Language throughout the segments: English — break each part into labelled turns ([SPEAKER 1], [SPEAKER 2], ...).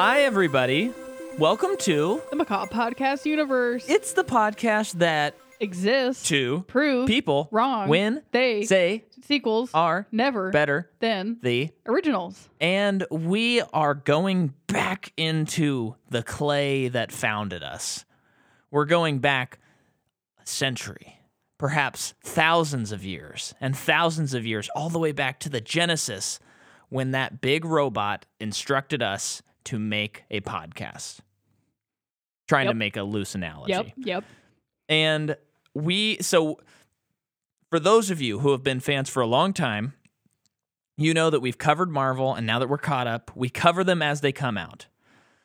[SPEAKER 1] everybody. Welcome to
[SPEAKER 2] The Macaw Podcast Universe
[SPEAKER 1] It's the podcast that
[SPEAKER 2] exists
[SPEAKER 1] two
[SPEAKER 2] prove
[SPEAKER 1] people
[SPEAKER 2] wrong
[SPEAKER 1] when
[SPEAKER 2] they
[SPEAKER 1] say
[SPEAKER 2] sequels
[SPEAKER 1] are
[SPEAKER 2] never
[SPEAKER 1] better
[SPEAKER 2] than
[SPEAKER 1] the
[SPEAKER 2] originals.
[SPEAKER 1] and we are going back into the clay that founded us. We're going back a century, perhaps thousands of years, and thousands of years, all the way back to the Genesis when that big robot instructed us to make a podcast. Trying
[SPEAKER 2] Yep.
[SPEAKER 1] to make a loose analogy.
[SPEAKER 2] Yep, yep.
[SPEAKER 1] And we, so for those of you who have been fans for a long time, you know that we've covered Marvel, and now that we're caught up, we cover them as they come out.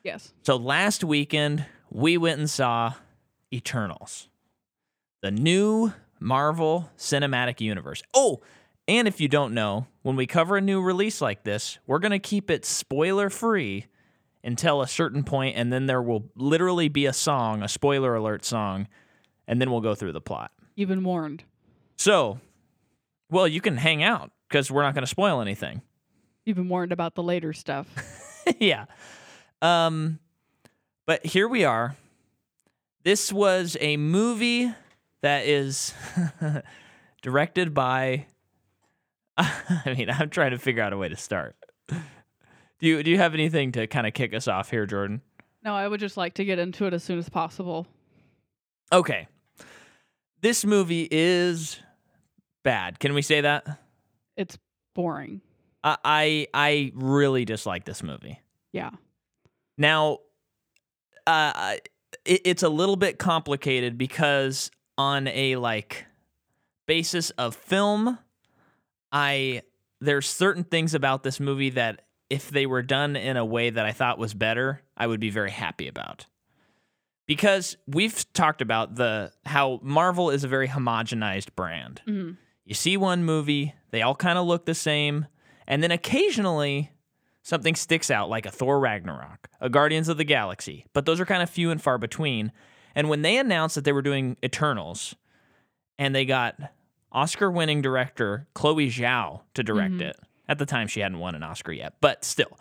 [SPEAKER 2] Yes.
[SPEAKER 1] So last weekend, we went and saw Eternals, the new Marvel Cinematic Universe. Oh, and if you don't know, when we cover a new release like this, we're going to keep it spoiler free until a certain point, and then there will literally be a song, a spoiler alert song, and then we'll go through the plot.
[SPEAKER 2] You've been warned.
[SPEAKER 1] So, well, you can hang out because we're not going to spoil anything.
[SPEAKER 2] You've been warned about the later stuff.
[SPEAKER 1] yeah. Um, but here we are. This was a movie that is directed by. I mean, I'm trying to figure out a way to start. Do you do you have anything to kind of kick us off here, Jordan?
[SPEAKER 2] no, I would just like to get into it as soon as possible.
[SPEAKER 1] Okay. This movie is bad. Can we say that?
[SPEAKER 2] It's boring.
[SPEAKER 1] I I, I really dislike this movie.
[SPEAKER 2] Yeah.
[SPEAKER 1] Now, uh, I- it, it's a little bit complicated because on a like basis of film, I there's certain things about this movie that if they were done in a way that I thought was better, I would be very happy about. Because we've talked about the how Marvel is a very homogenized brand
[SPEAKER 2] Mhm.
[SPEAKER 1] you see one movie, they all kind of look the same, and then occasionally something sticks out like a Thor Ragnarok, a Guardians of the Galaxy, but those are kind of few and far between. And when they announced that they were doing Eternals and they got Oscar winning director Chloe Zhao to direct
[SPEAKER 2] Mhm.
[SPEAKER 1] it, at the time she hadn't won an Oscar yet, but still,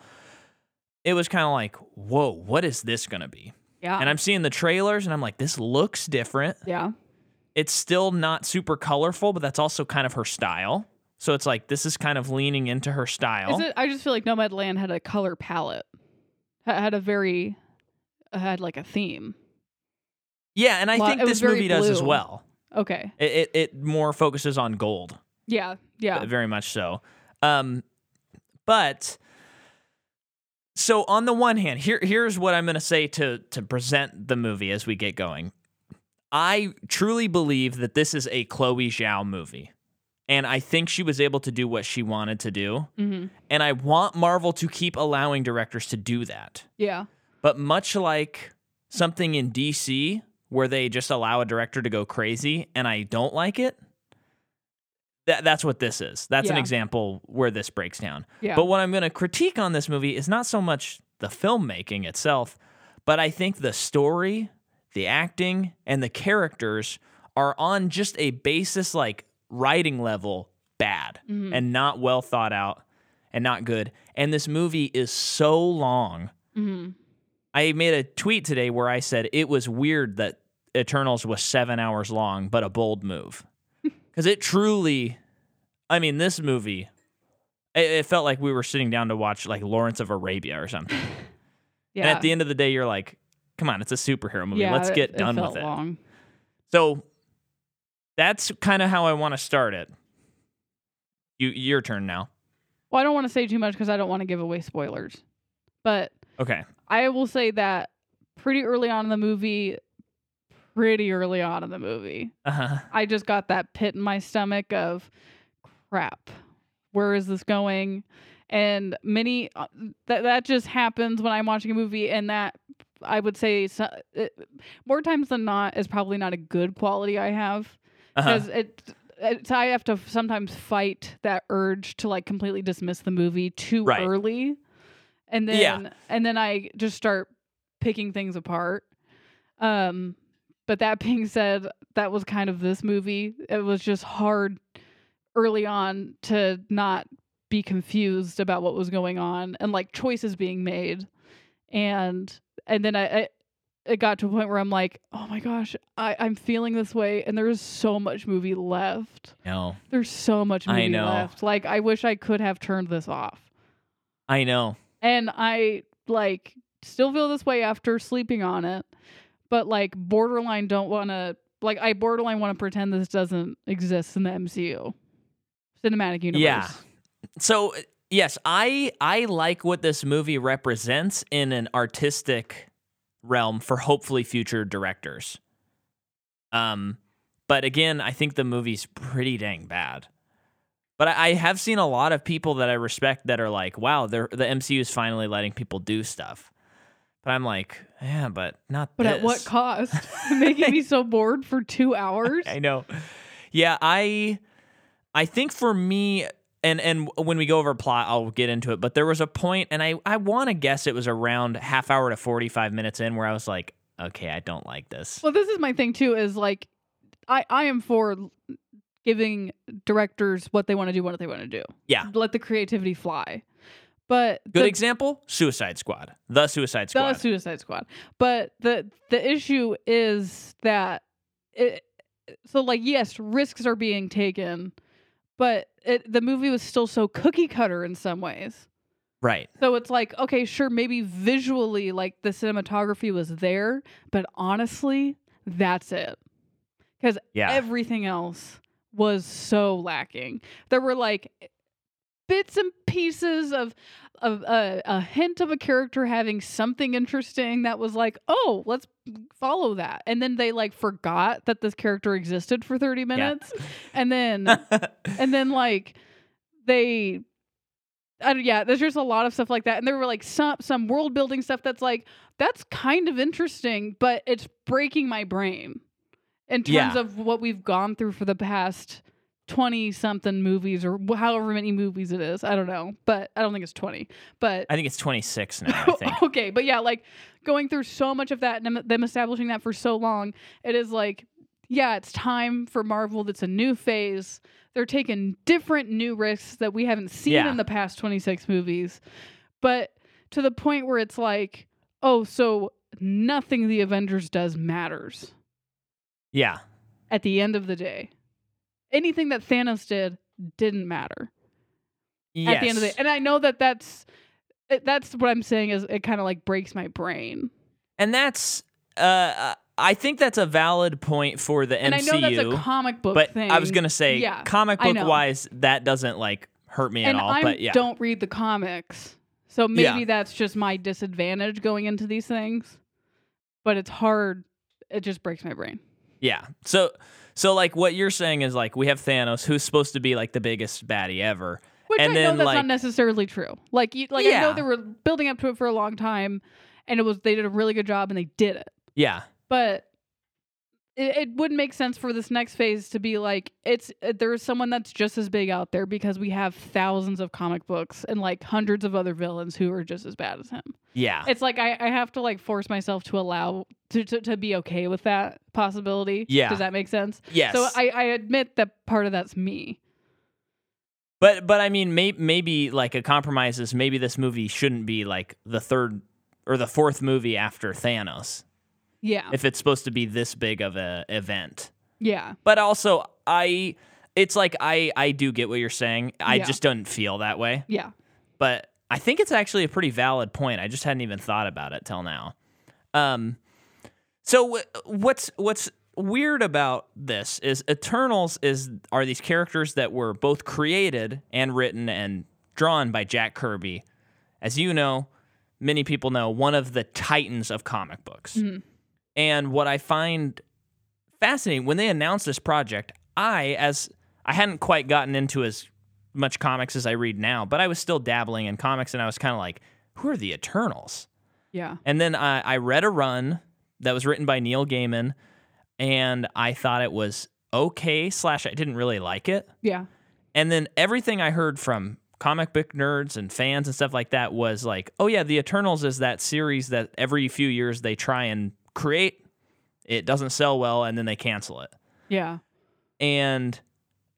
[SPEAKER 1] it was kind of like, whoa, what is this going to be?
[SPEAKER 2] Yeah.
[SPEAKER 1] And I'm seeing the trailers and I'm like, this looks different
[SPEAKER 2] yeah.
[SPEAKER 1] it's still not super colorful, but that's also kind of her style. So it's like this is kind of leaning into her style.
[SPEAKER 2] Is it, I just feel like Nomadland had a color palette, Ha- had a very, uh, had like a theme.
[SPEAKER 1] yeah, and I
[SPEAKER 2] Well,
[SPEAKER 1] think
[SPEAKER 2] it was
[SPEAKER 1] this
[SPEAKER 2] very
[SPEAKER 1] movie does as
[SPEAKER 2] blue.
[SPEAKER 1] well.
[SPEAKER 2] Okay.
[SPEAKER 1] It, it it more focuses on gold,
[SPEAKER 2] Yeah. Yeah.
[SPEAKER 1] very much so. Um, but so on the one hand, here here's what I'm going to say to to present the movie as we get going. I truly believe that this is a Chloe Zhao movie, and I think she was able to do what she wanted to do.
[SPEAKER 2] hmm
[SPEAKER 1] And I want Marvel to keep allowing directors to do that.
[SPEAKER 2] Yeah.
[SPEAKER 1] But much like something in DC where they just allow a director to go crazy and I don't like it, that, that's what this is. That's an
[SPEAKER 2] Yeah.
[SPEAKER 1] example where this breaks down.
[SPEAKER 2] Yeah.
[SPEAKER 1] But what I'm going to critique on this movie is not so much the filmmaking itself, but I think the story, the acting, and the characters are on just a basis like writing level bad
[SPEAKER 2] Mhm.
[SPEAKER 1] and not well thought out and not good. And this movie is so long.
[SPEAKER 2] Mhm.
[SPEAKER 1] I made a tweet today where I said it was weird that Eternals was seven hours long, but a bold move. Because it truly, I mean, this movie, it, it felt like we were sitting down to watch like Lawrence of Arabia or something.
[SPEAKER 2] Yeah.
[SPEAKER 1] And at the end of the day, you're like, come on, it's a superhero movie.
[SPEAKER 2] Yeah,
[SPEAKER 1] Let's
[SPEAKER 2] it-
[SPEAKER 1] get
[SPEAKER 2] it
[SPEAKER 1] done
[SPEAKER 2] felt
[SPEAKER 1] with it.
[SPEAKER 2] long.
[SPEAKER 1] So that's kind of how I want to start it. You, your turn now.
[SPEAKER 2] Well, I don't want to say too much because I don't want to give away spoilers. But
[SPEAKER 1] Okay.
[SPEAKER 2] I will say that pretty early on in the movie, pretty early on in the movie,
[SPEAKER 1] Uh huh.
[SPEAKER 2] I just got that pit in my stomach of crap. Where is this going? And many uh, that that just happens when I'm watching a movie, and that I would say so, it, more times than not is probably not a good quality I have
[SPEAKER 1] Uh-huh.
[SPEAKER 2] because it, it's I have to sometimes fight that urge to like completely dismiss the movie too
[SPEAKER 1] Right.
[SPEAKER 2] early, and then
[SPEAKER 1] Yeah.
[SPEAKER 2] and then I just start picking things apart. Um, but that being said, that was kind of this movie. It was just hard early on to not be confused about what was going on and like choices being made and and then I, I it got to a point where I'm like, oh my gosh, I, I'm feeling this way, and there's so much movie left.
[SPEAKER 1] No,
[SPEAKER 2] There's so much
[SPEAKER 1] I
[SPEAKER 2] movie
[SPEAKER 1] know.
[SPEAKER 2] left. Like I wish I could have turned this off.
[SPEAKER 1] I know.
[SPEAKER 2] And I like still feel this way after sleeping on it, but like borderline don't want to like I borderline want to pretend this doesn't exist in the MCU. Cinematic universe.
[SPEAKER 1] Yeah. So yes, I I like what this movie represents in an artistic realm for hopefully future directors. Um, but again, I think the movie's pretty dang bad. But I, I have seen a lot of people that I respect that are like, "Wow, they're, the MCU is finally letting people do stuff." But I'm like, yeah, but not.
[SPEAKER 2] But at what
[SPEAKER 1] this."
[SPEAKER 2] cost? Making me so bored for two hours.
[SPEAKER 1] I know. Yeah, I I think for me and and when we go over plot, I'll get into it, but there was a point and I I want to guess it was around half hour to 45 minutes in where I was like, okay, I don't like this.
[SPEAKER 2] Well, this is my thing too. Is like, I I am for giving directors what they want to do, what they want to do.
[SPEAKER 1] Yeah.
[SPEAKER 2] let the creativity fly. But
[SPEAKER 1] Good
[SPEAKER 2] the,
[SPEAKER 1] example? Suicide Squad. The Suicide
[SPEAKER 2] the
[SPEAKER 1] Squad.
[SPEAKER 2] Suicide Squad. But the the issue is that it. So like, yes, risks are being taken, but it, the movie was still so cookie cutter in some ways.
[SPEAKER 1] right.
[SPEAKER 2] So it's like, okay, sure, maybe visually, like the cinematography was there, but honestly, that's it. Because
[SPEAKER 1] Yeah.
[SPEAKER 2] everything else was so lacking. There were like bits and pieces of of uh, a, a hint of a character having something interesting that was like, oh, let's follow that, and then they like forgot that this character existed for thirty minutes, and then and then like they I don't, yeah there's just a lot of stuff like that and there were like some some world building stuff that's like that's kind of interesting but it's breaking my brain in terms
[SPEAKER 1] Yeah.
[SPEAKER 2] of what we've gone through for the past 20 something movies or wh- however many movies it is i don't know but i don't think it's 20 but
[SPEAKER 1] I think it's 26 now, I think.
[SPEAKER 2] okay, but yeah, like going through so much of that and them- them establishing that for so long, it is like, yeah, it's time for Marvel. That's a new phase. They're taking different new risks that we haven't seen
[SPEAKER 1] Yeah.
[SPEAKER 2] in the past 26 movies, but to the point where it's like, oh, so nothing the Avengers does matters
[SPEAKER 1] yeah.
[SPEAKER 2] at the end of the day. Anything that Thanos did didn't matter
[SPEAKER 1] Yes.
[SPEAKER 2] at the end of the and i know that that's it- that's what i'm saying is it kind of like breaks my brain
[SPEAKER 1] and that's uh I think that's a valid point for the
[SPEAKER 2] and
[SPEAKER 1] MCU.
[SPEAKER 2] i know that's a comic book
[SPEAKER 1] but
[SPEAKER 2] thing
[SPEAKER 1] I was gonna say,
[SPEAKER 2] Yeah,
[SPEAKER 1] comic
[SPEAKER 2] I
[SPEAKER 1] book
[SPEAKER 2] know.
[SPEAKER 1] wise, that doesn't like hurt me
[SPEAKER 2] and
[SPEAKER 1] at all.
[SPEAKER 2] i
[SPEAKER 1] but yeah,
[SPEAKER 2] don't read the comics so maybe
[SPEAKER 1] Yeah.
[SPEAKER 2] that's just my disadvantage going into these things but it's hard it just breaks my brain
[SPEAKER 1] yeah. So, so like what you're saying is like we have Thanos, who's supposed to be like the biggest baddie ever.
[SPEAKER 2] which
[SPEAKER 1] And
[SPEAKER 2] i
[SPEAKER 1] then,
[SPEAKER 2] know that's
[SPEAKER 1] like-
[SPEAKER 2] not necessarily true like you like i
[SPEAKER 1] Yeah.
[SPEAKER 2] know they were building up to it for a long time and it was they did a really good job and they did it
[SPEAKER 1] Yeah,
[SPEAKER 2] but it, it would make sense for this next phase to be like it's uh, there's someone that's just as big out there because we have thousands of comic books and like hundreds of other villains who are just as bad as him
[SPEAKER 1] yeah,
[SPEAKER 2] it's like i, I have to like force myself to allow to, to, to be okay with that possibility
[SPEAKER 1] Yeah.
[SPEAKER 2] does that make sense
[SPEAKER 1] yes.
[SPEAKER 2] so I, I admit that part of that's me
[SPEAKER 1] but but I mean, may, maybe like a compromise is maybe this movie shouldn't be like the third or the fourth movie after Thanos
[SPEAKER 2] yeah
[SPEAKER 1] if it's supposed to be this big of a event.
[SPEAKER 2] yeah
[SPEAKER 1] But also, I it's like I I do get what you're saying. I
[SPEAKER 2] Yeah.
[SPEAKER 1] just don't feel that way.
[SPEAKER 2] yeah
[SPEAKER 1] but I think it's actually a pretty valid point. I just hadn't even thought about it till now. Um, so wh- what's what's weird about this is Eternals is are these characters that were both created and written and drawn by Jack Kirby, as you know, many people know, one of the titans of comic books.
[SPEAKER 2] Mhm.
[SPEAKER 1] And what I find fascinating when they announced this project, I as I hadn't quite gotten into as much comics as I read now, but I was still dabbling in comics, and I was kind of like, "Who are the Eternals?"
[SPEAKER 2] yeah
[SPEAKER 1] And then I, I read a run that was written by Neil Gaiman, and I thought it was okay. Slash, I didn't really like it.
[SPEAKER 2] yeah
[SPEAKER 1] And then everything I heard from comic book nerds and fans and stuff like that was like, oh yeah, the Eternals is that series that every few years they try and create. It doesn't sell well and then they cancel it.
[SPEAKER 2] yeah
[SPEAKER 1] And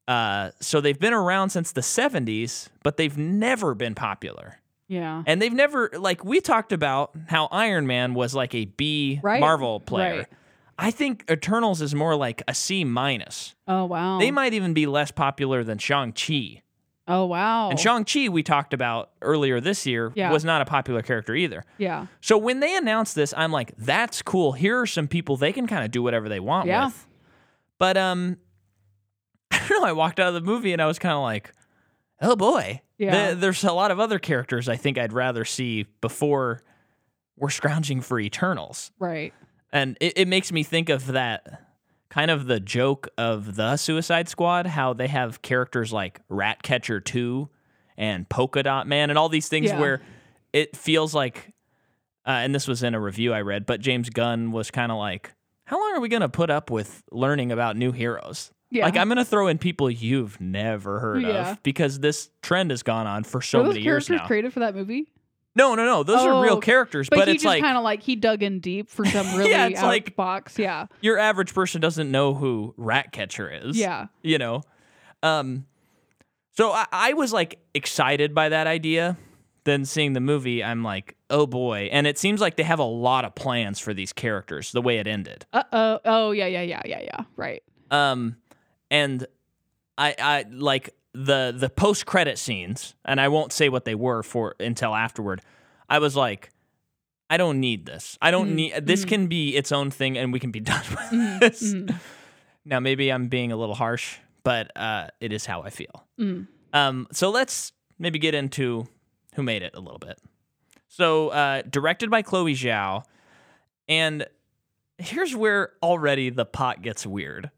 [SPEAKER 1] uh, so they've been around since the 70s, but they've never been popular.
[SPEAKER 2] Yeah.
[SPEAKER 1] And they've never like we talked about how Iron Man was like a B
[SPEAKER 2] Right.
[SPEAKER 1] Marvel player.
[SPEAKER 2] Right.
[SPEAKER 1] I think Eternals is more like a C minus.
[SPEAKER 2] Oh wow.
[SPEAKER 1] They might even be less popular than Shang Chi.
[SPEAKER 2] Oh wow.
[SPEAKER 1] And Shang Chi we talked about earlier this year
[SPEAKER 2] Yeah.
[SPEAKER 1] was not a popular character either.
[SPEAKER 2] yeah.
[SPEAKER 1] So when they announced this, I'm like, that's cool. Here are some people they can kind of do whatever they want
[SPEAKER 2] Yeah.
[SPEAKER 1] with. But um, I don't know. I walked out of the movie and I was kind of like, oh boy.
[SPEAKER 2] Yeah.
[SPEAKER 1] There- there's a lot of other characters I think I'd rather see before we're scrounging for Eternals.
[SPEAKER 2] Right.
[SPEAKER 1] And it, it makes me think of that kind of the joke of the Suicide Squad, how they have characters like Ratcatcher 2 and Polka Dot Man and all these things
[SPEAKER 2] Yeah.
[SPEAKER 1] where it feels like, uh, and this was in a review I read, but James Gunn was kind of like, how long are we going to put up with learning about new heroes?
[SPEAKER 2] Yeah.
[SPEAKER 1] Like, I'm going to throw in people you've never heard
[SPEAKER 2] Yeah.
[SPEAKER 1] of because this trend has gone on for so
[SPEAKER 2] Were those
[SPEAKER 1] many years
[SPEAKER 2] characters
[SPEAKER 1] now.
[SPEAKER 2] created for that movie?
[SPEAKER 1] no, no, no. Those are real
[SPEAKER 2] Oh,
[SPEAKER 1] characters,
[SPEAKER 2] But,
[SPEAKER 1] but,
[SPEAKER 2] he
[SPEAKER 1] it's
[SPEAKER 2] just
[SPEAKER 1] like
[SPEAKER 2] kind of like he dug in deep for some really
[SPEAKER 1] Yeah, it's
[SPEAKER 2] out
[SPEAKER 1] like-
[SPEAKER 2] of box. Yeah.
[SPEAKER 1] your average person doesn't know who Ratcatcher is.
[SPEAKER 2] Yeah.
[SPEAKER 1] you know um so I, I was like excited by that idea then seeing the movie i'm like oh boy and it seems like they have a lot of plans for these characters the way it ended
[SPEAKER 2] Uh oh. Oh yeah. Yeah. Yeah. Yeah. Yeah. Right.
[SPEAKER 1] um and i i like the the post credit scenes and i won't say what they were for until afterward i was like i don't need this i don't
[SPEAKER 2] Mm,
[SPEAKER 1] need this
[SPEAKER 2] mm.
[SPEAKER 1] can be its own thing and we can be done with
[SPEAKER 2] Mm,
[SPEAKER 1] this
[SPEAKER 2] mm,
[SPEAKER 1] now maybe i'm being a little harsh but uh it is how i feel
[SPEAKER 2] mm.
[SPEAKER 1] Um, so let's maybe get into who made it a little bit. So, uh, directed by Chloe Zhao, and here's where already the pot gets weird.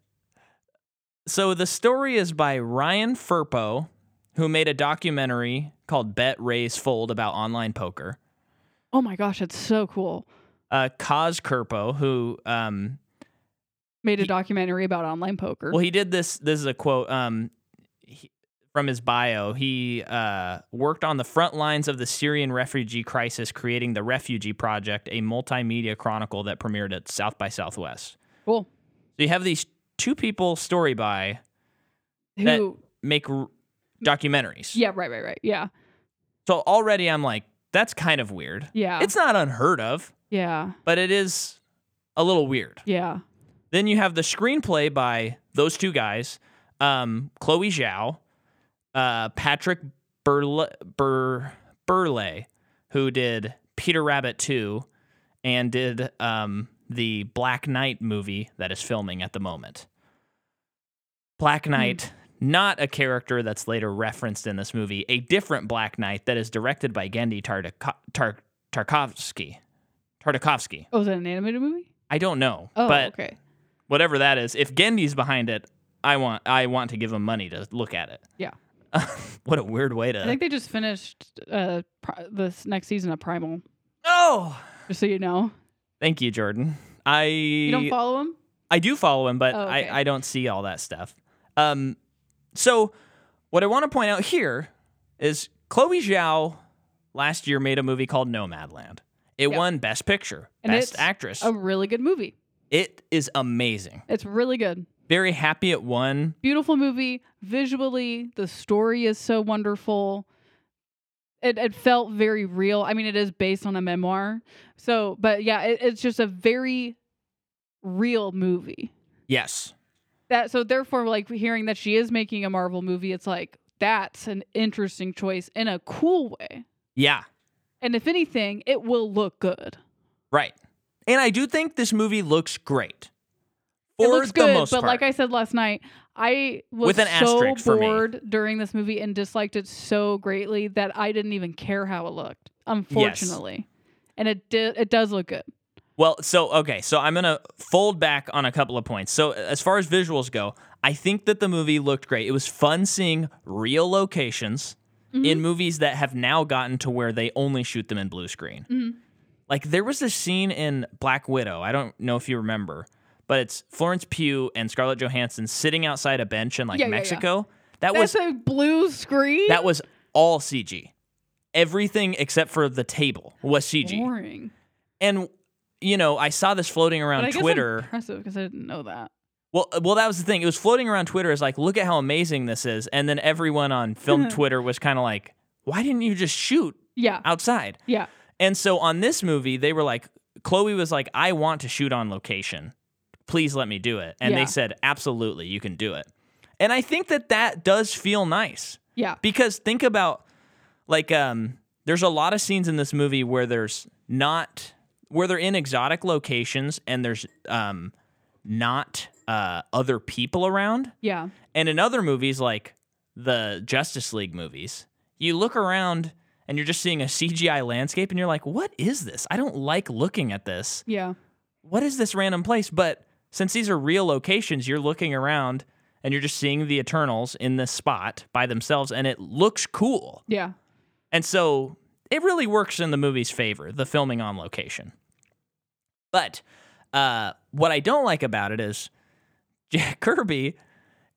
[SPEAKER 1] So the story is by Ryan Furpo, who made a documentary called "Bet Raise Fold" about online poker.
[SPEAKER 2] Oh my gosh, it's so cool.
[SPEAKER 1] Uh, Kaz Kerpo, who um,
[SPEAKER 2] Made a
[SPEAKER 1] He-
[SPEAKER 2] documentary about online poker.
[SPEAKER 1] Well, he did this. This is a quote um, he, from his bio. He uh, worked on the front lines of the Syrian refugee crisis, creating the Refugee Project, a multimedia chronicle that premiered at South by Southwest.
[SPEAKER 2] cool.
[SPEAKER 1] So you have these two people, story by,
[SPEAKER 2] Who?
[SPEAKER 1] that- make r- documentaries.
[SPEAKER 2] Mm. yeah. Right. Right. Right. Yeah.
[SPEAKER 1] So already I'm like, that's kind of weird.
[SPEAKER 2] Yeah.
[SPEAKER 1] It's not unheard of,
[SPEAKER 2] yeah.
[SPEAKER 1] but it is a little weird.
[SPEAKER 2] Yeah.
[SPEAKER 1] Then you have the screenplay by those two guys, um, Chloe Zhao, uh, Patrick Burle- Bur- Burley, who did Peter Rabbit 2 and did um, the Black Knight movie that is filming at the moment. Black Knight, not a character that's later referenced in this movie, a different Black Knight that is directed by Gendy Tartak- Tar- Tarkovsky. Tartakovsky.
[SPEAKER 2] Oh, is it an animated movie?
[SPEAKER 1] I don't know,
[SPEAKER 2] Oh,
[SPEAKER 1] but
[SPEAKER 2] okay.
[SPEAKER 1] whatever that is. If Gendy's behind it, I want I want to give him money to look at it.
[SPEAKER 2] Yeah.
[SPEAKER 1] what a weird way to.
[SPEAKER 2] I think they just finished uh pri- this next season of Primal.
[SPEAKER 1] oh,
[SPEAKER 2] Just so you know,
[SPEAKER 1] thank you, Jordan. I
[SPEAKER 2] you don't follow him.
[SPEAKER 1] I do follow him, but
[SPEAKER 2] Oh, okay.
[SPEAKER 1] I I don't see all that stuff. Um, so what I want to point out here is Chloe Zhao last year made a movie called Nomadland. It
[SPEAKER 2] Yep.
[SPEAKER 1] won Best Picture,
[SPEAKER 2] And
[SPEAKER 1] Best
[SPEAKER 2] it's
[SPEAKER 1] Actress.
[SPEAKER 2] A really good movie.
[SPEAKER 1] it is amazing.
[SPEAKER 2] It's really good.
[SPEAKER 1] Very happy it won.
[SPEAKER 2] Beautiful movie visually. The story is so wonderful. It, it felt very real. I mean, it is based on a memoir. So, but yeah, it, it's just a very real movie.
[SPEAKER 1] Yes.
[SPEAKER 2] That so therefore, like hearing that she is making a Marvel movie, it's like that's an interesting choice in a cool way.
[SPEAKER 1] Yeah.
[SPEAKER 2] And if anything, it will look good.
[SPEAKER 1] Right. And I do think this movie looks great.
[SPEAKER 2] it looks good, but
[SPEAKER 1] part.
[SPEAKER 2] like I said last night, I was
[SPEAKER 1] With an
[SPEAKER 2] so
[SPEAKER 1] asterisk for me.
[SPEAKER 2] bored during this movie and disliked it so greatly that I didn't even care how it looked. Unfortunately, and it did. It does look good.
[SPEAKER 1] well, so okay, so I'm gonna fold back on a couple of points. So as far as visuals go, I think that the movie looked great. It was fun seeing real locations
[SPEAKER 2] Mhm.
[SPEAKER 1] in movies that have now gotten to where they only shoot them in blue screen.
[SPEAKER 2] Mhm.
[SPEAKER 1] Like there was this scene in Black Widow. I don't know if you remember, but it's Florence Pugh and Scarlett Johansson sitting outside a bench in like
[SPEAKER 2] Yeah, yeah, yeah.
[SPEAKER 1] Mexico. That was
[SPEAKER 2] That's a blue screen.
[SPEAKER 1] That was all CG. Everything except for the table was CG.
[SPEAKER 2] boring.
[SPEAKER 1] And you know, I saw this floating
[SPEAKER 2] But
[SPEAKER 1] around
[SPEAKER 2] I guess
[SPEAKER 1] Twitter.
[SPEAKER 2] impressive because I didn't know that.
[SPEAKER 1] Well, uh, well, that was the thing. It was floating around Twitter as like, look at how amazing this is. And then everyone on film Twitter was kind of like, why didn't you just shoot
[SPEAKER 2] Yeah.
[SPEAKER 1] outside.
[SPEAKER 2] Yeah.
[SPEAKER 1] And so on this movie, they were like, Chloe was like, I want to shoot on location. Please let me do it. And
[SPEAKER 2] Yeah.
[SPEAKER 1] they said, absolutely, you can do it. And I think that that does feel nice
[SPEAKER 2] Yeah.
[SPEAKER 1] because think about like um there's a lot of scenes in this movie where there's not where they're in exotic locations and there's um not uh other people around
[SPEAKER 2] Yeah.
[SPEAKER 1] and in other movies like the Justice League movies, you look around and you're just seeing a CGI landscape and you're like, what is this? I don't like looking at this.
[SPEAKER 2] Yeah.
[SPEAKER 1] What is this random place? But since these are real locations, you're looking around and you're just seeing the Eternals in this spot by themselves and it looks cool.
[SPEAKER 2] Yeah.
[SPEAKER 1] And so it really works in the movie's favor, the filming on location. But uh, what I don't like about it is Jack Kirby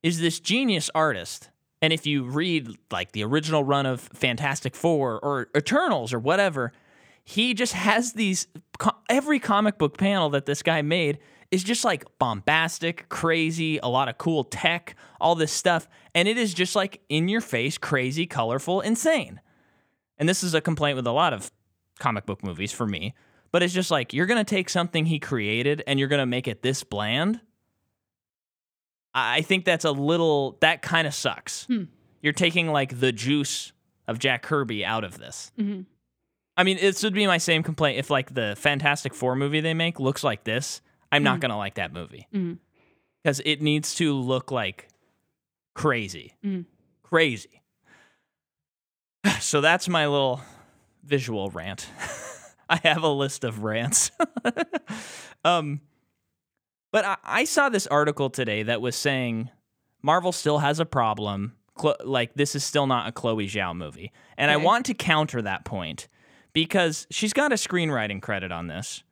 [SPEAKER 1] is this genius artist. And if you read like the original run of Fantastic Four or Eternals or whatever, he just has these co- every comic book panel that this guy made is just like bombastic, crazy, a lot of cool tech, all this stuff. And it is just like in your face, crazy, colorful, insane and this is a complaint with a lot of comic book movies for me, but it's just like you're going to take something he created and you're going to make it this bland. I I think that's a little, that kind of sucks.
[SPEAKER 2] Hmm.
[SPEAKER 1] You're taking like the juice of Jack Kirby out of this.
[SPEAKER 2] hmm
[SPEAKER 1] I mean, this would be my same complaint if like the Fantastic Four movie they make looks like this. I'm not
[SPEAKER 2] Mhm.
[SPEAKER 1] going to like that movie
[SPEAKER 2] Mhm.
[SPEAKER 1] because it needs to look like crazy.
[SPEAKER 2] Mhm.
[SPEAKER 1] Crazy. So that's my little visual rant. I have a list of rants. um, but I, I saw this article today that was saying Marvel still has a problem. Chlo- like, this is still not a Chloe Zhao movie. And I
[SPEAKER 2] Okay.
[SPEAKER 1] want to counter that point because she's got a screenwriting credit on this.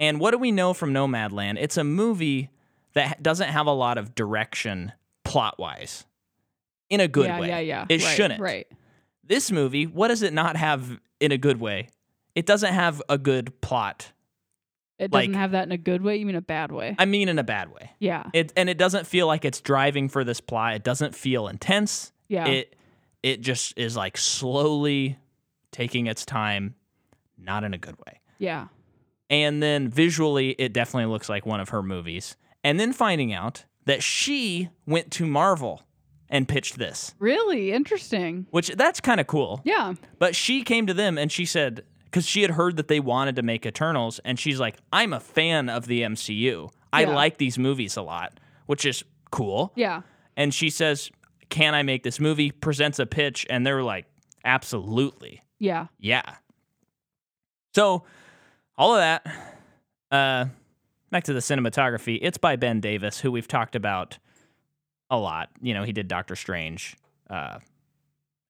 [SPEAKER 1] And what do we know from Nomadland? It's a movie that ha- doesn't have a lot of direction plot wise in a good
[SPEAKER 2] yeah,
[SPEAKER 1] way.
[SPEAKER 2] Yeah. Yeah.
[SPEAKER 1] It
[SPEAKER 2] right,
[SPEAKER 1] shouldn't.
[SPEAKER 2] Right.
[SPEAKER 1] This movie, what does it not have in a good way? It doesn't have a good plot.
[SPEAKER 2] It
[SPEAKER 1] Like-
[SPEAKER 2] doesn't have that in a good way. You mean a bad way?
[SPEAKER 1] I mean, in a bad way.
[SPEAKER 2] yeah.
[SPEAKER 1] It and it doesn't feel like it's driving for this plot. It doesn't feel intense.
[SPEAKER 2] Yeah.
[SPEAKER 1] It it just is like slowly taking its time, not in a good way.
[SPEAKER 2] yeah.
[SPEAKER 1] And then visually, it definitely looks like one of her movies. And then finding out that she went to Marvel and pitched this,
[SPEAKER 2] Really interesting.
[SPEAKER 1] which that's kind of cool.
[SPEAKER 2] Yeah.
[SPEAKER 1] But she came to them and she said, because she had heard that they wanted to make Eternals, and she's like, I'm a fan of the MCU. I
[SPEAKER 2] Yeah.
[SPEAKER 1] like these movies a lot, which is cool.
[SPEAKER 2] Yeah.
[SPEAKER 1] And she says, Can I make this movie? Presents a pitch, and they're like, Absolutely.
[SPEAKER 2] Yeah.
[SPEAKER 1] Yeah. So, all of that. Uh, back to the cinematography. It's by Ben Davis, who we've talked about a lot. You know, he did Doctor Strange, uh,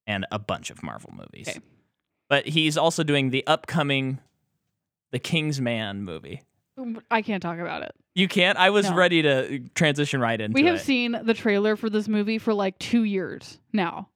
[SPEAKER 1] and a bunch of Marvel movies.
[SPEAKER 2] Okay.
[SPEAKER 1] But he's also doing the upcoming, the King's Man movie.
[SPEAKER 2] I can't talk about it.
[SPEAKER 1] You can't. I was
[SPEAKER 2] No.
[SPEAKER 1] ready to transition right into
[SPEAKER 2] we have
[SPEAKER 1] it.
[SPEAKER 2] seen the trailer for this movie for like two years now.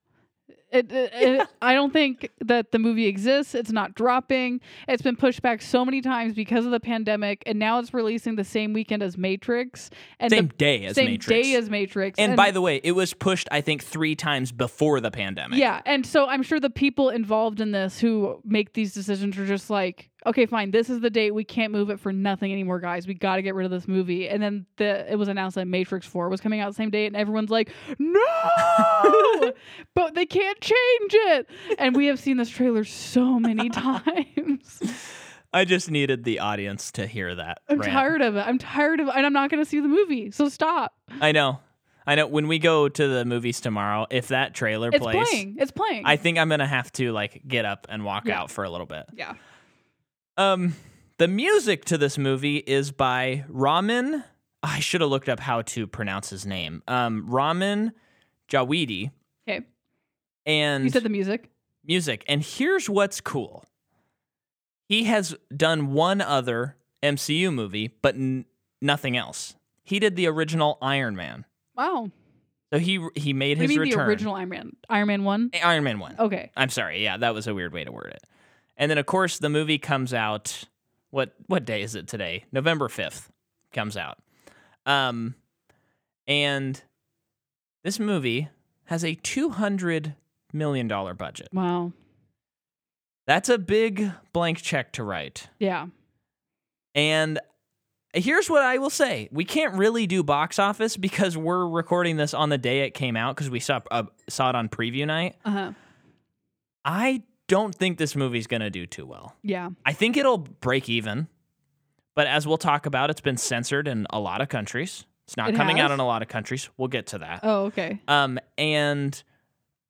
[SPEAKER 2] It, it, it, I don't think that the movie exists. It's not dropping. It's been pushed back so many times because of the pandemic, and now it's releasing the same weekend as Matrix and
[SPEAKER 1] same
[SPEAKER 2] the
[SPEAKER 1] day as
[SPEAKER 2] same
[SPEAKER 1] Matrix.
[SPEAKER 2] day as Matrix.
[SPEAKER 1] and, by the way, it was pushed I think three times before the pandemic.
[SPEAKER 2] yeah, and so I'm sure the people involved in this who make these decisions are just like, okay, fine, this is the date. We can't move it for nothing anymore, guys. We got to get rid of this movie. And then the it was announced that Matrix Four was coming out the same date, and everyone's like, no, but they can't change it. And we have seen this trailer so many times.
[SPEAKER 1] I just needed the audience to hear that.
[SPEAKER 2] I'm
[SPEAKER 1] rant.
[SPEAKER 2] tired of it. I'm tired of, and I'm not going to see the movie. So stop.
[SPEAKER 1] I know. I know. When we go to the movies tomorrow, if that trailer
[SPEAKER 2] It's
[SPEAKER 1] plays,
[SPEAKER 2] playing. It's playing.
[SPEAKER 1] I think I'm gonna have to like get up and walk
[SPEAKER 2] Yeah.
[SPEAKER 1] out for a little bit.
[SPEAKER 2] yeah.
[SPEAKER 1] Um, the music to this movie is by Ramin. I should have looked up how to pronounce his name. Um, Ramin Jawidi.
[SPEAKER 2] Okay.
[SPEAKER 1] And
[SPEAKER 2] You said the music.
[SPEAKER 1] music. And here's what's cool. He has done one other MCU movie, but n- nothing else. He did the original Iron Man.
[SPEAKER 2] Wow.
[SPEAKER 1] So he he made
[SPEAKER 2] What
[SPEAKER 1] his
[SPEAKER 2] do you mean
[SPEAKER 1] return.
[SPEAKER 2] the original Oh. Iron Man? Iron Man One.
[SPEAKER 1] Iron Man 1.
[SPEAKER 2] Okay.
[SPEAKER 1] I'm sorry. Yeah, that was a weird way to word it. And then of course the movie comes out what what day is it today? November 5th comes out. Um and this movie has a 200 million dollar budget.
[SPEAKER 2] Wow.
[SPEAKER 1] That's a big blank check to write.
[SPEAKER 2] Yeah.
[SPEAKER 1] And here's what I will say we can't really do box office because we're recording this on the day it came out because we saw, uh, saw it on preview night.
[SPEAKER 2] Uh huh.
[SPEAKER 1] I don't think this movie's going to do too well.
[SPEAKER 2] Yeah.
[SPEAKER 1] I think it'll break even, but as we'll talk about, it's been censored in a lot of countries. It's not
[SPEAKER 2] It
[SPEAKER 1] coming out
[SPEAKER 2] has?
[SPEAKER 1] in a lot of countries. We'll get to that.
[SPEAKER 2] Oh, okay.
[SPEAKER 1] Um, and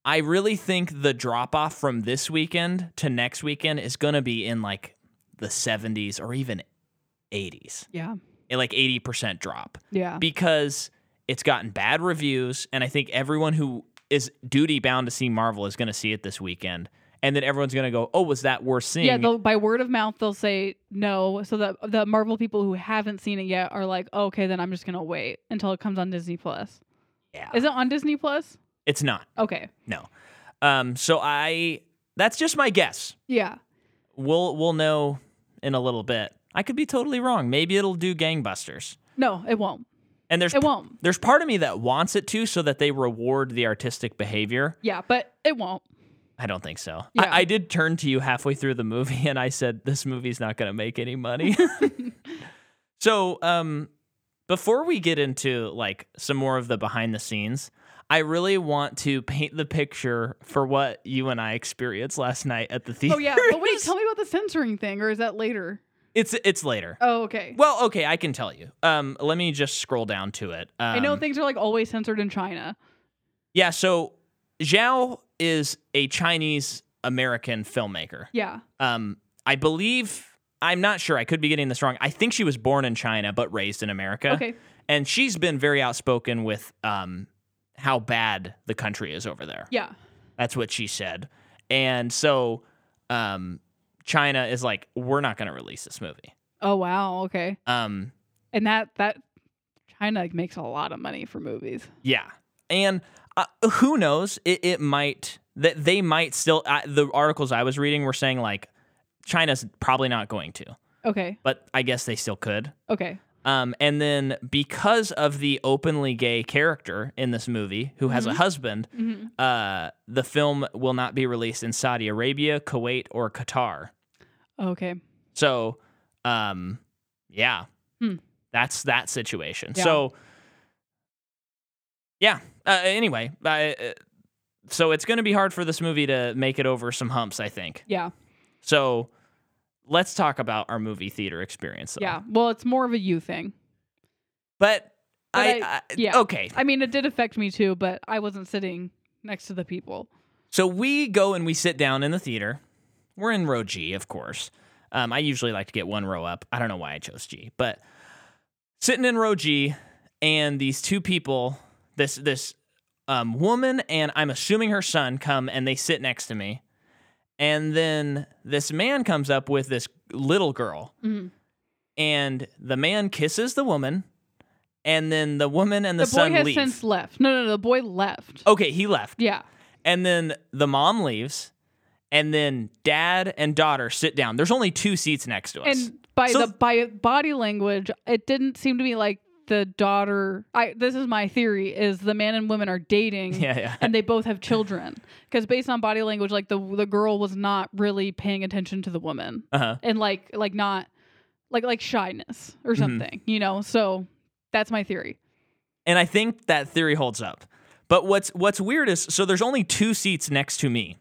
[SPEAKER 1] I really think the drop off from this weekend to next weekend is going to be in like the 70s or even 80s,
[SPEAKER 2] Yeah.
[SPEAKER 1] eh, like 80% drop
[SPEAKER 2] Yeah.
[SPEAKER 1] because it's gotten bad reviews. And I think everyone who is duty bound to see Marvel is going to see it this weekend. And then everyone's going to go, oh, was that worth seeing?
[SPEAKER 2] Yeah, they'll, by word of mouth, they'll say no. So the the Marvel people who haven't seen it yet are like, "Oh, okay, then I'm just gonna wait until it comes on Disney Plus.
[SPEAKER 1] Yeah.
[SPEAKER 2] Is it on Disney Plus?
[SPEAKER 1] it's not.
[SPEAKER 2] Okay.
[SPEAKER 1] No. Um, so I, that's just my guess.
[SPEAKER 2] Yeah.
[SPEAKER 1] We'll, we'll know in a little bit. I could be totally wrong. Maybe it'll do gangbusters.
[SPEAKER 2] No, it won't.
[SPEAKER 1] And there's
[SPEAKER 2] It won't.
[SPEAKER 1] there's part of me that wants it to so that they reward the artistic behavior.
[SPEAKER 2] Yeah, but it won't.
[SPEAKER 1] I don't think so.
[SPEAKER 2] Yeah.
[SPEAKER 1] I, I did turn to you halfway through the movie and I said, This movie's not gonna make any money. so um before we get into like some more of the behind the scenes, I really want to paint the picture for what you and I experienced last night at the theater.
[SPEAKER 2] Oh yeah. But wait, tell me about the censoring thing, or is that later?
[SPEAKER 1] it's it's later.
[SPEAKER 2] Oh, okay.
[SPEAKER 1] Well, okay, I can tell you. Um, let me just scroll down to it. Um,
[SPEAKER 2] I know things are like always censored in China.
[SPEAKER 1] Yeah, so Zhao is a Chinese American filmmaker.
[SPEAKER 2] Yeah.
[SPEAKER 1] Um, I believe I'm not sure. I could be getting this wrong. I think she was born in China but raised in America.
[SPEAKER 2] Okay.
[SPEAKER 1] And she's been very outspoken with um, how bad the country is over there.
[SPEAKER 2] Yeah.
[SPEAKER 1] That's what she said. And so um, China is like, we're not going to release this movie.
[SPEAKER 2] Oh wow. Okay.
[SPEAKER 1] Um,
[SPEAKER 2] And that that China makes a lot of money for movies.
[SPEAKER 1] Yeah, and uh, who knows? It, it might that they might still. Uh, the articles I was reading were saying like China's probably not going to,
[SPEAKER 2] Okay.
[SPEAKER 1] but I guess they still could.
[SPEAKER 2] Okay.
[SPEAKER 1] Um, and then because of the openly gay character in this movie who has a
[SPEAKER 2] Mhm.
[SPEAKER 1] husband,
[SPEAKER 2] hmm
[SPEAKER 1] uh, the film will not be released in Saudi Arabia, Kuwait, or Qatar.
[SPEAKER 2] Okay.
[SPEAKER 1] So, um, yeah,
[SPEAKER 2] Hmm.
[SPEAKER 1] that's that situation.
[SPEAKER 2] Yeah.
[SPEAKER 1] So, yeah. Uh, anyway, I, uh, so it's going to be hard for this movie to make it over some humps, I think.
[SPEAKER 2] Yeah.
[SPEAKER 1] So, let's talk about our movie theater experience. though.
[SPEAKER 2] Yeah. Well, it's more of a you thing.
[SPEAKER 1] but,
[SPEAKER 2] But
[SPEAKER 1] I,
[SPEAKER 2] I-
[SPEAKER 1] I,
[SPEAKER 2] yeah.
[SPEAKER 1] okay.
[SPEAKER 2] I mean, it did affect me too, but I wasn't sitting next to the people.
[SPEAKER 1] So we go and we sit down in the theater. We're in row G, of course. Um, I usually like to get one row up. I don't know why I chose G, but sitting in row G, and these two people, this this um, woman and I'm assuming her son, come and they sit next to me, and then this man comes up with this little girl,
[SPEAKER 2] Mhm.
[SPEAKER 1] and the man kisses the woman, and then the woman and the,
[SPEAKER 2] The, boy
[SPEAKER 1] son
[SPEAKER 2] has
[SPEAKER 1] leave. Oh.
[SPEAKER 2] since left. No, no, no. The boy left.
[SPEAKER 1] okay, he left.
[SPEAKER 2] Yeah.
[SPEAKER 1] And then the mom leaves, and then dad and daughter sit down. There's only two seats next to us.
[SPEAKER 2] And by
[SPEAKER 1] So-
[SPEAKER 2] the by body language, it didn't seem to me like the daughter. I this is my theory: is the man and woman are dating.
[SPEAKER 1] yeah, yeah.
[SPEAKER 2] And they both have children because based on body language, like the the girl was not really paying attention to the woman
[SPEAKER 1] Uh-huh.
[SPEAKER 2] and like like not like like shyness or
[SPEAKER 1] Mhm.
[SPEAKER 2] something, you know. So that's my theory.
[SPEAKER 1] And I think that theory holds up. But what's what's weird is so there's only two seats next to me.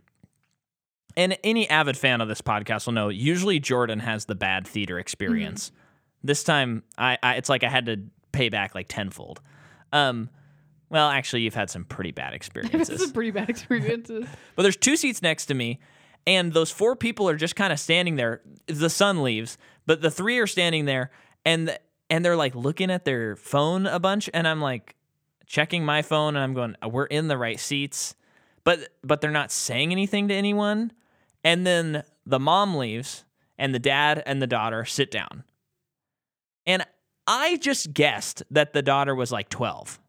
[SPEAKER 1] And any avid fan of this podcast will know usually Jordan has the bad theater experience.
[SPEAKER 2] Mm-hmm.
[SPEAKER 1] This time I, I it's like I had to pay back like tenfold. Um well, actually, you've had some pretty bad
[SPEAKER 2] this
[SPEAKER 1] experiences.
[SPEAKER 2] is a pretty bad experiences.
[SPEAKER 1] But there's two seats next to me, and those four people are just kind of standing there. The son leaves, but the three are standing there, and and they're like looking at their phone a bunch, and I'm like checking my phone, and I'm going, "Uh, we're in the right seats, but but they're not saying anything to anyone, and then the mom leaves, and the dad and the daughter sit down, and I just guessed that the daughter was like 12.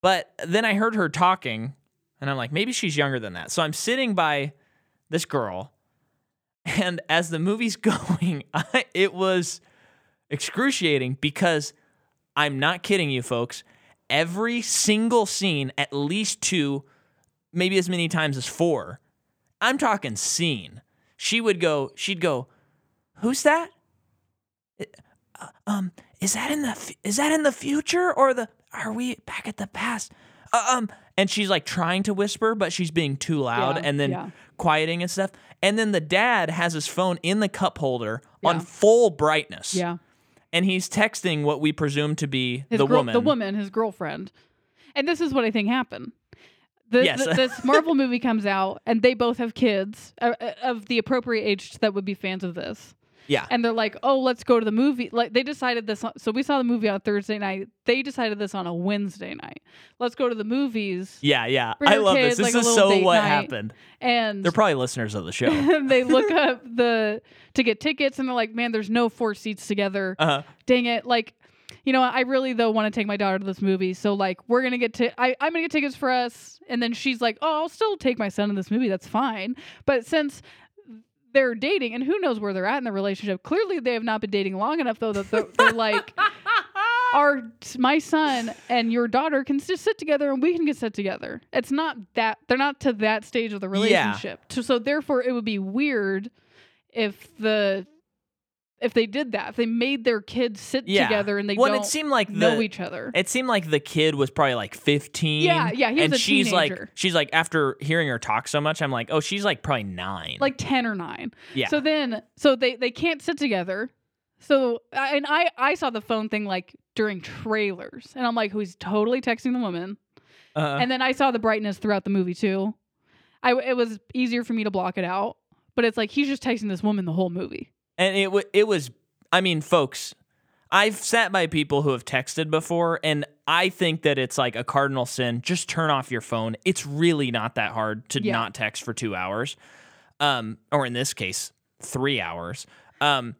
[SPEAKER 1] But then I heard her talking, and I'm like, maybe she's younger than that. So I'm sitting by this girl, and as the movie's going, I, it was excruciating because I'm not kidding you, folks. Every single scene, at least two, maybe as many times as four, I'm talking scene, she would go she'd go who's that Uh, um is that in the f- is that in the future or the are we back at the past Uh, um and she's like trying to whisper but she's being too loud
[SPEAKER 2] Yeah,
[SPEAKER 1] and then
[SPEAKER 2] yeah.
[SPEAKER 1] quieting and stuff and then the dad has his phone in the cup holder on
[SPEAKER 2] Yeah.
[SPEAKER 1] full brightness
[SPEAKER 2] Yeah.
[SPEAKER 1] and he's texting what we presume to be
[SPEAKER 2] His
[SPEAKER 1] the
[SPEAKER 2] girl-
[SPEAKER 1] woman
[SPEAKER 2] The woman, his girlfriend. And this is what I think happened. The,
[SPEAKER 1] Yes.
[SPEAKER 2] the- this Marvel movie comes out, and they both have kids uh, uh, of the appropriate age that would be fans of this.
[SPEAKER 1] yeah
[SPEAKER 2] And they're like, "Oh, let's go to the movie." Like they decided this. On, so we saw the movie on Thursday night. They decided this on a Wednesday night. Let's go to the movies.
[SPEAKER 1] yeah yeah
[SPEAKER 2] Bring
[SPEAKER 1] i
[SPEAKER 2] your
[SPEAKER 1] love
[SPEAKER 2] kids,
[SPEAKER 1] this
[SPEAKER 2] like,
[SPEAKER 1] this
[SPEAKER 2] a
[SPEAKER 1] is
[SPEAKER 2] little
[SPEAKER 1] so
[SPEAKER 2] date
[SPEAKER 1] what
[SPEAKER 2] night.
[SPEAKER 1] happened
[SPEAKER 2] And
[SPEAKER 1] they're probably listeners of the show
[SPEAKER 2] they look up the to get tickets, and they're like, "Man, there's no four seats together."
[SPEAKER 1] uh-huh.
[SPEAKER 2] dang it like you know i really though want to take my daughter to this movie so like we're gonna get to I, i'm gonna get tickets for us and then she's like oh i'll still take my son to this movie that's fine but since they're dating and who knows where they're at in the relationship clearly they have not been dating long enough though that they're, they're like our my son and your daughter can just sit together and we can get set together it's not that they're not to that stage of the relationship To- so therefore it would be weird if the if they did that if they made their kids sit
[SPEAKER 1] Yeah.
[SPEAKER 2] together and they
[SPEAKER 1] well, and
[SPEAKER 2] don't
[SPEAKER 1] it seemed like
[SPEAKER 2] know
[SPEAKER 1] the,
[SPEAKER 2] each other
[SPEAKER 1] It seemed like the kid was probably like 15.
[SPEAKER 2] Yeah, yeah, he was
[SPEAKER 1] and
[SPEAKER 2] a
[SPEAKER 1] she's like
[SPEAKER 2] teenager.
[SPEAKER 1] she's like after hearing her talk so much, I'm like, "Oh, she's like probably 9."
[SPEAKER 2] like 10 or 9
[SPEAKER 1] yeah.
[SPEAKER 2] so then so they they can't sit together so I- and i i saw the phone thing like during trailers and i'm like who's totally texting the woman
[SPEAKER 1] Uh,
[SPEAKER 2] and then I saw the brightness throughout the movie too. I it was easier for me to block it out, but it's like he's just texting this woman the whole movie.
[SPEAKER 1] and it wa it was I mean, folks, I've sat by people who have texted before and I think that it's like a cardinal sin. Just turn off your phone. It's really not that hard to
[SPEAKER 2] Yeah.
[SPEAKER 1] not text for 2 hours. Um or in this case, 3 hours. Um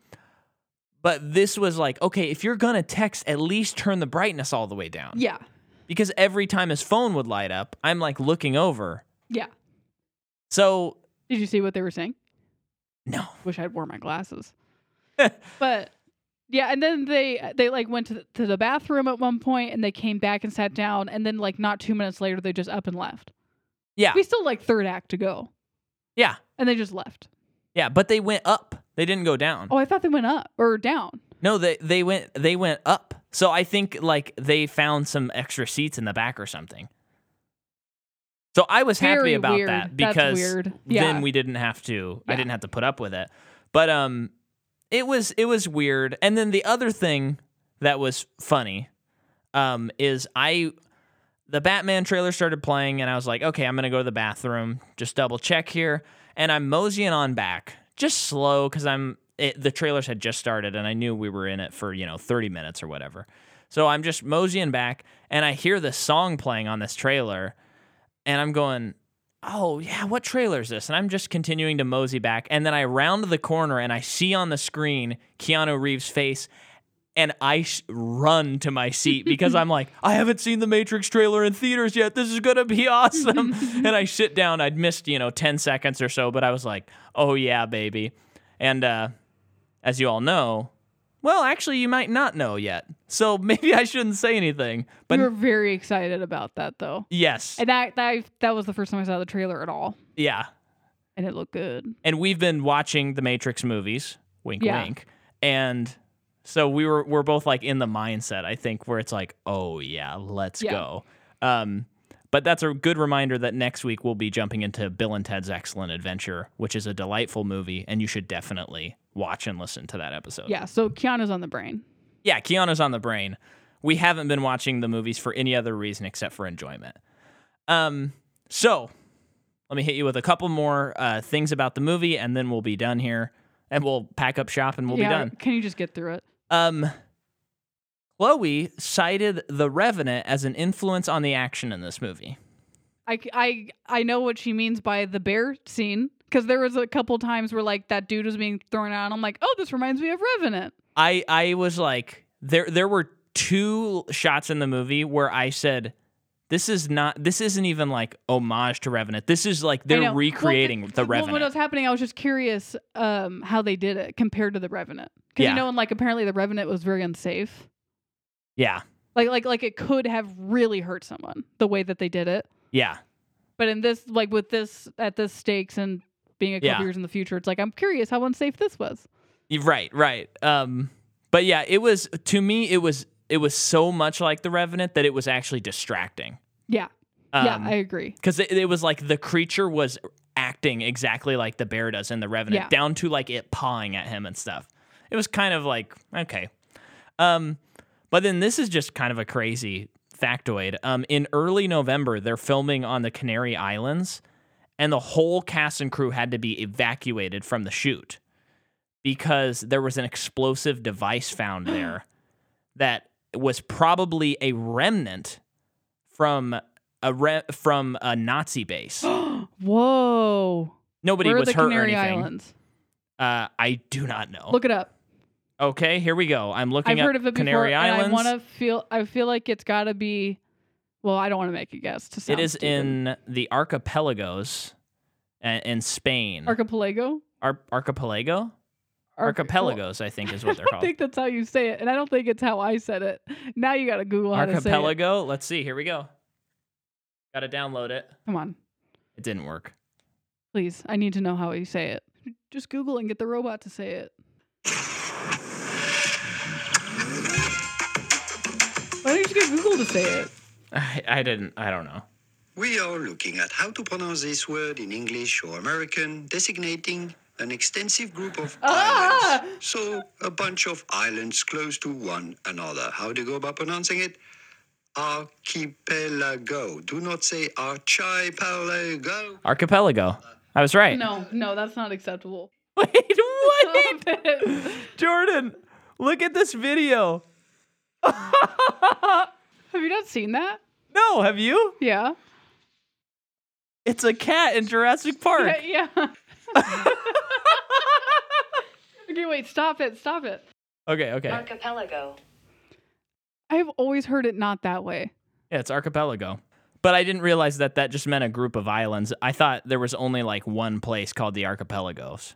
[SPEAKER 1] but this was like, okay, if you're going to text, at least turn the brightness all the way down.
[SPEAKER 2] Yeah,
[SPEAKER 1] because every time his phone would light up, I'm like looking over.
[SPEAKER 2] yeah.
[SPEAKER 1] So
[SPEAKER 2] Did you see what they were saying?
[SPEAKER 1] no,
[SPEAKER 2] Wish I'd wore my glasses. but yeah, and then they they like went to the, to the bathroom at one point, and they came back and sat down, and then like not two minutes later, they just up and left.
[SPEAKER 1] yeah,
[SPEAKER 2] We still like third act to go,
[SPEAKER 1] yeah,
[SPEAKER 2] and they just left.
[SPEAKER 1] yeah. But they went up. They didn't go down.
[SPEAKER 2] Oh, I thought they went up or down.
[SPEAKER 1] No, they they went they went up. So I think like they found some extra seats in the back or something. So I was happy
[SPEAKER 2] Very
[SPEAKER 1] about
[SPEAKER 2] weird.
[SPEAKER 1] that
[SPEAKER 2] That's
[SPEAKER 1] because
[SPEAKER 2] weird. Yeah.
[SPEAKER 1] then we didn't have to. I
[SPEAKER 2] Yeah.
[SPEAKER 1] didn't have to put up with it. But um, it was it was weird. And then the other thing that was funny, um, is I the Batman trailer started playing and I was like, okay, I'm gonna go to the bathroom, just double check here, and I'm moseying on back, just slow because I'm it, the trailers had just started and I knew we were in it for you know 30 minutes or whatever, so I'm just moseying back and I hear this song playing on this trailer, and I'm going. Oh yeah, what trailer is this? And I'm just continuing to mosey back, and then I round the corner and I see on the screen Keanu Reeves' face, and I sh- run to my seat because I'm like, I haven't seen the Matrix trailer in theaters yet. This is gonna be awesome. and I sit down. I'd missed you know ten seconds or so, but I was like, oh yeah, baby. And uh, as you all know, well, actually, you might not know yet, so maybe I shouldn't say anything. But
[SPEAKER 2] we were very excited about that though,
[SPEAKER 1] yes,
[SPEAKER 2] and that that that was the first time I saw the trailer at all,
[SPEAKER 1] yeah.
[SPEAKER 2] and it looked good.
[SPEAKER 1] and we've been watching the Matrix movies, wink
[SPEAKER 2] Yeah.
[SPEAKER 1] wink, and so we were we're both like in the mindset I think where it's like, oh yeah, let's
[SPEAKER 2] Yeah.
[SPEAKER 1] go. Um, but that's a good reminder that next week we'll be jumping into Bill and Ted's Excellent Adventure, which is a delightful movie, and you should definitely watch and listen to that episode.
[SPEAKER 2] Yeah, so Keanu's on the brain.
[SPEAKER 1] yeah, Keanu's on the brain. We haven't been watching the movies for any other reason except for enjoyment. Um, so let me hit you with a couple more uh, things about the movie, and then we'll be done here, and we'll pack up shop and we'll
[SPEAKER 2] yeah,
[SPEAKER 1] be done.
[SPEAKER 2] Can you just get through it?
[SPEAKER 1] Um, Chloe cited The Revenant as an influence on the action in this movie.
[SPEAKER 2] I, I, I know what she means by the bear scene because there was a couple times where like that dude was being thrown out. And I'm like, oh, this reminds me of Revenant.
[SPEAKER 1] I I was like, there there were two shots in the movie where I said. This is not. This isn't even like homage to Revenant. This is like
[SPEAKER 2] I know.
[SPEAKER 1] they're
[SPEAKER 2] Well,
[SPEAKER 1] recreating the
[SPEAKER 2] well,
[SPEAKER 1] Revenant.
[SPEAKER 2] when it was happening, I was just curious um, how they did it compared to the Revenant. Because
[SPEAKER 1] Yeah.
[SPEAKER 2] you know, and like apparently the Revenant was very unsafe.
[SPEAKER 1] yeah,
[SPEAKER 2] Like like like it could have really hurt someone the way that they did it.
[SPEAKER 1] yeah.
[SPEAKER 2] But in this, like with this at this stakes and being a couple
[SPEAKER 1] Yeah.
[SPEAKER 2] years in the future, it's like I'm curious how unsafe this was.
[SPEAKER 1] Y- Right, right. Um, but yeah, it was to me. It was it was so much like the Revenant that it was actually distracting.
[SPEAKER 2] Yeah,
[SPEAKER 1] Um,
[SPEAKER 2] yeah, I agree.
[SPEAKER 1] because it, it was like the creature was acting exactly like the bear does in the Revenant,
[SPEAKER 2] Yeah.
[SPEAKER 1] down to like it pawing at him and stuff. It was kind of like okay, um, but then this is just kind of a crazy factoid. Um, in early November, they're filming on the Canary Islands, and the whole cast and crew had to be evacuated from the shoot because there was an explosive device found there that was probably a remnant from a re- from a Nazi base.
[SPEAKER 2] Whoa,
[SPEAKER 1] Nobody
[SPEAKER 2] where are
[SPEAKER 1] was
[SPEAKER 2] the
[SPEAKER 1] hurt
[SPEAKER 2] Canary
[SPEAKER 1] or anything.
[SPEAKER 2] Islands?
[SPEAKER 1] Uh, I do not know.
[SPEAKER 2] Look it up.
[SPEAKER 1] okay, here we go. I'm looking
[SPEAKER 2] I've
[SPEAKER 1] up
[SPEAKER 2] heard of it
[SPEAKER 1] Canary
[SPEAKER 2] before,
[SPEAKER 1] Islands.
[SPEAKER 2] and I want to feel. I feel like it's got to be. Well, I don't want to make a guess. To sound
[SPEAKER 1] it is
[SPEAKER 2] stupid.
[SPEAKER 1] in the archipelagos uh, in Spain.
[SPEAKER 2] archipelago.
[SPEAKER 1] Ar- archipelago?
[SPEAKER 2] Arch-
[SPEAKER 1] Archipelagos, I think is what they're
[SPEAKER 2] I
[SPEAKER 1] called.
[SPEAKER 2] think that's how you say it, and I don't think it's how I said it. Now you got to Google how to say it.
[SPEAKER 1] Archipelago. Let's see. Here we go. Got to download it.
[SPEAKER 2] Come on,
[SPEAKER 1] It didn't work.
[SPEAKER 2] please. I need to know how you say it. Just Google and get the robot to say it. Why don't you just get Google to say it?
[SPEAKER 1] I, I didn't. I don't know.
[SPEAKER 3] We are looking at how to pronounce this word in English or American, designating an extensive group of
[SPEAKER 2] Ah!
[SPEAKER 3] islands. So, a bunch of islands close to one another. How do you go about pronouncing it? Archipelago. Do not say archipelago.
[SPEAKER 1] Archipelago. I was right.
[SPEAKER 2] No, no, that's not acceptable.
[SPEAKER 1] Wait, what?
[SPEAKER 2] Stop it.
[SPEAKER 1] Jordan, look at this video.
[SPEAKER 2] Have you not seen that?
[SPEAKER 1] No, have you?
[SPEAKER 2] Yeah.
[SPEAKER 1] It's a cat in Jurassic Park.
[SPEAKER 2] Yeah. yeah. okay, wait, stop it, stop it.
[SPEAKER 1] Okay, okay.
[SPEAKER 4] Archipelago.
[SPEAKER 2] I've always heard it not that way.
[SPEAKER 1] yeah, it's archipelago. But I didn't realize that that just meant a group of islands. I thought there was only like one place called the archipelagos.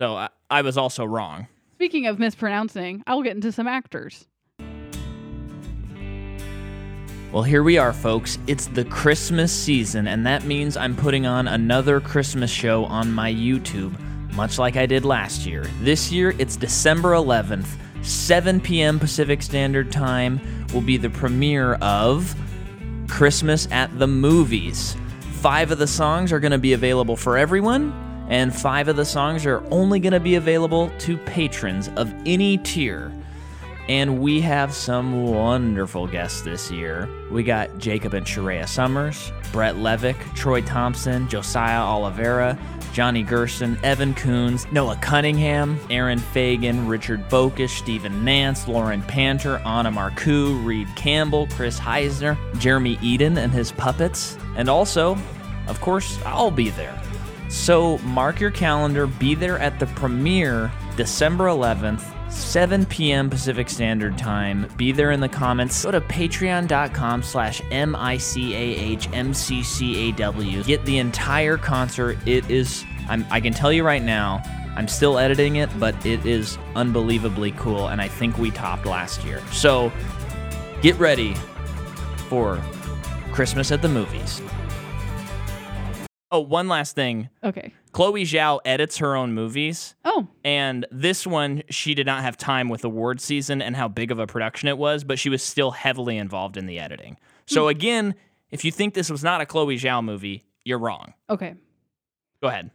[SPEAKER 1] So I, I was also wrong.
[SPEAKER 2] Speaking of mispronouncing, I'll get into some actors.
[SPEAKER 1] Well, here we are, folks. It's the Christmas season, and that means I'm putting on another Christmas show on my YouTube, much like I did last year. This year, it's December 11th, 7 p.m. Pacific Standard Time, will be the premiere of Christmas at the Movies. Five of the songs are going to be available for everyone, and five of the songs are only going to be available to patrons of any tier. And we have some wonderful guests this year. We got Jacob and Sharia Summers, Brett Levick, Troy Thompson, Josiah Oliveira, Johnny Gerson, Evan Coons, Noah Cunningham, Aaron Fagan, Richard Bokish, Stephen Nance, Lauren Panter, Anna Marcoux, Reed Campbell, Chris Heisner, Jeremy Eden and his puppets, and also, of course, I'll be there. So mark your calendar, be there at the premiere December 11th, 7 p.m. Pacific Standard Time. Be there in the comments. Go to patreon.com slash M-I-C-A-H-M-C-C-A-W. Get the entire concert. It is, I'm, I can tell you right now, I'm still editing it, but it is unbelievably cool, and I think we topped last year. So get ready for Christmas at the movies. Oh, one last thing.
[SPEAKER 2] Okay.
[SPEAKER 1] Chloe Zhao edits her own movies,
[SPEAKER 2] Oh,
[SPEAKER 1] and this one she did not have time with award season and how big of a production it was, but she was still heavily involved in the editing.
[SPEAKER 2] Hmm.
[SPEAKER 1] So again, if you think this was not a Chloe Zhao movie, you're wrong.
[SPEAKER 2] okay.
[SPEAKER 1] Go ahead.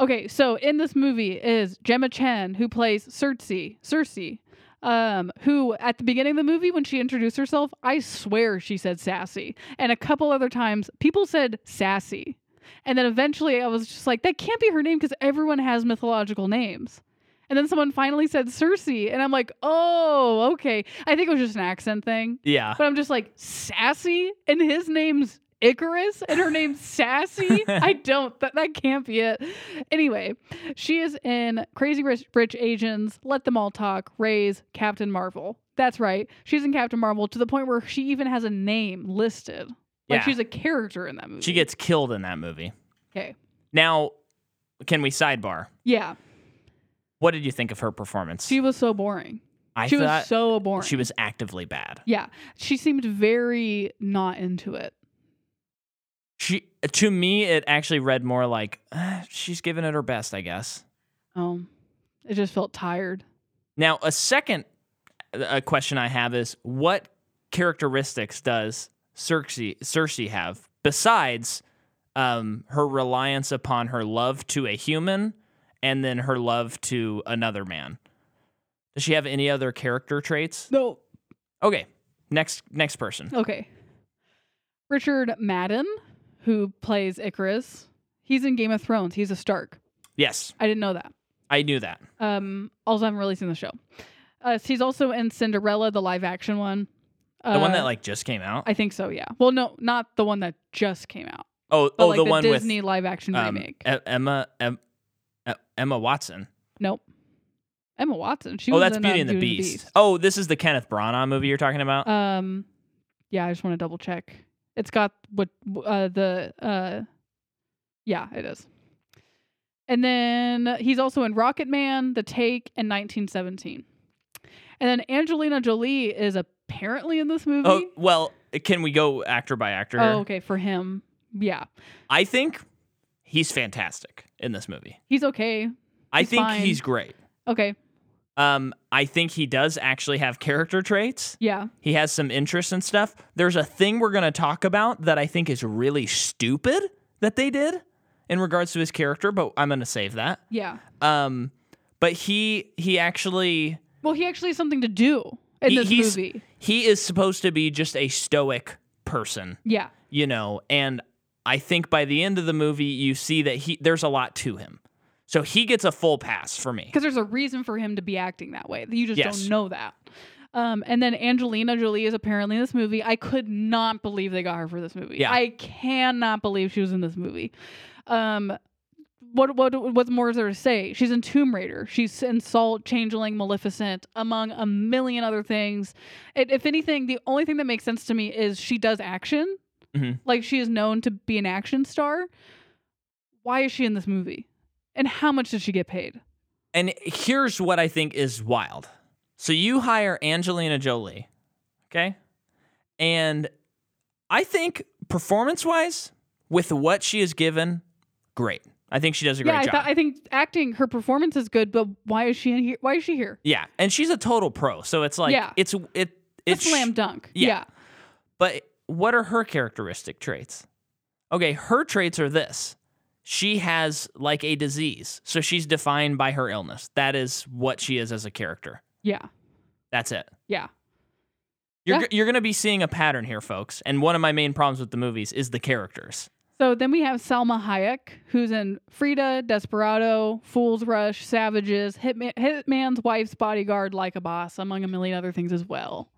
[SPEAKER 2] Okay, so in this movie is Gemma Chen, who plays Cersei. Cersei. Um, who at the beginning of the movie when she introduced herself, I swear she said sassy. And a couple other times people said sassy. And then eventually I was just like, that can't be her name because everyone has mythological names. And then someone finally said Cersei, and I'm like, oh, okay. I think it was just an accent thing.
[SPEAKER 1] Yeah.
[SPEAKER 2] But I'm just like sassy, and his name's Icarus, and her name's Sassy. I don't. That that can't be it. Anyway, she is in Crazy Rich, Rich Asians, Let Them All Talk, Raise, Captain Marvel. That's right. She's in Captain Marvel to the point where she even has a name listed. Like
[SPEAKER 1] Yeah.
[SPEAKER 2] she's a character in that movie.
[SPEAKER 1] She gets killed in that movie.
[SPEAKER 2] okay.
[SPEAKER 1] Now, can we sidebar?
[SPEAKER 2] Yeah,
[SPEAKER 1] What did you think of her performance?
[SPEAKER 2] she was so boring.
[SPEAKER 1] I
[SPEAKER 2] she
[SPEAKER 1] thought
[SPEAKER 2] was so boring.
[SPEAKER 1] she was actively bad.
[SPEAKER 2] Yeah, she seemed very not into it.
[SPEAKER 1] She to me, it actually read more like "Ah, she's giving it her best, I guess.
[SPEAKER 2] Oh, it just felt tired.
[SPEAKER 1] Now, a second uh, a question I have is what characteristics does Cersei Cersei have besides um, her reliance upon her love to a human and then her love to another man? Does she have any other character traits?
[SPEAKER 2] No.
[SPEAKER 1] Okay, next next person.
[SPEAKER 2] Okay. Richard Madden, who plays Icarus, he's in Game of Thrones. He's a Stark.
[SPEAKER 1] Yes,
[SPEAKER 2] I didn't know that.
[SPEAKER 1] I knew that.
[SPEAKER 2] Um, also, I haven't really seen the show. Uh, he's also in Cinderella, the live action one.
[SPEAKER 1] The one that
[SPEAKER 2] Uh,
[SPEAKER 1] like just came out.
[SPEAKER 2] I think so. Yeah. Well, no, not the one that just came out.
[SPEAKER 1] oh,
[SPEAKER 2] But
[SPEAKER 1] oh,
[SPEAKER 2] like
[SPEAKER 1] the,
[SPEAKER 2] the,
[SPEAKER 1] one
[SPEAKER 2] Disney
[SPEAKER 1] with
[SPEAKER 2] live action
[SPEAKER 1] um,
[SPEAKER 2] remake.
[SPEAKER 1] E- Emma Em- E- Emma Watson.
[SPEAKER 2] nope. Emma Watson. She
[SPEAKER 1] oh,
[SPEAKER 2] was
[SPEAKER 1] that's
[SPEAKER 2] in,
[SPEAKER 1] Beauty
[SPEAKER 2] um,
[SPEAKER 1] and the Beast. Oh, this is the Kenneth Branagh movie you're talking about.
[SPEAKER 2] Um, yeah, I just want to double check. It's got what uh, the uh, yeah, it is. And then he's also in Rocket Man, The Take, and 1917. And then Angelina Jolie is apparently in this movie.
[SPEAKER 1] oh, well, can we go actor by actor? here?
[SPEAKER 2] Oh, okay, for him, yeah,
[SPEAKER 1] I think he's fantastic in this movie.
[SPEAKER 2] he's okay.
[SPEAKER 1] I
[SPEAKER 2] He's
[SPEAKER 1] think
[SPEAKER 2] fine.
[SPEAKER 1] he's great.
[SPEAKER 2] Okay,
[SPEAKER 1] Um, I think he does actually have character traits.
[SPEAKER 2] yeah,
[SPEAKER 1] He has some interests and stuff. There's a thing we're going to talk about that I think is really stupid that they did in regards to his character, but I'm going to save that.
[SPEAKER 2] yeah.
[SPEAKER 1] Um, but he he actually
[SPEAKER 2] Well, he actually has something to do in
[SPEAKER 1] He-
[SPEAKER 2] this
[SPEAKER 1] he's-
[SPEAKER 2] movie.
[SPEAKER 1] he is supposed to be just a stoic person,
[SPEAKER 2] Yeah,
[SPEAKER 1] you know, and I think by the end of the movie you see that he there's a lot to him. So he gets a full pass for me.
[SPEAKER 2] because there's a reason for him to be acting that way. You just
[SPEAKER 1] Yes.
[SPEAKER 2] don't know that. Um, and then Angelina Jolie is apparently in this movie. I could not believe they got her for this movie.
[SPEAKER 1] Yeah.
[SPEAKER 2] I cannot believe she was in this movie. Um, what what what more is there to say? She's in Tomb Raider. She's in Salt, Changeling, Maleficent, among a million other things. It, if anything, the only thing that makes sense to me is she does action.
[SPEAKER 1] Mhm.
[SPEAKER 2] Like she is known to be an action star. Why is she in this movie? And how much does she get paid?
[SPEAKER 1] And here's what I think is wild. So you hire Angelina Jolie, okay? And I think performance wise, with what she is given, great. I think she does a great
[SPEAKER 2] yeah, I,
[SPEAKER 1] job.
[SPEAKER 2] thought- I think acting, her performance is good, but why is she in here? Why is she here?
[SPEAKER 1] yeah. And she's a total pro. So it's like
[SPEAKER 2] Yeah.
[SPEAKER 1] it's it
[SPEAKER 2] It's
[SPEAKER 1] it's
[SPEAKER 2] slam dunk.
[SPEAKER 1] yeah.
[SPEAKER 2] Yeah.
[SPEAKER 1] but what are her characteristic traits? Okay, her traits are this. She has like a disease. So she's defined by her illness. That is what she is as a character.
[SPEAKER 2] yeah,
[SPEAKER 1] That's it.
[SPEAKER 2] yeah,
[SPEAKER 1] You're,
[SPEAKER 2] Yeah.
[SPEAKER 1] you're going to be seeing a pattern here, folks. And one of my main problems with the movies is the characters.
[SPEAKER 2] So then we have Salma Hayek, who's in Frida, Desperado, Fool's Rush, Savages, Hitman, Hitman's Wife's Bodyguard, Like a Boss, among a million other things as well.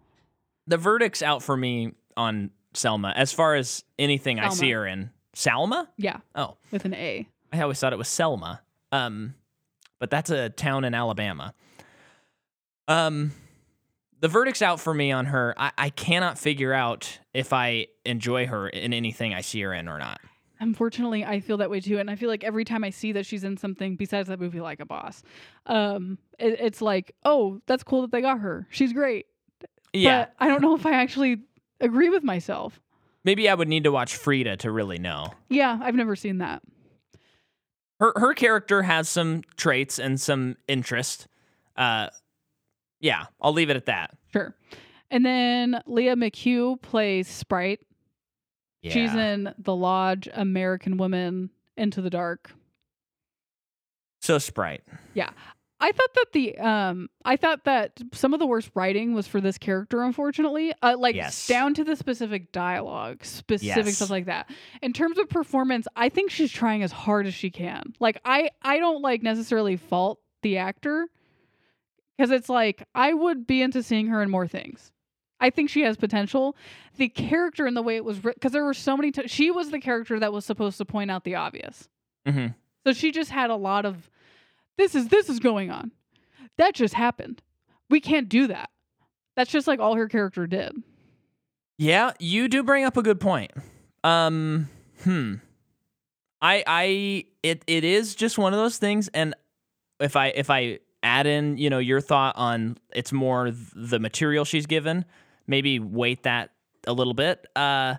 [SPEAKER 1] The verdict's out for me on Selma as far as anything I
[SPEAKER 2] Selma.
[SPEAKER 1] see her in. Salma?
[SPEAKER 2] Yeah,
[SPEAKER 1] Oh,
[SPEAKER 2] with an A.
[SPEAKER 1] I always thought it was Selma. Um, but that's a town in Alabama. Um, the verdict's out for me on her. I, I cannot figure out if I enjoy her in anything I see her in or not.
[SPEAKER 2] Unfortunately, I feel that way too, and I feel like every time I see that she's in something besides that movie, Like a Boss, um, it, it's like, oh, that's cool that they got her. She's great.
[SPEAKER 1] Yeah.
[SPEAKER 2] but I don't know if I actually agree with myself.
[SPEAKER 1] maybe I would need to watch Frida to really know.
[SPEAKER 2] Yeah, I've never seen that.
[SPEAKER 1] her her character has some traits and some interest. Uh, yeah, I'll leave it at that.
[SPEAKER 2] Sure. And then Leah McHugh plays Sprite. She's in The Lodge, American Woman, Into the Dark.
[SPEAKER 1] so Sprite.
[SPEAKER 2] I thought that the um I thought that some of the worst writing was for this character, unfortunately. Uh, like
[SPEAKER 1] Yes.
[SPEAKER 2] down to the specific dialogue, specific
[SPEAKER 1] Yes.
[SPEAKER 2] stuff like that. In terms of performance, I think she's trying as hard as she can. Like I I don't like necessarily fault the actor because it's like I would be into seeing her in more things. I think she has potential. The character and the way it was written, because there were so many. T- she was the character that was supposed to point out the obvious.
[SPEAKER 1] hmm
[SPEAKER 2] So she just had a lot of this is this is going on. That just happened. We can't do that. That's just like all her character did.
[SPEAKER 1] Yeah, you do bring up a good point. Um, hmm. I I it it is just one of those things, and if I if I add in you know your thought on it's more th- the material she's given, maybe weight that a little bit. Uh,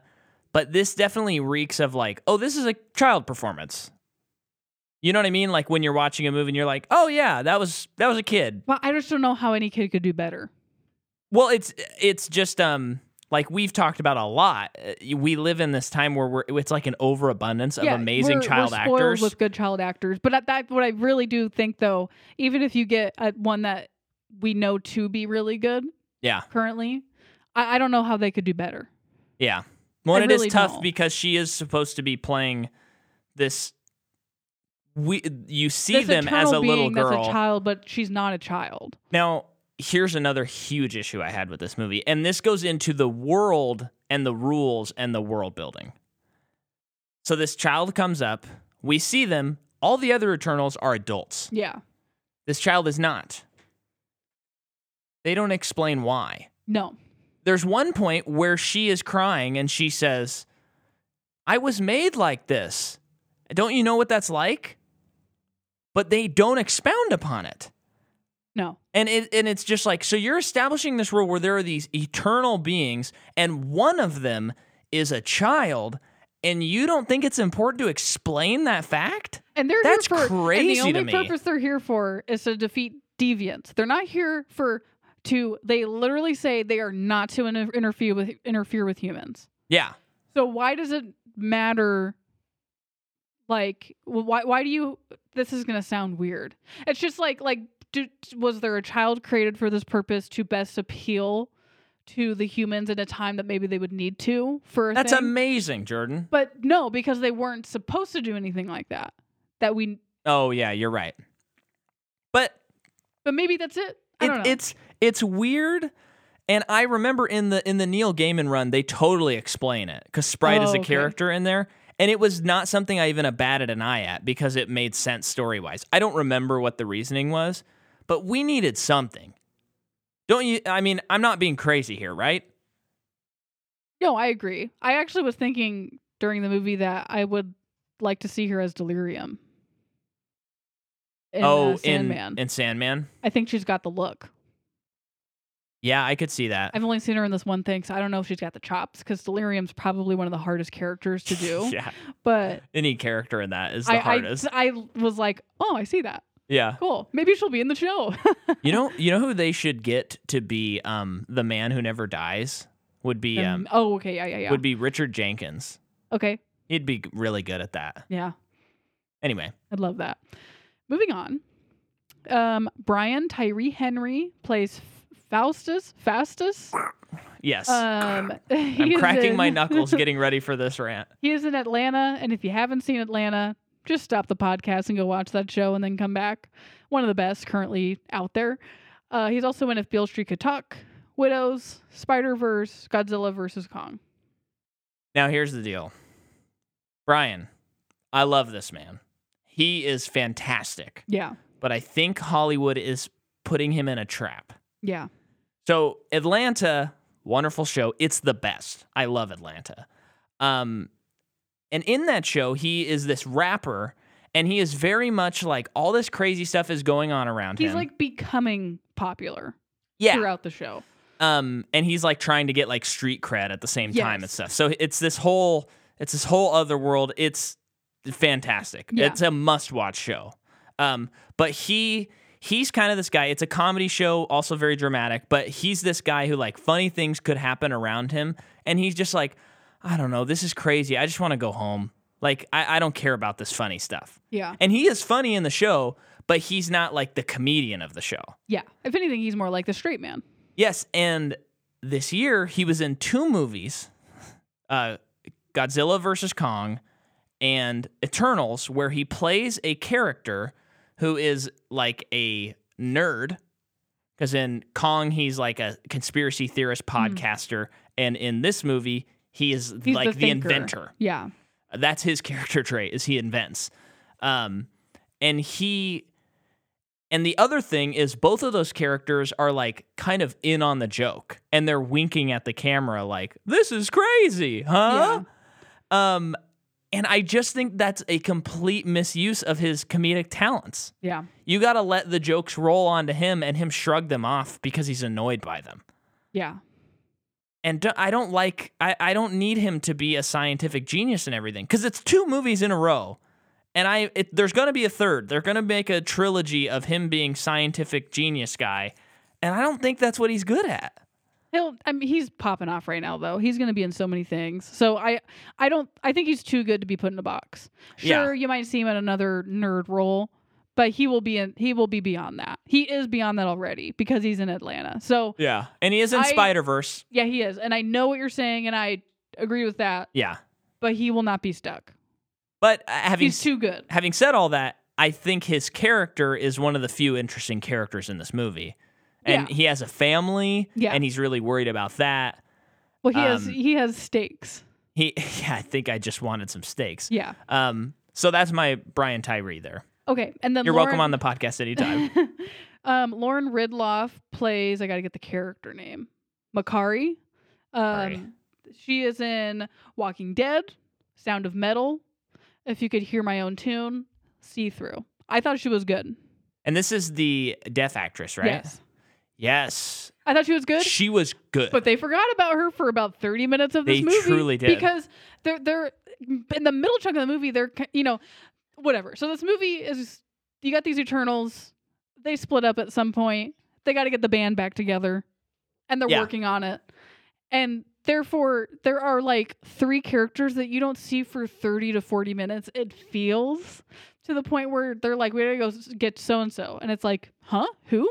[SPEAKER 1] but this definitely reeks of like, oh, this is a child performance. You know what I mean? Like when you're watching a movie and you're like, oh yeah, that was that was a kid.
[SPEAKER 2] Well, I just don't know how any kid could do better.
[SPEAKER 1] Well, it's it's just um like we've talked about a lot. Uh, We live in this time where we're it's like an overabundance of amazing
[SPEAKER 2] we're-
[SPEAKER 1] child
[SPEAKER 2] we're spoiled
[SPEAKER 1] actors.
[SPEAKER 2] with good child actors. But that, that what I really do think though, even if you get uh, one that we know to be really good
[SPEAKER 1] yeah,
[SPEAKER 2] currently, I, I don't know how they could do better.
[SPEAKER 1] yeah. Well,
[SPEAKER 2] I
[SPEAKER 1] and it is
[SPEAKER 2] really
[SPEAKER 1] tough
[SPEAKER 2] don't.
[SPEAKER 1] because she is supposed to be playing this. We you see
[SPEAKER 2] This
[SPEAKER 1] them as
[SPEAKER 2] eternal
[SPEAKER 1] a little
[SPEAKER 2] being
[SPEAKER 1] girl.
[SPEAKER 2] that's a child, but she's not a child.
[SPEAKER 1] Now, here's another huge issue I had with this movie, and this goes into the world and the rules and the world building. So this child comes up, we see them, all the other Eternals are adults.
[SPEAKER 2] Yeah.
[SPEAKER 1] This child is not. They don't explain why.
[SPEAKER 2] No.
[SPEAKER 1] There's one point where she is crying and she says, I was made like this. Don't you know what that's like? But they don't expound upon it.
[SPEAKER 2] No.
[SPEAKER 1] And it and it's just like so you're establishing this rule where there are these eternal beings and one of them is a child and you don't think it's important to explain that fact?
[SPEAKER 2] And they're
[SPEAKER 1] That's
[SPEAKER 2] here for
[SPEAKER 1] crazy to
[SPEAKER 2] and the only
[SPEAKER 1] me.
[SPEAKER 2] purpose they're here for is to defeat deviants. They're not here for to they literally say they are not to inter- interfere with interfere with humans.
[SPEAKER 1] Yeah.
[SPEAKER 2] So why does it matter? Like, wh- why? Why do you? This is gonna sound weird. It's just like, like, do, was there a child created for this purpose to best appeal to the humans in a time that maybe they would need to for? A
[SPEAKER 1] That's
[SPEAKER 2] thing?
[SPEAKER 1] amazing, Jordan.
[SPEAKER 2] But no, because they weren't supposed to do anything like that. That we.
[SPEAKER 1] Oh yeah, you're right. But
[SPEAKER 2] But maybe that's it. I don't
[SPEAKER 1] it,
[SPEAKER 2] know.
[SPEAKER 1] it's it's weird and I remember in the in the Neil Gaiman run they totally explain it cuz Sprite
[SPEAKER 2] Oh,
[SPEAKER 1] is a
[SPEAKER 2] okay.
[SPEAKER 1] character in there and it was not something I even batted an eye at because it made sense story-wise. I don't remember what the reasoning was, but we needed something. Don't you I mean, I'm not being crazy here, right?
[SPEAKER 2] no, I agree. I actually was thinking during the movie that I would like to see her as Delirium. In, uh,
[SPEAKER 1] oh,
[SPEAKER 2] Sandman.
[SPEAKER 1] in in Sandman.
[SPEAKER 2] I think she's got the look.
[SPEAKER 1] Yeah, I could see that.
[SPEAKER 2] I've only seen her in this one thing, so I don't know if she's got the chops because Delirium's probably one of the hardest characters to do.
[SPEAKER 1] yeah.
[SPEAKER 2] But
[SPEAKER 1] Any character in that is the
[SPEAKER 2] I, I,
[SPEAKER 1] hardest.
[SPEAKER 2] I was like, oh, I see that.
[SPEAKER 1] yeah.
[SPEAKER 2] Cool. Maybe she'll be in the show.
[SPEAKER 1] You know, you know who they should get to be um the man who never dies would be um
[SPEAKER 2] Um, oh, okay. Yeah, yeah, yeah.
[SPEAKER 1] would be Richard Jenkins.
[SPEAKER 2] okay.
[SPEAKER 1] He'd be g- really good at that.
[SPEAKER 2] Yeah.
[SPEAKER 1] Anyway,
[SPEAKER 2] I'd love that. Moving on. Um, Brian Tyree Henry plays F- Faustus. Faustus.
[SPEAKER 1] yes.
[SPEAKER 2] Um,
[SPEAKER 1] I'm
[SPEAKER 2] I'm
[SPEAKER 1] cracking my knuckles getting ready for this rant.
[SPEAKER 2] He is in Atlanta, and if you haven't seen Atlanta, just stop the podcast and go watch that show and then come back. One of the best currently out there. Uh, he's also in If Beale Street Could Talk, Widows, Spider Verse, Godzilla vs. Kong.
[SPEAKER 1] Now, here's the deal Brian, I love this man. He is fantastic,
[SPEAKER 2] Yeah.
[SPEAKER 1] but I think Hollywood is putting him in a trap.
[SPEAKER 2] Yeah.
[SPEAKER 1] So Atlanta, wonderful show. It's the best. I love Atlanta. Um, and in that show, he is this rapper, and he is very much like all this crazy stuff is going on around
[SPEAKER 2] He's
[SPEAKER 1] him.
[SPEAKER 2] like becoming popular
[SPEAKER 1] yeah,
[SPEAKER 2] throughout the show.
[SPEAKER 1] um, and he's like trying to get like street cred at the same time and
[SPEAKER 2] Yes.
[SPEAKER 1] stuff. So it's this whole, it's this whole other world. It's fantastic.
[SPEAKER 2] Yeah.
[SPEAKER 1] It's a must-watch show. Um, but he he's kind of this guy. It's a comedy show, also very dramatic. But he's this guy who like funny things could happen around him, and he's just like, I don't know, this is crazy. I just want to go home. Like I, I don't care about this funny stuff.
[SPEAKER 2] Yeah.
[SPEAKER 1] And he is funny in the show, but he's not like the comedian of the show.
[SPEAKER 2] Yeah. If anything, he's more like the straight man.
[SPEAKER 1] Yes, and this year he was in two movies, uh, Godzilla versus Kong and Eternals, where he plays a character who is like a nerd. Because in Kong he's like a conspiracy theorist podcaster, and in this movie he is
[SPEAKER 2] Hmm. He's
[SPEAKER 1] like
[SPEAKER 2] the,
[SPEAKER 1] the,
[SPEAKER 2] thinker.
[SPEAKER 1] inventor.
[SPEAKER 2] Yeah.
[SPEAKER 1] That's his character trait is he invents. Um, and he and the other thing is both of those characters are like kind of in on the joke and they're winking at the camera like this is crazy, huh? Um and I just think that's a complete misuse of his comedic talents.
[SPEAKER 2] Yeah.
[SPEAKER 1] You got to let the jokes roll onto him and him shrug them off because he's annoyed by them.
[SPEAKER 2] Yeah.
[SPEAKER 1] and do, I don't like I, I don't need him to be a scientific genius and everything because it's two movies in a row, and I it, there's gonna be a third. They're gonna make a trilogy of him being scientific genius guy, and I don't think that's what he's good at.
[SPEAKER 2] He'll. I mean, he's popping off right now, though. He's going to be in so many things. So I, I don't. I think he's too good to be put in a box.
[SPEAKER 1] Yeah.
[SPEAKER 2] Sure, you might see him in another nerd role, but he will be in. He will be beyond that. He is beyond that already because he's in Atlanta. So
[SPEAKER 1] Yeah, and he is in
[SPEAKER 2] I-
[SPEAKER 1] Spider Verse.
[SPEAKER 2] yeah, he is, and I know what you're saying, and I agree with that.
[SPEAKER 1] Yeah,
[SPEAKER 2] But he will not be stuck.
[SPEAKER 1] but uh, having
[SPEAKER 2] He's too good.
[SPEAKER 1] having said all that, I think his character is one of the few interesting characters in this movie. And
[SPEAKER 2] Yeah.
[SPEAKER 1] he has a family,
[SPEAKER 2] Yeah.
[SPEAKER 1] and he's really worried about that.
[SPEAKER 2] Well, he has.
[SPEAKER 1] Um,
[SPEAKER 2] He has stakes.
[SPEAKER 1] He, yeah, I think I just wanted some steaks.
[SPEAKER 2] Yeah.
[SPEAKER 1] Um, so that's my Brian Tyree there.
[SPEAKER 2] Okay, and then
[SPEAKER 1] You're
[SPEAKER 2] Lauren,
[SPEAKER 1] welcome on the podcast anytime.
[SPEAKER 2] um, Lauren Ridloff plays. I got to get the character name. Makari.
[SPEAKER 1] Sorry.
[SPEAKER 2] Um, she is in Walking Dead, Sound of Metal. If you could hear my own tune, See Through. I thought she was good.
[SPEAKER 1] and this is the deaf actress, right?
[SPEAKER 2] Yes,
[SPEAKER 1] Yes.
[SPEAKER 2] I thought she was good.
[SPEAKER 1] She was good.
[SPEAKER 2] but they forgot about her for about 30 minutes of this
[SPEAKER 1] They
[SPEAKER 2] movie
[SPEAKER 1] truly did.
[SPEAKER 2] because they're they're in the middle chunk of the movie they're ki- you know whatever so this movie is you got these eternals they split up at some point they got to get the band back together and they're
[SPEAKER 1] Yeah.
[SPEAKER 2] working on it and therefore there are like three characters that you don't see for 30 to 40 minutes it feels to the point where they're like we gotta go s- get so and so and it's like huh who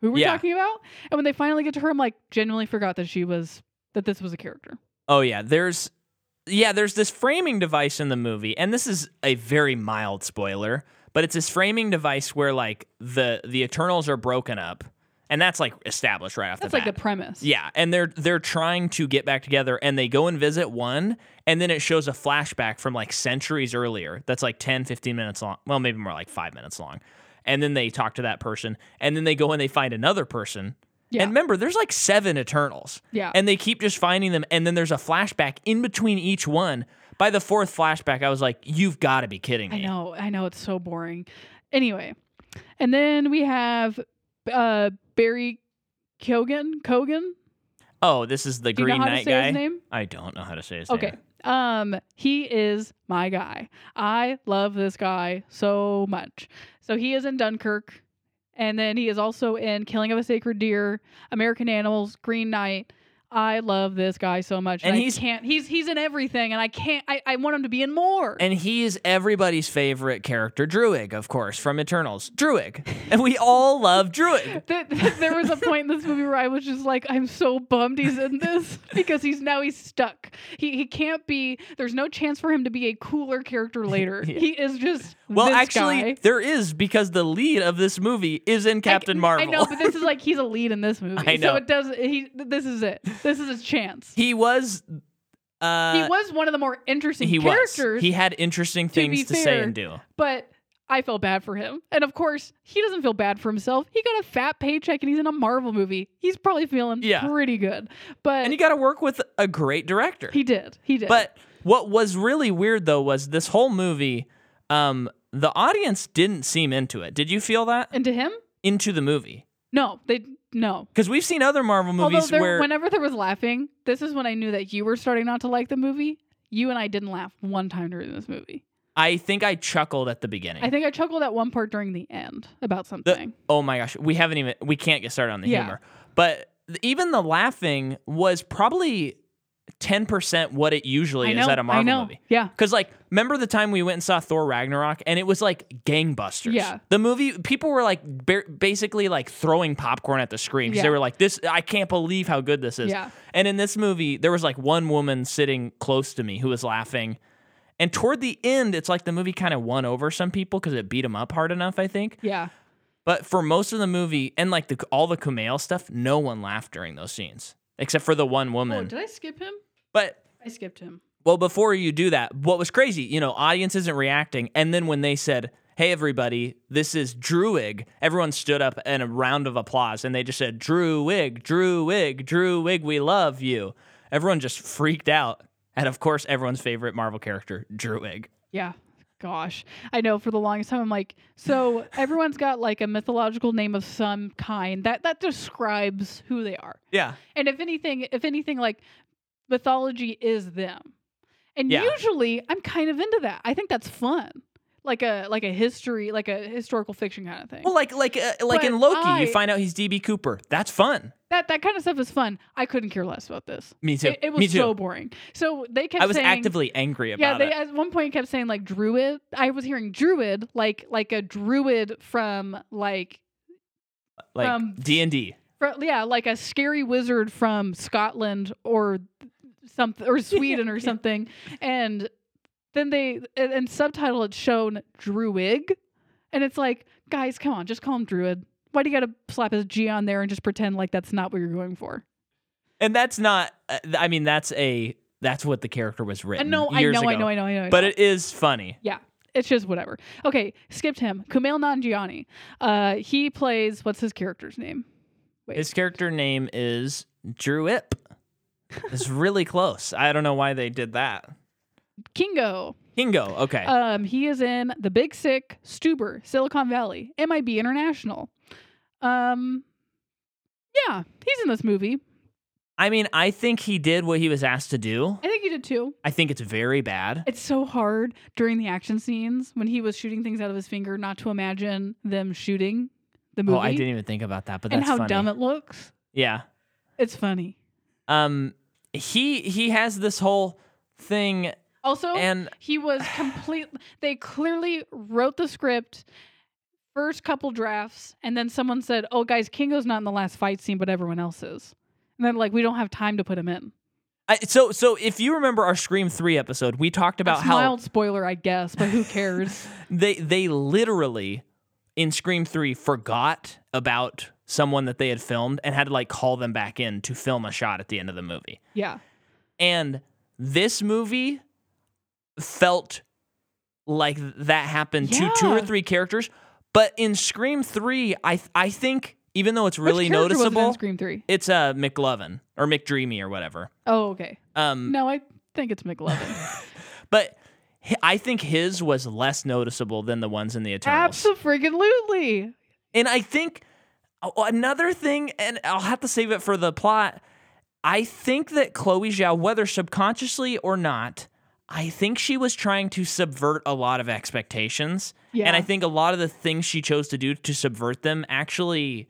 [SPEAKER 2] who are we
[SPEAKER 1] Yeah.
[SPEAKER 2] talking about and when they finally get to her, I'm like, genuinely forgot that she was that this was a character.
[SPEAKER 1] oh yeah, there's yeah, there's this framing device in the movie, and this is a very mild spoiler, but it's this framing device where like the the Eternals are broken up, and that's like established right off
[SPEAKER 2] That's
[SPEAKER 1] the
[SPEAKER 2] like
[SPEAKER 1] bat.
[SPEAKER 2] the premise.
[SPEAKER 1] Yeah, and they're they're trying to get back together and they go and visit one and then it shows a flashback from like centuries earlier. That's like 10 15 minutes long. Well, maybe more like 5 minutes long. And then they talk to that person and then they go and they find another person.
[SPEAKER 2] Yeah.
[SPEAKER 1] And remember, there's like 7 Eternals.
[SPEAKER 2] Yeah.
[SPEAKER 1] And they keep just finding them and then there's a flashback in between each one. By the fourth flashback, I was like, "You've got to be kidding me."
[SPEAKER 2] I know, I know, it's so boring. Anyway, and then we have uh Barry Kogan. Kogan.
[SPEAKER 1] Oh, this is the
[SPEAKER 2] Do you
[SPEAKER 1] Green
[SPEAKER 2] know how
[SPEAKER 1] Knight
[SPEAKER 2] to say
[SPEAKER 1] guy.
[SPEAKER 2] his name?
[SPEAKER 1] I don't know how to say his
[SPEAKER 2] Okay.
[SPEAKER 1] name.
[SPEAKER 2] Um, he is my guy. I love this guy so much. So he is in Dunkirk, and then he is also in Killing of a Sacred Deer, American Animals, Green Knight. I love this guy so much,
[SPEAKER 1] And
[SPEAKER 2] I
[SPEAKER 1] he's-
[SPEAKER 2] can't. He's he's in everything, and I can't. I, I want him to be in more.
[SPEAKER 1] And he is everybody's favorite character, Druig, of course, from Eternals. Druig. And we all love Druig.
[SPEAKER 2] Th- th- there was a point in this movie where I was just like, I'm so bummed he's in this because he's now he's stuck. He he can't be. There's no chance for him to be a cooler character later.
[SPEAKER 1] Yeah.
[SPEAKER 2] He is just
[SPEAKER 1] Well,
[SPEAKER 2] this
[SPEAKER 1] actually,
[SPEAKER 2] guy.
[SPEAKER 1] there is because the lead of this movie is in
[SPEAKER 2] I-
[SPEAKER 1] Captain Marvel.
[SPEAKER 2] I know, but this is like he's a lead in this movie.
[SPEAKER 1] I know.
[SPEAKER 2] So it does. He this is it. This is his chance. He,
[SPEAKER 1] he was uh
[SPEAKER 2] was one of the more interesting
[SPEAKER 1] he was.
[SPEAKER 2] characters,
[SPEAKER 1] He had interesting
[SPEAKER 2] be
[SPEAKER 1] things to say
[SPEAKER 2] fair,
[SPEAKER 1] and do.
[SPEAKER 2] but I felt bad for him. And of course, he doesn't feel bad for himself. He got a fat paycheck and he's in a Marvel movie. He's probably feeling
[SPEAKER 1] Yeah.
[SPEAKER 2] pretty good. But
[SPEAKER 1] And you got to work with a great director.
[SPEAKER 2] he did. He did.
[SPEAKER 1] But what was really weird though was this whole movie um the audience didn't seem into it. Did you feel that?
[SPEAKER 2] and to him,
[SPEAKER 1] Into the movie.
[SPEAKER 2] no, they no.
[SPEAKER 1] Cuz we've seen other Marvel
[SPEAKER 2] Although
[SPEAKER 1] movies
[SPEAKER 2] there,
[SPEAKER 1] where
[SPEAKER 2] whenever there was laughing, this is when I knew that you were starting not to like the movie. You and I didn't laugh one time during this movie.
[SPEAKER 1] I think I chuckled at the beginning.
[SPEAKER 2] I think I chuckled at one part during the end about something.
[SPEAKER 1] the, oh my gosh, we haven't even we can't get started on the
[SPEAKER 2] Yeah.
[SPEAKER 1] humor. But th- even the laughing was probably ten percent what it usually is at a Marvel
[SPEAKER 2] I know.
[SPEAKER 1] movie.
[SPEAKER 2] Yeah.
[SPEAKER 1] Because like, remember the time we went and saw Thor Ragnarok, and it was like gangbusters.
[SPEAKER 2] Yeah.
[SPEAKER 1] The movie, people were like ba- basically like throwing popcorn at the screen because they
[SPEAKER 2] Yeah.
[SPEAKER 1] were like, "This, I can't believe how good this is."
[SPEAKER 2] Yeah.
[SPEAKER 1] And in this movie, there was like one woman sitting close to me who was laughing, and toward the end, it's like the movie kind of won over some people because it beat them up hard enough, I think.
[SPEAKER 2] Yeah.
[SPEAKER 1] But for most of the movie, and like the all the Kumail stuff, no one laughed during those scenes except for the one
[SPEAKER 2] Oh,
[SPEAKER 1] woman.
[SPEAKER 2] did I skip him?
[SPEAKER 1] but
[SPEAKER 2] I skipped him.
[SPEAKER 1] well, before you do that, what was crazy, you know, audience isn't reacting. And then when they said, hey, everybody, this is Druig, everyone stood up in a round of applause and they just said, Druig, Druig, Druig, we love you. Everyone just freaked out. And of course, everyone's favorite Marvel character, Druig.
[SPEAKER 2] Yeah. gosh. I know for the longest time I'm like, so everyone's got like a mythological name of some kind that that describes who they are.
[SPEAKER 1] Yeah.
[SPEAKER 2] And if anything, if anything like mythology is them. And
[SPEAKER 1] Yeah.
[SPEAKER 2] usually I'm kind of into that. I think that's fun. Like a like a history, like a historical fiction kind of thing.
[SPEAKER 1] Well, like like uh, like in
[SPEAKER 2] But
[SPEAKER 1] Loki, you
[SPEAKER 2] I-
[SPEAKER 1] find out he's DB Cooper. That's fun.
[SPEAKER 2] that that kind of stuff is fun. I couldn't care less about this.
[SPEAKER 1] Me too.
[SPEAKER 2] It, it was
[SPEAKER 1] Me too.
[SPEAKER 2] so boring. So they kept
[SPEAKER 1] I was
[SPEAKER 2] saying,
[SPEAKER 1] actively angry
[SPEAKER 2] yeah,
[SPEAKER 1] about
[SPEAKER 2] they
[SPEAKER 1] it.
[SPEAKER 2] at one point kept saying like druid. I was hearing druid like like a druid from like um,
[SPEAKER 1] Like D and D.
[SPEAKER 2] fro- yeah like a scary wizard from Scotland or something or Sweden or something. And then they and, and subtitle it's shown druid, and it's like guys, come on, just call him druid. Why do you got to slap a G on there and just pretend like that's not what you're going for?
[SPEAKER 1] And that's not. uh, th- I mean, that's a that's what the character was written.
[SPEAKER 2] And no, I
[SPEAKER 1] years
[SPEAKER 2] know, I
[SPEAKER 1] ago.
[SPEAKER 2] know, I know, I know, I know.
[SPEAKER 1] But it is funny.
[SPEAKER 2] it's just whatever. Okay, skipped him. Kumail Nanjiani. Uh, he plays what's his character's name? Wait,
[SPEAKER 1] His character name is Drew Ip. It's really close. I don't know why they did that.
[SPEAKER 2] Kingo.
[SPEAKER 1] Kingo. Okay.
[SPEAKER 2] Um, he is in The Big Sick, Stuber, Silicon Valley, MIB International. Um, yeah, he's in this movie.
[SPEAKER 1] I mean, I think he did what he was asked to do.
[SPEAKER 2] I think he did too.
[SPEAKER 1] I think it's very bad.
[SPEAKER 2] It's so hard during the action scenes when he was shooting things out of his finger not to imagine them shooting the movie
[SPEAKER 1] Oh, I didn't even think about that. But
[SPEAKER 2] and
[SPEAKER 1] that's
[SPEAKER 2] how
[SPEAKER 1] funny.
[SPEAKER 2] dumb it looks.
[SPEAKER 1] yeah.
[SPEAKER 2] It's funny.
[SPEAKER 1] Um. He he has this whole thing,
[SPEAKER 2] Also,
[SPEAKER 1] and
[SPEAKER 2] He was complete. They clearly wrote the script, first couple drafts, and then someone said, "Oh, guys, Kingo's not in the last fight scene, but everyone else is." And then like, we don't have time to put him in.
[SPEAKER 1] I, so so if you remember our Scream Three episode, we talked about
[SPEAKER 2] That's
[SPEAKER 1] how
[SPEAKER 2] mild spoiler, I guess, but who cares?
[SPEAKER 1] they they literally in Scream 3 forgot about someone that they had filmed and had to like call them back in to film a shot at the end of the movie.
[SPEAKER 2] yeah,
[SPEAKER 1] And this movie felt like that happened to two or
[SPEAKER 2] Yeah.
[SPEAKER 1] three characters, but in Scream 3 I I think even though it's
[SPEAKER 2] Which
[SPEAKER 1] really
[SPEAKER 2] character was it in
[SPEAKER 1] noticeable,
[SPEAKER 2] Scream Three.
[SPEAKER 1] it's uh McLovin or McDreamy or whatever.
[SPEAKER 2] Oh, okay.
[SPEAKER 1] Um
[SPEAKER 2] No, I think it's McLovin.
[SPEAKER 1] but hi- I think his was less noticeable than the ones in the Eternals.
[SPEAKER 2] Absolutely.
[SPEAKER 1] And I think oh, another thing, and I'll have to save it for the plot. I think that Chloe Zhao, whether subconsciously or not, I think she was trying to subvert a lot of expectations.
[SPEAKER 2] Yeah.
[SPEAKER 1] And I think a lot of the things she chose to do to subvert them actually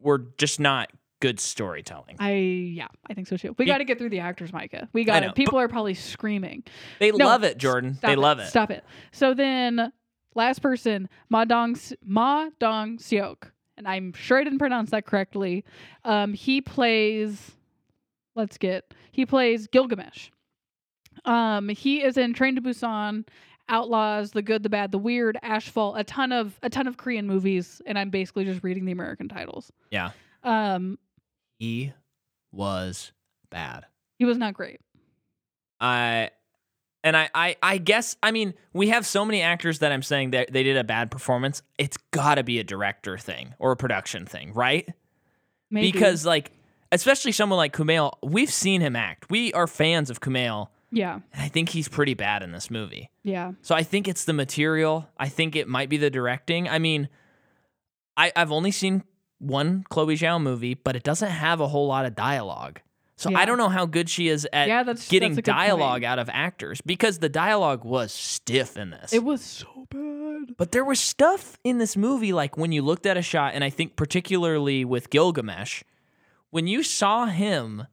[SPEAKER 1] were just not good storytelling.
[SPEAKER 2] I yeah, I think so too. We
[SPEAKER 1] Be-
[SPEAKER 2] got to get through the actors, Micah. We got
[SPEAKER 1] know,
[SPEAKER 2] it. People are probably screaming.
[SPEAKER 1] They
[SPEAKER 2] No,
[SPEAKER 1] love it, Jordan.
[SPEAKER 2] Stop
[SPEAKER 1] They love it.
[SPEAKER 2] Stop it. So then, last person, Ma Dong Ma Dong Seok, and I'm sure I didn't pronounce that correctly. Um, he plays. Let's get. He plays Gilgamesh. Um, he is in Train to Busan, Outlaws, The Good, the Bad, the Weird, Ashfall, a ton of a ton of Korean movies, and I'm basically just reading the American titles.
[SPEAKER 1] Yeah.
[SPEAKER 2] Um,
[SPEAKER 1] He was bad.
[SPEAKER 2] he was not great.
[SPEAKER 1] I Uh, and I, I I guess I mean we have so many actors that I'm saying that they did a bad performance. It's got to be a director thing or a production thing, right?
[SPEAKER 2] Maybe.
[SPEAKER 1] Because like especially someone like Kumail, we've seen him act. We are fans of Kumail,
[SPEAKER 2] yeah,
[SPEAKER 1] and I think he's pretty bad in this movie.
[SPEAKER 2] yeah,
[SPEAKER 1] So I think it's the material. I think it might be the directing. I mean, I, I've only seen one Chloe Zhao movie, but it doesn't have a whole lot of dialogue. So I
[SPEAKER 2] Yeah.
[SPEAKER 1] don't know how good she is at
[SPEAKER 2] yeah. That's
[SPEAKER 1] getting
[SPEAKER 2] that's a good point.
[SPEAKER 1] dialogue out of actors because the dialogue was stiff in this.
[SPEAKER 2] It was so bad.
[SPEAKER 1] but there was stuff in this movie, like when you looked at a shot, and I think particularly with Gilgamesh, when you saw him,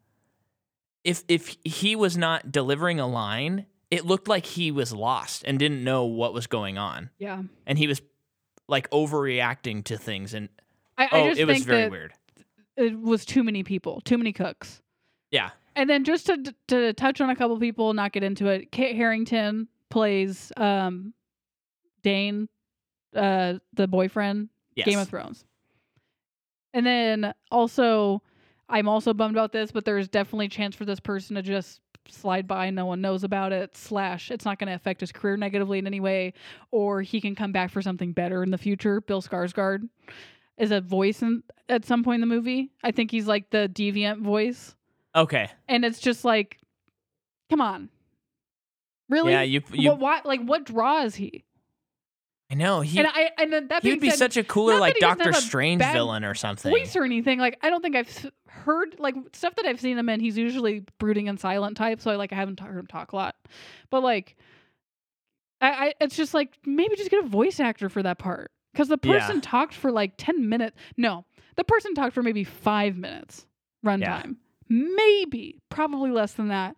[SPEAKER 1] if if he was not delivering a line, it looked like he was lost and didn't know what was going on,
[SPEAKER 2] Yeah.
[SPEAKER 1] and he was like overreacting to things, and
[SPEAKER 2] I, I
[SPEAKER 1] oh,
[SPEAKER 2] just
[SPEAKER 1] it was
[SPEAKER 2] think
[SPEAKER 1] very
[SPEAKER 2] that
[SPEAKER 1] weird.
[SPEAKER 2] it was too many people, too many cooks.
[SPEAKER 1] Yeah,
[SPEAKER 2] And then just to to touch on a couple people, not get into it. Kit Harrington plays um, Dane, uh, the boyfriend,
[SPEAKER 1] yes.
[SPEAKER 2] Game of Thrones. And then also, I'm also bummed about this, but there's definitely a chance for this person to just slide by and no one knows about it slash it's not going to affect his career negatively in any way or he can come back for something better in the future bill skarsgård is a voice in, at some point in the movie i think he's like the deviant voice
[SPEAKER 1] okay,
[SPEAKER 2] and it's just like come on Really?
[SPEAKER 1] Yeah, you- you-
[SPEAKER 2] What, why, like, what draw is he?
[SPEAKER 1] I know he
[SPEAKER 2] and I and then that
[SPEAKER 1] he
[SPEAKER 2] being
[SPEAKER 1] would be
[SPEAKER 2] said,
[SPEAKER 1] such a cooler
[SPEAKER 2] not
[SPEAKER 1] like
[SPEAKER 2] that he doesn't
[SPEAKER 1] Doctor
[SPEAKER 2] have a
[SPEAKER 1] Strange
[SPEAKER 2] bad
[SPEAKER 1] villain or something.
[SPEAKER 2] voice or anything. Like, I don't think I've s- heard like stuff that I've seen him in. He's usually brooding and silent type, so I like I haven't heard him talk a lot. But like, I, I it's just like maybe just get a voice actor for that part because the
[SPEAKER 1] Yeah.
[SPEAKER 2] person talked for like ten minutes. No, the person talked for maybe five minutes runtime,
[SPEAKER 1] Yeah.
[SPEAKER 2] maybe probably less than that.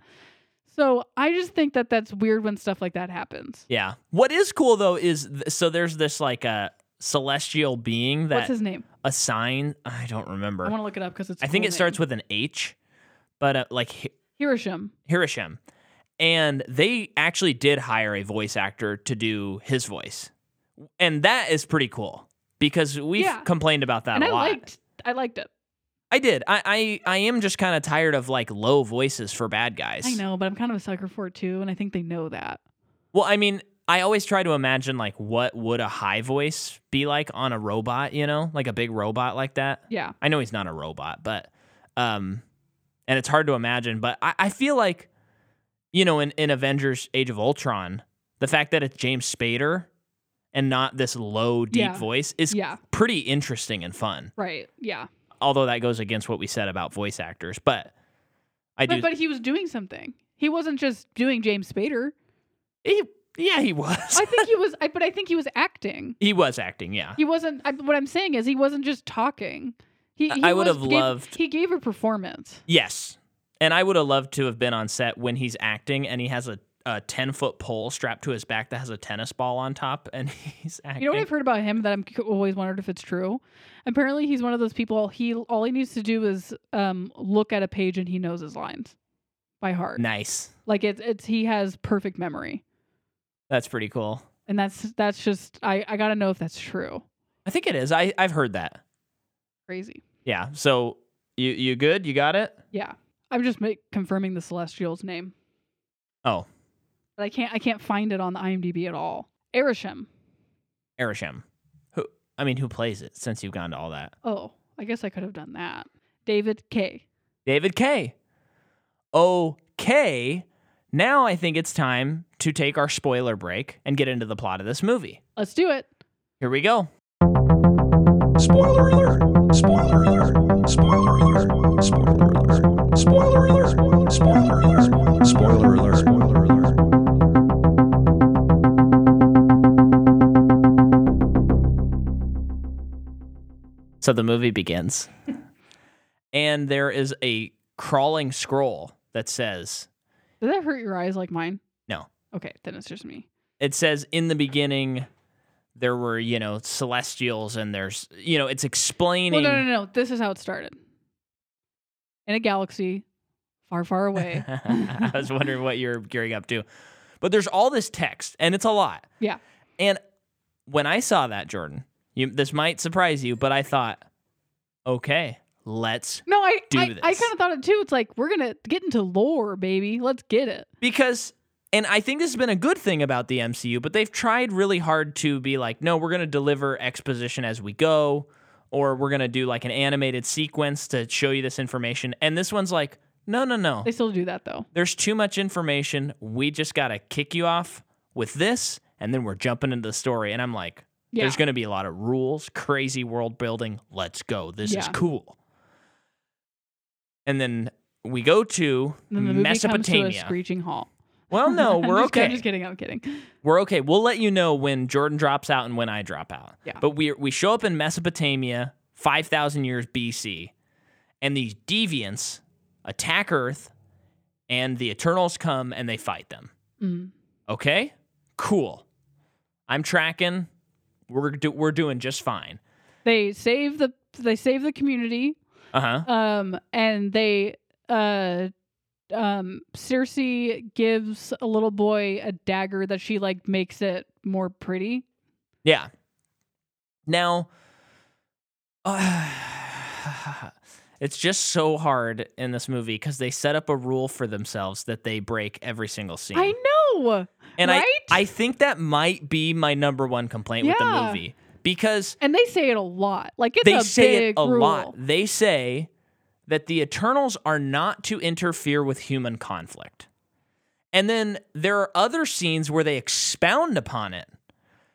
[SPEAKER 2] So I just think that that's weird when stuff like that happens.
[SPEAKER 1] Yeah. What is cool though is th- so there's this like a celestial being
[SPEAKER 2] What's
[SPEAKER 1] that
[SPEAKER 2] his name?
[SPEAKER 1] a sign I don't
[SPEAKER 2] I
[SPEAKER 1] remember.
[SPEAKER 2] want to look it up because it's.
[SPEAKER 1] I think it starts with an H, but uh, like Hi-
[SPEAKER 2] Hiroshima.
[SPEAKER 1] Hiroshim, and they actually did hire a voice actor to do his voice, and that is pretty cool because we've
[SPEAKER 2] Yeah.
[SPEAKER 1] complained about that
[SPEAKER 2] and
[SPEAKER 1] a
[SPEAKER 2] I
[SPEAKER 1] lot.
[SPEAKER 2] liked I liked it.
[SPEAKER 1] I did. I I, I am just kind of tired of like low voices for bad guys.
[SPEAKER 2] I know, but I'm kind of a sucker for it too, and I think they know that.
[SPEAKER 1] Well, I mean, I always try to imagine like what would a high voice be like on a robot, you know, like a big robot like that.
[SPEAKER 2] Yeah.
[SPEAKER 1] I know he's not a robot, but um and it's hard to imagine, but I, I feel like, you know, in, in Avengers Age of Ultron, the fact that it's James Spader and not this low, deep
[SPEAKER 2] Yeah.
[SPEAKER 1] voice is
[SPEAKER 2] Yeah.
[SPEAKER 1] pretty interesting and fun.
[SPEAKER 2] Right. Yeah.
[SPEAKER 1] Although that goes against what we said about voice actors, but I do
[SPEAKER 2] But, but he was doing something. He wasn't just doing James Spader.
[SPEAKER 1] he, yeah, he was.
[SPEAKER 2] I think he was I but I think he was acting.
[SPEAKER 1] he was acting, yeah.
[SPEAKER 2] He wasn't I, what I'm saying is he wasn't just talking. He,
[SPEAKER 1] I-
[SPEAKER 2] he
[SPEAKER 1] I would
[SPEAKER 2] was-
[SPEAKER 1] have
[SPEAKER 2] gave-
[SPEAKER 1] loved-
[SPEAKER 2] He gave a performance.
[SPEAKER 1] Yes. And I would have loved to have been on set when he's acting and he has a, a 10 foot pole strapped to his back that has a tennis ball on top and he's acting.
[SPEAKER 2] You know what I've heard about him that I'm c- always wondered if it's true. Apparently, he's one of those people. He all he needs to do is um, look at a page and he knows his lines by heart.
[SPEAKER 1] Nice.
[SPEAKER 2] Like it's it's he has perfect memory,
[SPEAKER 1] That's pretty cool.
[SPEAKER 2] and that's that's just I I gotta know if that's true.
[SPEAKER 1] I think it is. I, I've heard that.
[SPEAKER 2] Crazy.
[SPEAKER 1] Yeah. So you, you good? You got it?
[SPEAKER 2] Yeah, I'm just ma- confirming the celestial's name,
[SPEAKER 1] Oh,
[SPEAKER 2] but I can't I can't find it on the IMDb at all. Erisham.
[SPEAKER 1] Erisham. Who, I mean, who plays it since you've gone to all that?
[SPEAKER 2] Oh, I guess I could have done that. David K.
[SPEAKER 1] David K. Okay. Now I think it's time to take our spoiler break and get into the plot of this movie.
[SPEAKER 2] Let's do it.
[SPEAKER 1] Here we go.
[SPEAKER 4] Spoiler alert! Spoiler alert! Spoiler alert! Spoiler alert! Spoiler alert! Spoiler alert! Spoiler alert! Spoiler alert!
[SPEAKER 1] So the movie begins. and there is a crawling scroll that says,
[SPEAKER 2] Did that hurt your eyes like mine?
[SPEAKER 1] No.
[SPEAKER 2] Okay, then it's just me.
[SPEAKER 1] it says in the beginning, there were, you know, celestials and there's, you know, it's explaining.
[SPEAKER 2] Well, no, no, no. This is how it started. In a galaxy, far, far away.
[SPEAKER 1] I was wondering what you're gearing up to. But there's all this text and it's a lot.
[SPEAKER 2] Yeah.
[SPEAKER 1] And when I saw that, Jordan, you, this might surprise you, but I thought, okay, let's
[SPEAKER 2] No, I
[SPEAKER 1] Do
[SPEAKER 2] I, I
[SPEAKER 1] this.
[SPEAKER 2] kind of thought it too. It's like we're gonna get into lore, baby. Let's get it.
[SPEAKER 1] because and I think this has been a good thing about the MCU, but they've tried really hard to be like, no, we're going to deliver exposition as we go, or we're going to do like an animated sequence to show you this information. And this one's like, no, no, no.
[SPEAKER 2] They still do that though.
[SPEAKER 1] There's too much information. We just got to kick you off with this, and then we're jumping into the story. And I'm like,
[SPEAKER 2] Yeah.
[SPEAKER 1] there's going to be a lot of rules, crazy world building. Let's go. This is
[SPEAKER 2] Yeah.
[SPEAKER 1] cool. And then we go to
[SPEAKER 2] And then the movie
[SPEAKER 1] Mesopotamia.
[SPEAKER 2] comes to a screeching halt.
[SPEAKER 1] well, Oh, no,
[SPEAKER 2] I'm
[SPEAKER 1] we're
[SPEAKER 2] just-
[SPEAKER 1] okay
[SPEAKER 2] I'm just kidding. I'm kidding.
[SPEAKER 1] we're okay. We'll let you know when Jordan drops out and when I drop out.
[SPEAKER 2] Yeah.
[SPEAKER 1] But we we show up in Mesopotamia, five thousand years BC, and these deviants attack Earth, and the Eternals come and they fight them.
[SPEAKER 2] Mm.
[SPEAKER 1] Okay, cool. I'm tracking. We're do, we're doing just fine.
[SPEAKER 2] They save the they save the community.
[SPEAKER 1] Uh huh.
[SPEAKER 2] Um, and they uh, um, Cersei gives a little boy a dagger that she like makes it more pretty.
[SPEAKER 1] Yeah. Now, it's just so hard in this movie because they set up a rule for themselves that they break every single scene.
[SPEAKER 2] I know.
[SPEAKER 1] And
[SPEAKER 2] right?
[SPEAKER 1] I, I think that might be my number one complaint with the
[SPEAKER 2] Yeah.
[SPEAKER 1] movie because
[SPEAKER 2] and they say it a lot. Like it's
[SPEAKER 1] they
[SPEAKER 2] a
[SPEAKER 1] say it
[SPEAKER 2] big
[SPEAKER 1] a
[SPEAKER 2] rule.
[SPEAKER 1] lot. They say that the Eternals are not to interfere with human conflict. And then there are other scenes where they expound upon it.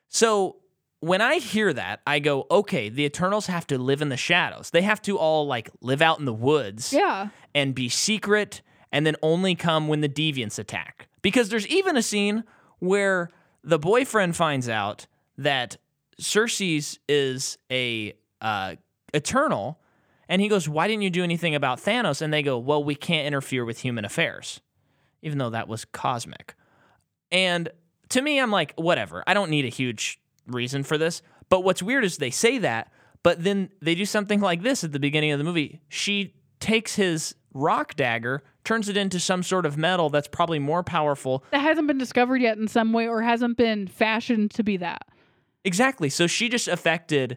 [SPEAKER 1] So when I hear that, I go, okay, the Eternals have to live in the shadows. They have to all like live out in the woods
[SPEAKER 2] Yeah.
[SPEAKER 1] and be secret and then only come when the deviants attack. Because there's even a scene where the boyfriend finds out that Cersei's is a uh, eternal and he goes, "Why didn't you do anything about Thanos?" and they go, "Well, we can't interfere with human affairs." Even though that was cosmic. And to me, I'm like, whatever. I don't need a huge reason for this. But what's weird is they say that, but then they do something like this at the beginning of the movie. She takes his rock dagger, turns it into some sort of metal that's probably more powerful.
[SPEAKER 2] That hasn't been discovered yet in some way or hasn't been fashioned to be that.
[SPEAKER 1] Exactly. So she just affected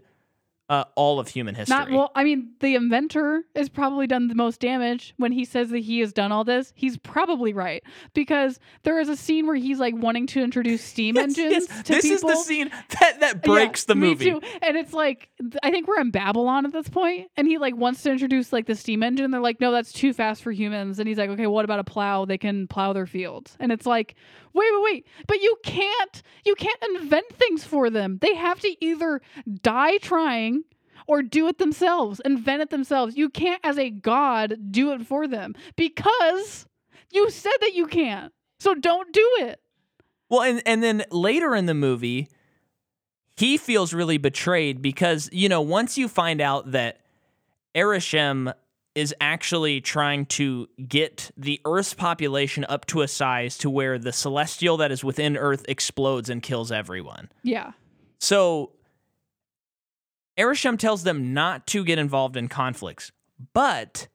[SPEAKER 1] uh, all of human history.
[SPEAKER 2] Not well, I mean, the inventor has probably done the most damage when he says that he has done all this. He's probably right because there is a scene where he's like wanting to introduce steam
[SPEAKER 1] Yes,
[SPEAKER 2] engines
[SPEAKER 1] yes.
[SPEAKER 2] to
[SPEAKER 1] This
[SPEAKER 2] people.
[SPEAKER 1] is the scene that, that breaks
[SPEAKER 2] Yeah,
[SPEAKER 1] the movie.
[SPEAKER 2] Me too. And it's like th- I think we're in Babylon at this point, and he like wants to introduce like the steam engine. They're like, no, that's too fast for humans. And he's like, okay, what about a plow? They can plow their fields. And it's like, wait, wait, wait, but you can't, you can't invent things for them. They have to either die trying. Or do it themselves, invent it themselves. You can't, as a god, do it for them because you said that you can't. So don't do it.
[SPEAKER 1] Well, and and then later in the movie, he feels really betrayed because you know once you find out that Erishem is actually trying to get the Earth's population up to a size to where the celestial that is within Earth explodes and kills everyone.
[SPEAKER 2] Yeah.
[SPEAKER 1] So Erisham tells them not to get involved in conflicts, but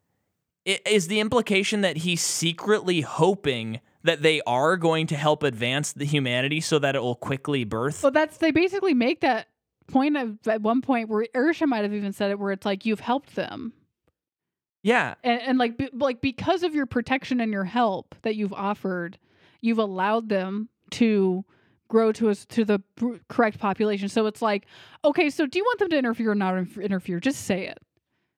[SPEAKER 1] i- is the implication that he's secretly hoping that they are going to help advance the humanity so that it will quickly birth?
[SPEAKER 2] Well, that's they basically make that point of at one point where Erisha might have even said it, where it's like you've helped them,
[SPEAKER 1] Yeah.
[SPEAKER 2] and, and like be, like because of your protection and your help that you've offered, you've allowed them to grow to us to the pr- correct population. So it's like, okay, so do you want them to interfere or not inf- interfere? Just say it.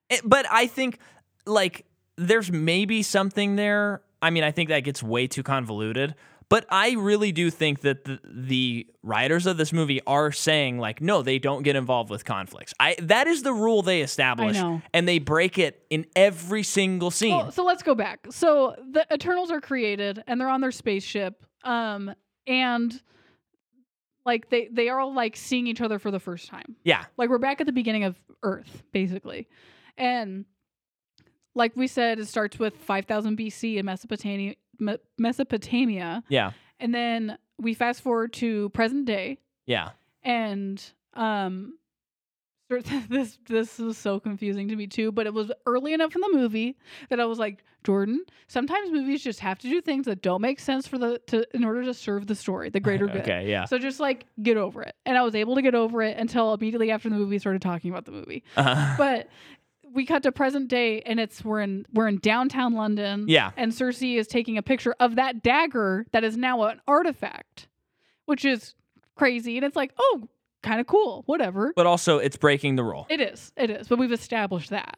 [SPEAKER 1] It- but I think like there's maybe something there. I mean, I think that gets way too convoluted. But I really do think that the, the writers of this movie are saying like, no, they don't get involved with conflicts. I that is the rule they establish,
[SPEAKER 2] know.
[SPEAKER 1] and they break it in every single scene.
[SPEAKER 2] Well, so let's go back. So the Eternals are created and they're on their spaceship. Um, and like they they are all like seeing each other for the first time.
[SPEAKER 1] yeah,
[SPEAKER 2] like we're back at the beginning of earth basically and like we said it starts with 5000 bc in mesopotamia Me- mesopotamia
[SPEAKER 1] yeah,
[SPEAKER 2] and then we fast forward to present day
[SPEAKER 1] yeah.
[SPEAKER 2] and um this this was so confusing to me too but it was early enough in the movie that i was like jordan sometimes movies just have to do things that don't make sense for the to in order to serve the story the greater good
[SPEAKER 1] Okay, yeah.
[SPEAKER 2] so just like get over it. And I was able to get over it until immediately after the movie started talking about the movie.
[SPEAKER 1] Uh,
[SPEAKER 2] But we cut to present day and it's we're in we're in downtown London.
[SPEAKER 1] Yeah.
[SPEAKER 2] And Cersei is taking a picture of that dagger that is now an artifact, which is crazy. And it's like, oh, kind of cool. Whatever.
[SPEAKER 1] but also, it's breaking the rule.
[SPEAKER 2] It is. It is. But we've established that.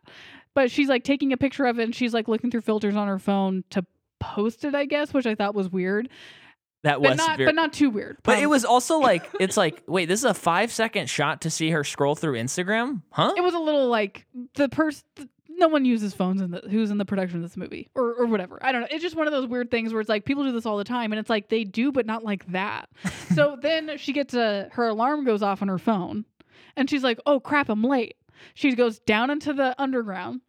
[SPEAKER 2] But she's like taking a picture of it and she's like looking through filters on her phone to post it, I guess, which I thought was weird.
[SPEAKER 1] that
[SPEAKER 2] But
[SPEAKER 1] was
[SPEAKER 2] not
[SPEAKER 1] very-
[SPEAKER 2] but not too weird.
[SPEAKER 1] But it
[SPEAKER 2] Um,
[SPEAKER 1] was also like it's like wait, this is a five second shot to see her scroll through Instagram, huh?
[SPEAKER 2] it was a little like the person no one uses phones in the who's in the production of this movie or, or whatever i don't know it's just one of those weird things where it's like people do this all the time and it's like they do but not like that so then she gets a her alarm goes off on her phone and she's like oh crap i'm late she goes down into the underground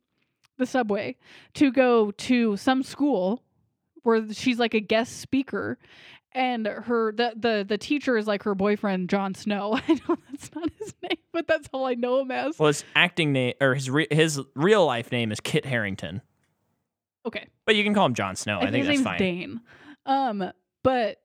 [SPEAKER 2] the subway to go to some school where she's like a guest speaker and her the the, the teacher is like her boyfriend Jon Snow. I know that's not his name, but that's all I know him as.
[SPEAKER 1] well, his acting name or his re- his real life name is Kit Harrington.
[SPEAKER 2] Okay.
[SPEAKER 1] But you can call him Jon Snow. Oh, I, think
[SPEAKER 2] his
[SPEAKER 1] that's
[SPEAKER 2] name's
[SPEAKER 1] fine.
[SPEAKER 2] Dane. Um, but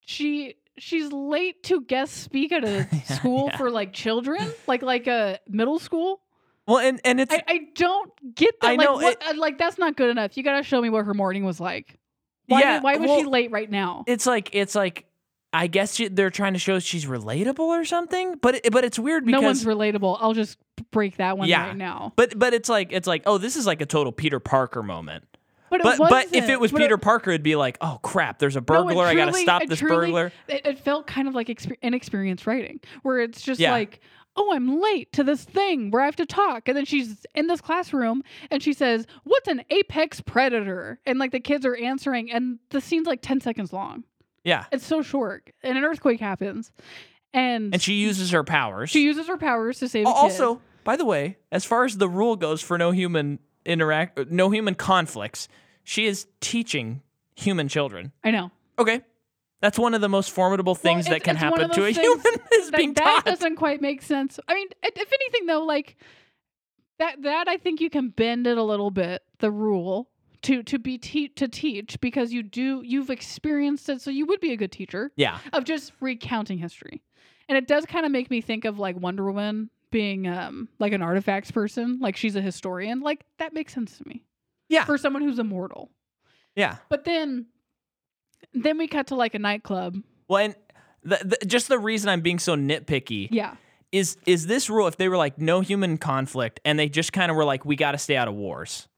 [SPEAKER 2] she she's late to guest speak at a
[SPEAKER 1] Yeah,
[SPEAKER 2] school
[SPEAKER 1] yeah.
[SPEAKER 2] for like children, like like a middle school.
[SPEAKER 1] Well, and and it's
[SPEAKER 2] I, I don't get that.
[SPEAKER 1] I
[SPEAKER 2] like
[SPEAKER 1] know,
[SPEAKER 2] what, uh, like that's not good enough. You gotta show me what her morning was like. Why
[SPEAKER 1] yeah.
[SPEAKER 2] did- why was she
[SPEAKER 1] well,
[SPEAKER 2] late right now?
[SPEAKER 1] It's like it's like I guess she, they're trying to show she's relatable or something. But it, but it's weird because
[SPEAKER 2] no one's relatable. I'll just break that one
[SPEAKER 1] Yeah.
[SPEAKER 2] right now.
[SPEAKER 1] but but it's like it's like oh this is like a total Peter Parker moment
[SPEAKER 2] But,
[SPEAKER 1] But
[SPEAKER 2] it
[SPEAKER 1] but if
[SPEAKER 2] wasn't.
[SPEAKER 1] it was
[SPEAKER 2] But
[SPEAKER 1] Peter Parker, it'd be like, oh crap, there's a
[SPEAKER 2] no, it
[SPEAKER 1] burglar. I gotta
[SPEAKER 2] truly-
[SPEAKER 1] stop
[SPEAKER 2] it
[SPEAKER 1] this
[SPEAKER 2] truly-
[SPEAKER 1] burglar.
[SPEAKER 2] It, it felt kind of like exper- inexperienced writing, where it's just
[SPEAKER 1] Yeah.
[SPEAKER 2] like, oh, I'm late to this thing where I have to talk, and then she's in this classroom and she says, "What's an apex predator?" And like the kids are answering, and the scene's like ten seconds long.
[SPEAKER 1] Yeah,
[SPEAKER 2] It's so short, and an earthquake happens, and,
[SPEAKER 1] and she uses her powers.
[SPEAKER 2] she uses her powers to save.
[SPEAKER 1] Al-
[SPEAKER 2] the kid.
[SPEAKER 1] also, by the way, as far as the rule goes for no human interact, no human conflicts, she is teaching human children.
[SPEAKER 2] I know.
[SPEAKER 1] Okay, that's one of the most
[SPEAKER 2] Well,
[SPEAKER 1] formidable things
[SPEAKER 2] it's-
[SPEAKER 1] that can
[SPEAKER 2] it's one
[SPEAKER 1] happen
[SPEAKER 2] of
[SPEAKER 1] to a
[SPEAKER 2] those
[SPEAKER 1] human
[SPEAKER 2] things
[SPEAKER 1] is
[SPEAKER 2] that,
[SPEAKER 1] being
[SPEAKER 2] that
[SPEAKER 1] taught.
[SPEAKER 2] doesn't quite make sense. I mean, i- if anything though, like that that I think you can bend it a little bit the rule to to be te- to teach because you do you've experienced it, so you would be a good teacher
[SPEAKER 1] yeah,
[SPEAKER 2] of just recounting history. And it does kind of make me think of like Wonder Woman being um like an artifacts person, like she's a historian. Like that makes sense to me.
[SPEAKER 1] Yeah.
[SPEAKER 2] For someone who's immortal.
[SPEAKER 1] yeah.
[SPEAKER 2] But then then we cut to like a nightclub.
[SPEAKER 1] Well, and the, the, just the reason I'm being so nitpicky
[SPEAKER 2] Yeah.
[SPEAKER 1] is is this rule if they were like no human conflict and they just kind of were like we got to stay out of wars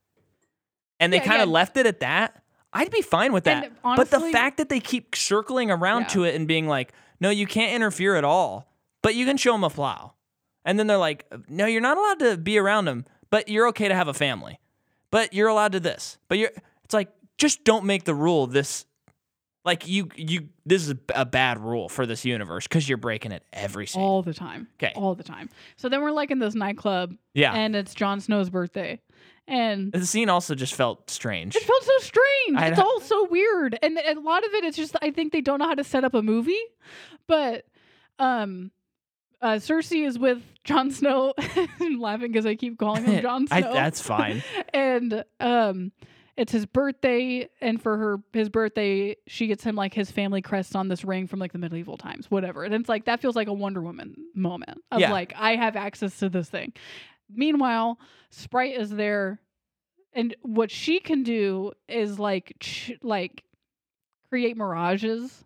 [SPEAKER 1] and they
[SPEAKER 2] Yeah,
[SPEAKER 1] kind of
[SPEAKER 2] yeah.
[SPEAKER 1] left it at that i'd be fine with that
[SPEAKER 2] And
[SPEAKER 1] but the
[SPEAKER 2] honestly-
[SPEAKER 1] fact that they keep circling around
[SPEAKER 2] Yeah.
[SPEAKER 1] to it and being like no you can't interfere at all but you can show them a plow and then they're like no you're not allowed to be around them but you're okay to have a family but you're allowed to this but you're it's like just don't make the rule this like you you this is a bad rule for this universe because you're breaking it every single
[SPEAKER 2] all the time.
[SPEAKER 1] 'Kay.
[SPEAKER 2] All the time. So then we're like in this nightclub
[SPEAKER 1] yeah
[SPEAKER 2] and it's Jon Snow's birthday. And
[SPEAKER 1] The scene also just felt strange.
[SPEAKER 2] it felt so strange.
[SPEAKER 1] I
[SPEAKER 2] it's
[SPEAKER 1] know.
[SPEAKER 2] all so weird. And a lot of it it's just I think they don't know how to set up a movie. But um uh Cersei is with Jon Snow. I'm laughing because I keep calling him Jon Snow.
[SPEAKER 1] I, that's fine.
[SPEAKER 2] and um it's his birthday and for her his birthday she gets him like his family crest on this ring from like the medieval times whatever and it's like that feels like a wonder woman moment of
[SPEAKER 1] Yeah.
[SPEAKER 2] like i have access to this thing meanwhile sprite is there and what she can do is like ch- like create mirages for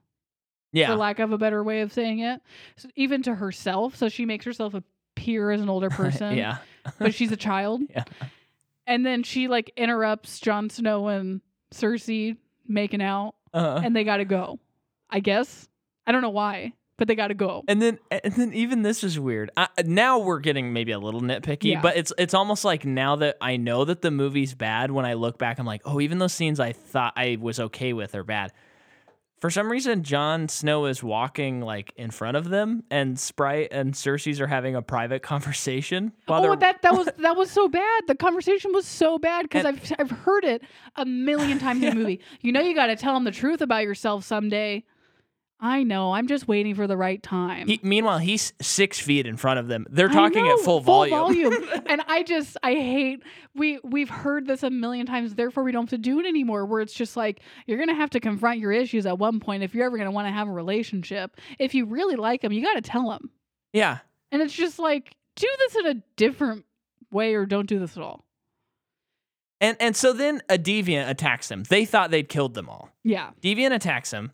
[SPEAKER 1] Yeah.
[SPEAKER 2] lack of a better way of saying it so even to herself so she makes herself appear as an older person
[SPEAKER 1] yeah.
[SPEAKER 2] but she's a child.
[SPEAKER 1] Yeah.
[SPEAKER 2] And then she like interrupts Jon Snow and Cersei making out,
[SPEAKER 1] Uh, and,
[SPEAKER 2] and they gotta go. I guess I don't know why, but they gotta go.
[SPEAKER 1] then and then even this is weird. I, uh, now we're getting maybe a little nitpicky,
[SPEAKER 2] Yeah.
[SPEAKER 1] but it's it's almost like now that I know that the movie's bad, when I look back, I'm like, oh, even those scenes I thought I was okay with are bad. For some reason, Jon Snow is walking like in front of them, and Sprite and Cersei's are having a private conversation. While
[SPEAKER 2] Oh,
[SPEAKER 1] they're,
[SPEAKER 2] that that was that was so bad. The conversation was so bad because
[SPEAKER 1] And-
[SPEAKER 2] I've I've heard it a million times in the movie. You know, you gotta tell them the truth about yourself someday. I know. I'm just waiting for the right time.
[SPEAKER 1] he, meanwhile, he's six feet in front of them. They're
[SPEAKER 2] I
[SPEAKER 1] talking
[SPEAKER 2] know,
[SPEAKER 1] at full volume.
[SPEAKER 2] volume. and I just I hate we we've heard this a million times, therefore we don't have to do it anymore, where it's just like you're gonna have to confront your issues at one point if you're ever gonna want to have a relationship. If you really like them, you gotta tell them.
[SPEAKER 1] Yeah.
[SPEAKER 2] And it's just like, do this in a different way or don't do this at all.
[SPEAKER 1] And and so then a deviant attacks them. They thought they'd killed them all.
[SPEAKER 2] Yeah.
[SPEAKER 1] Deviant attacks them,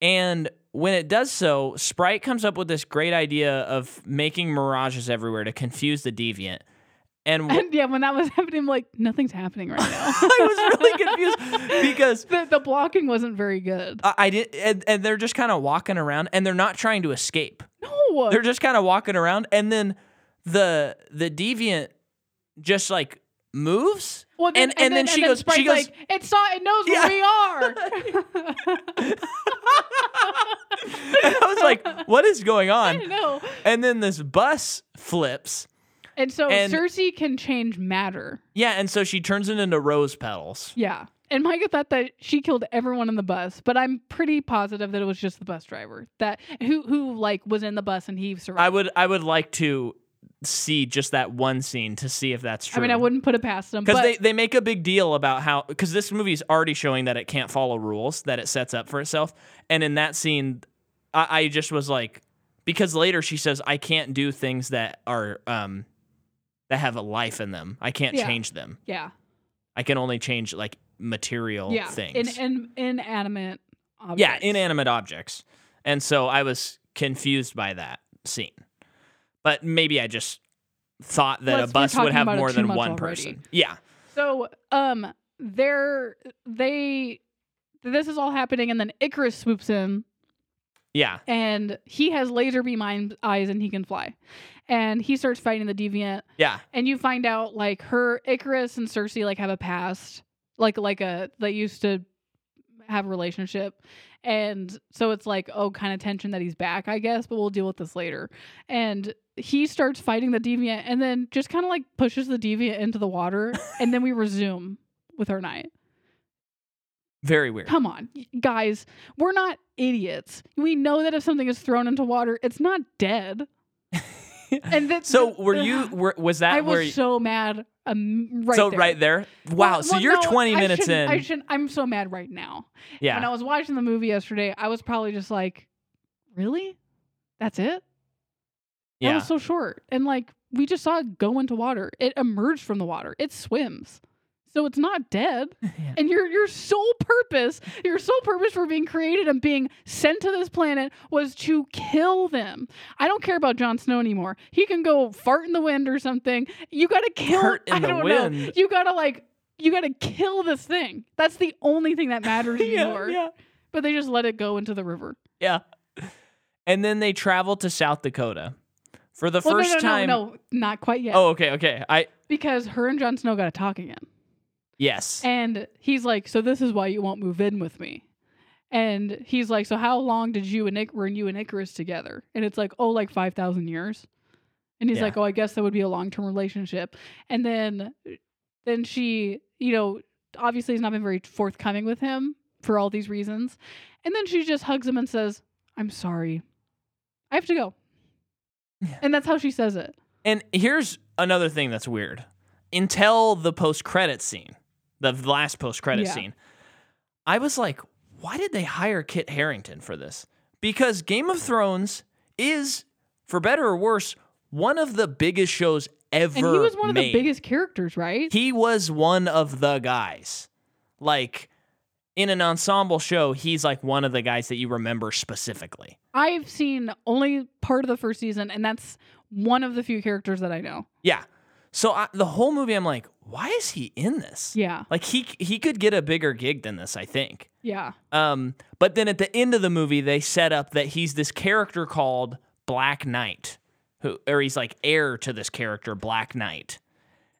[SPEAKER 1] and when it does so, Sprite comes up with this great idea of making mirages everywhere to confuse the deviant. And wh-
[SPEAKER 2] And yeah, when that was happening, I'm like, nothing's happening right now.
[SPEAKER 1] Mm. I was really confused because
[SPEAKER 2] the, the blocking wasn't very good.
[SPEAKER 1] I, I did, and, and they're just kind of walking around, and they're not trying to escape.
[SPEAKER 2] No.
[SPEAKER 1] They're just kind of walking around, and then the the deviant just like moves.
[SPEAKER 2] Well, then,
[SPEAKER 1] and- and then she goes- she
[SPEAKER 2] Sprite's
[SPEAKER 1] goes-
[SPEAKER 2] like, it saw, it knows
[SPEAKER 1] Yeah.
[SPEAKER 2] where we are.
[SPEAKER 1] And I was like, "What is going
[SPEAKER 2] I
[SPEAKER 1] on?"
[SPEAKER 2] know.
[SPEAKER 1] And then this bus flips,
[SPEAKER 2] And so
[SPEAKER 1] And-
[SPEAKER 2] Cersei can change matter.
[SPEAKER 1] Yeah, and so she turns it into rose petals.
[SPEAKER 2] Yeah. And Micah thought that she killed everyone in the bus, but I'm pretty positive that it was just the bus driver that who who like was in the bus and he survived.
[SPEAKER 1] I would I would like to see just that one scene to see if that's
[SPEAKER 2] I
[SPEAKER 1] true.
[SPEAKER 2] mean, I wouldn't put it past them.
[SPEAKER 1] because
[SPEAKER 2] but
[SPEAKER 1] they, they make a big deal about how because this movie's already showing that it can't follow rules that it sets up for itself, and in that scene, I, I just was like because later she says I can't do things that are um that have a life in them. I can't
[SPEAKER 2] Yeah.
[SPEAKER 1] change them.
[SPEAKER 2] yeah,
[SPEAKER 1] I can only change like material
[SPEAKER 2] yeah,
[SPEAKER 1] things.
[SPEAKER 2] in, in inanimate. Objects.
[SPEAKER 1] Yeah, inanimate objects. And so I was confused by that scene. But maybe I just thought that
[SPEAKER 2] Let's-
[SPEAKER 1] a
[SPEAKER 2] we're
[SPEAKER 1] bus would
[SPEAKER 2] talking
[SPEAKER 1] have
[SPEAKER 2] about it
[SPEAKER 1] more
[SPEAKER 2] too
[SPEAKER 1] than
[SPEAKER 2] much
[SPEAKER 1] one
[SPEAKER 2] already.
[SPEAKER 1] person. Yeah.
[SPEAKER 2] So, um, they're they this is all happening and then Icarus swoops in
[SPEAKER 1] Yeah.
[SPEAKER 2] and he has laser beam eye- eyes and he can fly. And he starts fighting the deviant
[SPEAKER 1] Yeah.
[SPEAKER 2] and you find out like her Icarus and Cersei like have a past, like like a they used to have a relationship, and so it's like oh kind of tension that he's back I guess, but we'll deal with this later. And he starts fighting the deviant, and then just kind of like pushes the deviant into the water, and then we resume with our night.
[SPEAKER 1] Very weird.
[SPEAKER 2] Come on, y- guys, we're not idiots. We know that if something is thrown into water, it's not dead. And that,
[SPEAKER 1] so were you? Were, was that
[SPEAKER 2] I
[SPEAKER 1] where?
[SPEAKER 2] was
[SPEAKER 1] you-
[SPEAKER 2] so mad. Um, right
[SPEAKER 1] so
[SPEAKER 2] there.
[SPEAKER 1] right there. Wow.
[SPEAKER 2] Well-
[SPEAKER 1] so
[SPEAKER 2] well,
[SPEAKER 1] you're
[SPEAKER 2] no,
[SPEAKER 1] 20
[SPEAKER 2] I
[SPEAKER 1] minutes
[SPEAKER 2] shouldn't-
[SPEAKER 1] in.
[SPEAKER 2] I shouldn't. I'm so mad right now.
[SPEAKER 1] yeah.
[SPEAKER 2] When I was watching the movie yesterday, I was probably just like, "Really? That's it? That
[SPEAKER 1] yeah.
[SPEAKER 2] was so short." And like, we just saw it go into water. It emerged from the water. It swims, so it's not dead.
[SPEAKER 1] Yeah.
[SPEAKER 2] And your your sole purpose, your sole purpose for being created and being sent to this planet was to kill them. I don't care about Jon Snow anymore. He can go fart in the wind or something. You gotta kill.
[SPEAKER 1] Fart in
[SPEAKER 2] I
[SPEAKER 1] the
[SPEAKER 2] don't know.
[SPEAKER 1] wind.
[SPEAKER 2] You gotta like. You gotta kill this thing. That's the only thing that matters anymore.
[SPEAKER 1] yeah.
[SPEAKER 2] But they just let it go into the river.
[SPEAKER 1] Yeah. And then they travel to South Dakota for the
[SPEAKER 2] well,
[SPEAKER 1] first
[SPEAKER 2] no, no,
[SPEAKER 1] time.
[SPEAKER 2] no, no, not quite yet.
[SPEAKER 1] Oh, okay, okay. I
[SPEAKER 2] because her and Jon Snow gotta talk again.
[SPEAKER 1] yes.
[SPEAKER 2] And he's like, "So this is why you won't move in with me." And he's like, "So how long did you and Ic- were you and Icarus together?" And it's like, "Oh, like five thousand years." And he's
[SPEAKER 1] Yeah.
[SPEAKER 2] like, "Oh, I guess that would be a long term relationship." And then, then she, you know, obviously has not been very forthcoming with him for all these reasons. And then she just hugs him and says, "I'm sorry, I have to go."
[SPEAKER 1] Yeah.
[SPEAKER 2] And that's how she says it.
[SPEAKER 1] And here's another thing that's weird. Until the post credit scene, the last post credit
[SPEAKER 2] Yeah.
[SPEAKER 1] scene, I was like, why did they hire Kit Harrington for this? Because Game of Thrones is, for better or worse, one of the biggest shows ever.
[SPEAKER 2] And he was one of
[SPEAKER 1] made.
[SPEAKER 2] the biggest characters, right?
[SPEAKER 1] He was one of the guys. Like in an ensemble show, he's like one of the guys that you remember specifically.
[SPEAKER 2] I've seen only part of the first season, and that's one of the few characters that I know.
[SPEAKER 1] Yeah. So I, the whole movie, I'm like, why is he in this?
[SPEAKER 2] Yeah,
[SPEAKER 1] Like he he could get a bigger gig than this, I think.
[SPEAKER 2] yeah,
[SPEAKER 1] Um, but then at the end of the movie, they set up that he's this character called Black Knight, who or he's like heir to this character Black Knight.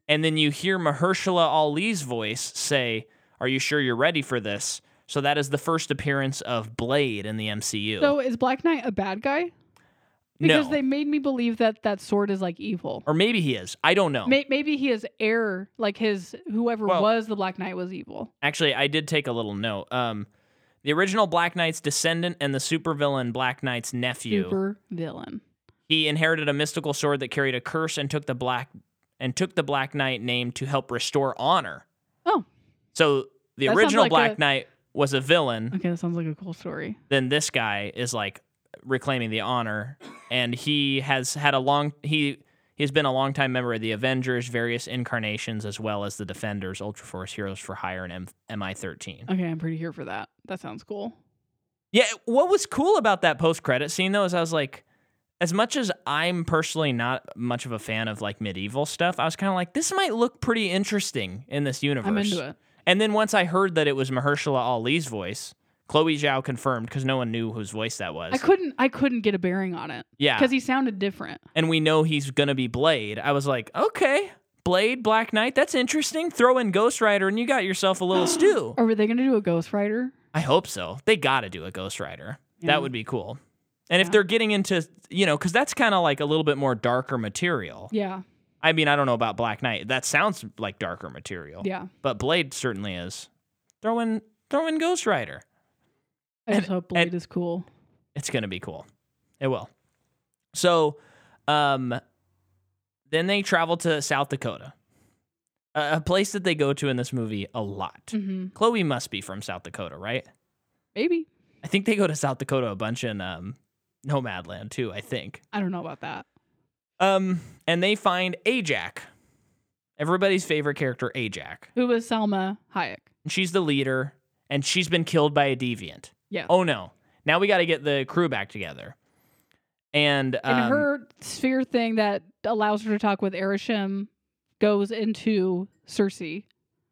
[SPEAKER 1] And then you hear Mahershala Ali's voice say, "Are you sure you're ready for this?" So that is the first appearance of Blade in the MCU.
[SPEAKER 2] So is Black Knight a bad guy? Because
[SPEAKER 1] no,
[SPEAKER 2] they made me believe that that sword is like evil.
[SPEAKER 1] or maybe he is. I don't know.
[SPEAKER 2] May- maybe he is heir, like his whoever
[SPEAKER 1] Well-
[SPEAKER 2] was the Black Knight was evil.
[SPEAKER 1] Actually, I did take a little note. Um, the original Black Knight's descendant and the supervillain Black Knight's nephew.
[SPEAKER 2] Super villain.
[SPEAKER 1] He inherited a mystical sword that carried a curse and took the black and took the Black Knight name to help restore honor.
[SPEAKER 2] Oh.
[SPEAKER 1] So
[SPEAKER 2] That
[SPEAKER 1] the
[SPEAKER 2] sounds
[SPEAKER 1] original
[SPEAKER 2] like
[SPEAKER 1] Black
[SPEAKER 2] a-
[SPEAKER 1] Knight was a villain,
[SPEAKER 2] Okay, that sounds like a cool story.
[SPEAKER 1] then this guy is like reclaiming the honor and he has had a long he he's been a longtime member of the Avengers, various incarnations as well as the Defenders, Ultra Force Heroes for Hire and M- MI13.
[SPEAKER 2] Okay, I'm pretty here for that. That sounds cool.
[SPEAKER 1] Yeah, what was cool about that post credit scene though is I was like, as much as I'm personally not much of a fan of like medieval stuff, I was kind of like, this might look pretty interesting in this universe.
[SPEAKER 2] I'm into it.
[SPEAKER 1] And then once I heard that it was Mahershala Ali's voice, Chloe Zhao confirmed because no one knew whose voice that was.
[SPEAKER 2] I couldn't. I couldn't get a bearing on it
[SPEAKER 1] yeah,
[SPEAKER 2] because he sounded different.
[SPEAKER 1] and we know he's gonna be Blade. I was like, okay, Blade, Black Knight, that's interesting. Throw in Ghost Rider, and you got yourself a little stew.
[SPEAKER 2] Or were they going to do a Ghost Rider?
[SPEAKER 1] I hope so. They got to do a Ghost Rider.
[SPEAKER 2] Yeah.
[SPEAKER 1] That would be cool. And if
[SPEAKER 2] Yeah.
[SPEAKER 1] they're getting into, you know, because that's kind of like a little bit more darker material.
[SPEAKER 2] Yeah,
[SPEAKER 1] I mean, I don't know about Black Knight. That sounds like darker material.
[SPEAKER 2] yeah.
[SPEAKER 1] But Blade certainly is. Throw in, throw in Ghost Rider.
[SPEAKER 2] I just hope Blade
[SPEAKER 1] and-
[SPEAKER 2] is cool.
[SPEAKER 1] It's gonna be cool. It will. So, um, then they travel to South Dakota, a, a place that they go to in this movie a lot.
[SPEAKER 2] hmm
[SPEAKER 1] Chloe must be from South Dakota, right?
[SPEAKER 2] Maybe.
[SPEAKER 1] I think they go to South Dakota a bunch in um, Nomadland too. I think.
[SPEAKER 2] I don't know about that.
[SPEAKER 1] Um, and they find Ajak, everybody's favorite character, Ajak.
[SPEAKER 2] Who was Selma Hayek?
[SPEAKER 1] And she's the leader, and she's been killed by a deviant.
[SPEAKER 2] Yeah.
[SPEAKER 1] Oh no! Now we got to get the crew back together. And um,
[SPEAKER 2] and her sphere thing that allows her to talk with Erishim goes into Cersei.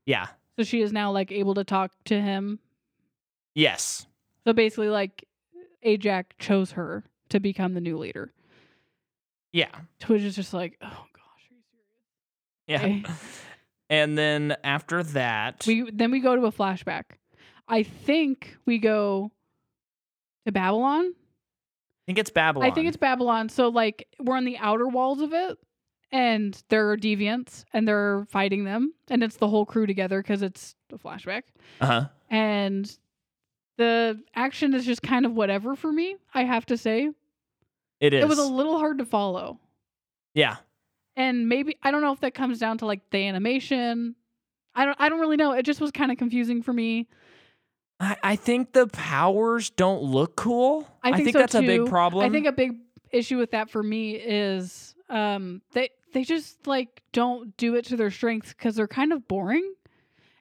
[SPEAKER 1] yeah,
[SPEAKER 2] So she is now like able to talk to him.
[SPEAKER 1] Yes.
[SPEAKER 2] So basically, like Ajax chose her to become the new leader,
[SPEAKER 1] Yeah.
[SPEAKER 2] which is just like, oh gosh, are you serious?
[SPEAKER 1] Yeah.
[SPEAKER 2] Okay.
[SPEAKER 1] and then after that,
[SPEAKER 2] We then we go to a flashback. I think we go to Babylon.
[SPEAKER 1] I think it's Babylon.
[SPEAKER 2] I think it's Babylon. So like we're on the outer walls of it, and there are deviants, and they're fighting them, and it's the whole crew together because it's a flashback,
[SPEAKER 1] Uh huh.
[SPEAKER 2] and the action is just kind of whatever for me. I have to say,
[SPEAKER 1] It is.
[SPEAKER 2] it was a little hard to follow,
[SPEAKER 1] yeah.
[SPEAKER 2] and maybe I don't know if that comes down to like the animation. I don't. I don't really know. It just was kind of confusing for me.
[SPEAKER 1] I, I think the powers don't look cool.
[SPEAKER 2] I think so,
[SPEAKER 1] that's a
[SPEAKER 2] too.
[SPEAKER 1] big
[SPEAKER 2] I
[SPEAKER 1] problem.
[SPEAKER 2] I think a big issue with that for me is um, they they just like don't do it to their strengths because they're kind of boring,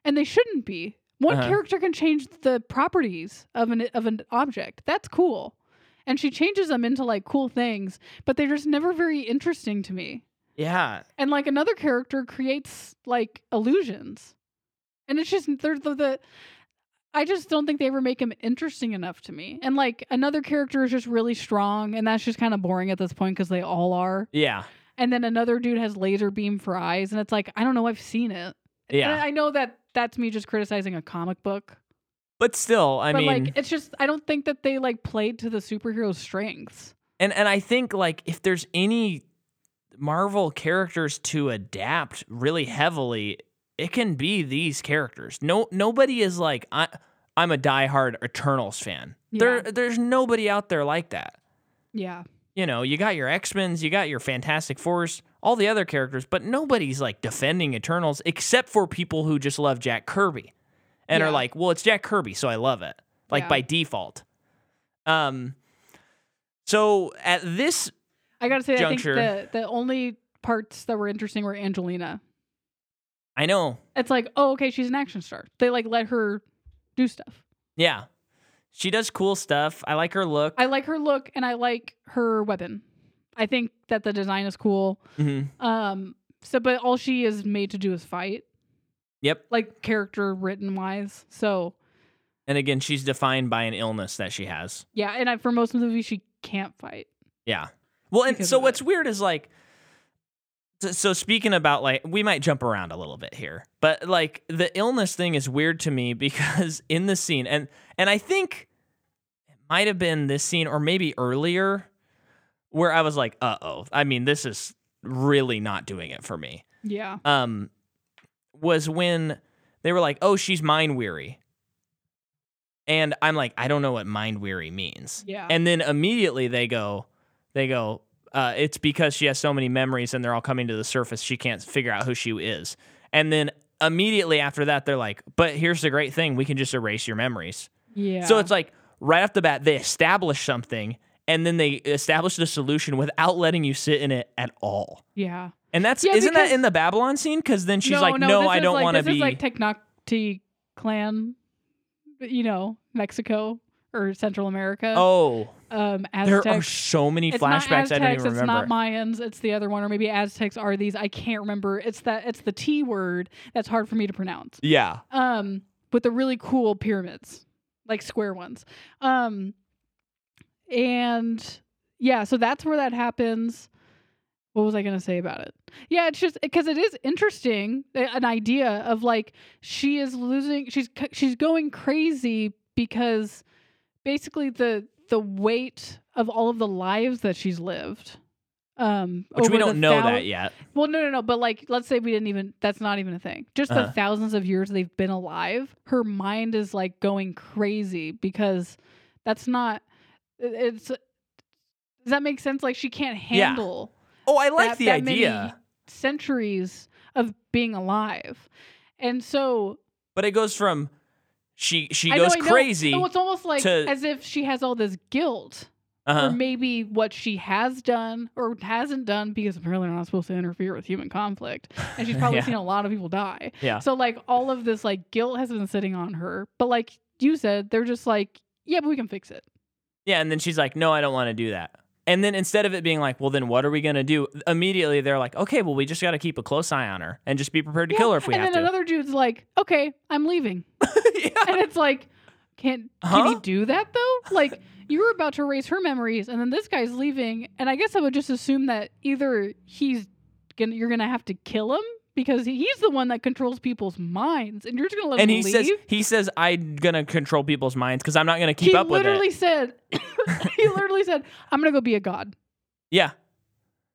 [SPEAKER 2] and they shouldn't be. One
[SPEAKER 1] Uh-huh.
[SPEAKER 2] character can change the properties of an of an object. That's cool, and she changes them into like cool things, but they're just never very interesting to me.
[SPEAKER 1] yeah.
[SPEAKER 2] And like another character creates like illusions, and it's just they're the, the I just don't think they ever make him interesting enough to me. And like another character is just really strong, and that's just kind of boring at this point because they all are.
[SPEAKER 1] Yeah.
[SPEAKER 2] And then another dude has laser beam for eyes, and it's like I don't know, I've seen it. And
[SPEAKER 1] Yeah.
[SPEAKER 2] I know that that's me just criticizing a comic book,
[SPEAKER 1] But still, I
[SPEAKER 2] but
[SPEAKER 1] mean,
[SPEAKER 2] like it's just I don't think that they like played to the superhero's strengths.
[SPEAKER 1] and and I think like if there's any Marvel characters to adapt really heavily, it can be these characters. No, nobody is like I. I'm a diehard Eternals fan. There, there's nobody out there like that.
[SPEAKER 2] Yeah,
[SPEAKER 1] you know, you got your X Men's, you got your Fantastic Force, all the other characters, but nobody's like defending Eternals except for people who just love Jack Kirby and
[SPEAKER 2] Yeah.
[SPEAKER 1] are like, well, it's Jack Kirby, so I love it, like
[SPEAKER 2] Yeah.
[SPEAKER 1] by default. Um, so at this,
[SPEAKER 2] I gotta say,
[SPEAKER 1] Juncture.
[SPEAKER 2] I think the the only parts that were interesting were Angelina.
[SPEAKER 1] I know,
[SPEAKER 2] It's like, oh, okay, she's an action star. They like let her do stuff.
[SPEAKER 1] yeah, she does cool stuff. I like her look.
[SPEAKER 2] I like her look and I like her weapon. I think that the design is cool.
[SPEAKER 1] Mhm.
[SPEAKER 2] Um so but all she is made to do is fight,
[SPEAKER 1] Yep.
[SPEAKER 2] like character written wise. So
[SPEAKER 1] And again, she's defined by an illness that she has.
[SPEAKER 2] yeah, and I, for most of the movie she can't fight.
[SPEAKER 1] Yeah. Well, and
[SPEAKER 2] Because
[SPEAKER 1] so
[SPEAKER 2] of
[SPEAKER 1] what's
[SPEAKER 2] it.
[SPEAKER 1] weird is like, so- so speaking about like, we might jump around a little bit here, but like the illness thing is weird to me because in the scene, and and I think it might have been this scene or maybe earlier, where I was like, uh oh, I mean, this is really not doing it for me.
[SPEAKER 2] Yeah.
[SPEAKER 1] Um, was when they were like, oh, she's mind weary, and I'm like, I don't know what mind weary means.
[SPEAKER 2] Yeah.
[SPEAKER 1] And then immediately they go, they go, uh, it's because she has so many memories and they're all coming to the surface. She can't figure out who she is. And then immediately after that, they're like, but here's the great thing we can just erase your memories.
[SPEAKER 2] yeah.
[SPEAKER 1] So it's like right off the bat, they establish something and then they establish the solution without letting you sit in it at all.
[SPEAKER 2] yeah.
[SPEAKER 1] And that's,
[SPEAKER 2] Yeah,
[SPEAKER 1] isn't
[SPEAKER 2] because-
[SPEAKER 1] that in the Babylon scene? Because then she's
[SPEAKER 2] no,
[SPEAKER 1] like,
[SPEAKER 2] no,
[SPEAKER 1] no,
[SPEAKER 2] this
[SPEAKER 1] I
[SPEAKER 2] is
[SPEAKER 1] don't
[SPEAKER 2] like,
[SPEAKER 1] want to
[SPEAKER 2] this
[SPEAKER 1] be.
[SPEAKER 2] is like Tecnocti clan, you know, Mexico or Central America.
[SPEAKER 1] oh,
[SPEAKER 2] um Aztecs.
[SPEAKER 1] there are so many
[SPEAKER 2] It's not
[SPEAKER 1] flashbacks I don't
[SPEAKER 2] Aztecs,
[SPEAKER 1] even remember.
[SPEAKER 2] It's not Mayans. It's the other one, or maybe Aztecs are these. I can't remember. It's that. It's the T word that's hard for me to pronounce.
[SPEAKER 1] yeah.
[SPEAKER 2] Um, with the really cool pyramids, like square ones. Um, and yeah, so that's where that happens. What was I gonna say about it? Yeah, it's just because it is interesting a- an idea of like she is losing. She's c- she's going crazy because basically the the weight of all of the lives that she's lived. Um,
[SPEAKER 1] Which we
[SPEAKER 2] over the
[SPEAKER 1] don't know
[SPEAKER 2] thou-
[SPEAKER 1] that yet.
[SPEAKER 2] well, no, no, no. But like, let's say we didn't even. That's not even a thing. Just
[SPEAKER 1] Uh-huh.
[SPEAKER 2] the thousands of years they've been alive. Her mind is like going crazy because that's not. it- It's. Does that make sense? Like she can't
[SPEAKER 1] Yeah.
[SPEAKER 2] handle
[SPEAKER 1] Oh, I like
[SPEAKER 2] that-
[SPEAKER 1] the
[SPEAKER 2] that many
[SPEAKER 1] idea.
[SPEAKER 2] centuries of being alive, and so
[SPEAKER 1] But it goes from she she
[SPEAKER 2] I know,
[SPEAKER 1] goes
[SPEAKER 2] I know.
[SPEAKER 1] crazy.
[SPEAKER 2] So it's almost like
[SPEAKER 1] to-
[SPEAKER 2] as if she has all this guilt or
[SPEAKER 1] Uh-huh.
[SPEAKER 2] maybe what she has done or hasn't done because apparently they're not supposed to interfere with human conflict and she's probably
[SPEAKER 1] Yeah.
[SPEAKER 2] seen a lot of people die
[SPEAKER 1] Yeah.
[SPEAKER 2] so like all of this like guilt has been sitting on her but like you said they're just like yeah but we can fix it
[SPEAKER 1] Yeah, and then she's like, "No, I don't want to do that." And then instead of it being like, well, then what are we going to do? Immediately they're like, okay, well, we just got to keep a close eye on her and just be prepared to
[SPEAKER 2] Yeah,
[SPEAKER 1] kill her if we
[SPEAKER 2] and
[SPEAKER 1] have
[SPEAKER 2] then
[SPEAKER 1] to.
[SPEAKER 2] another dude's like, "Okay, I'm leaving,"
[SPEAKER 1] yeah.
[SPEAKER 2] and it's like, "Can
[SPEAKER 1] Huh?
[SPEAKER 2] can he do that though? Like, you were about to erase her memories, and then this guy's leaving, and I guess I would just assume that either he's gonna you're gonna have to kill him because he- he's the one that controls people's minds, and you're just gonna let
[SPEAKER 1] And
[SPEAKER 2] him
[SPEAKER 1] he
[SPEAKER 2] leave."
[SPEAKER 1] says, he says, I'm going to control people's minds because I'm not going to keep
[SPEAKER 2] he
[SPEAKER 1] up with
[SPEAKER 2] literally
[SPEAKER 1] it.
[SPEAKER 2] said, "He literally said, I'm gonna go be a god,"
[SPEAKER 1] Yeah.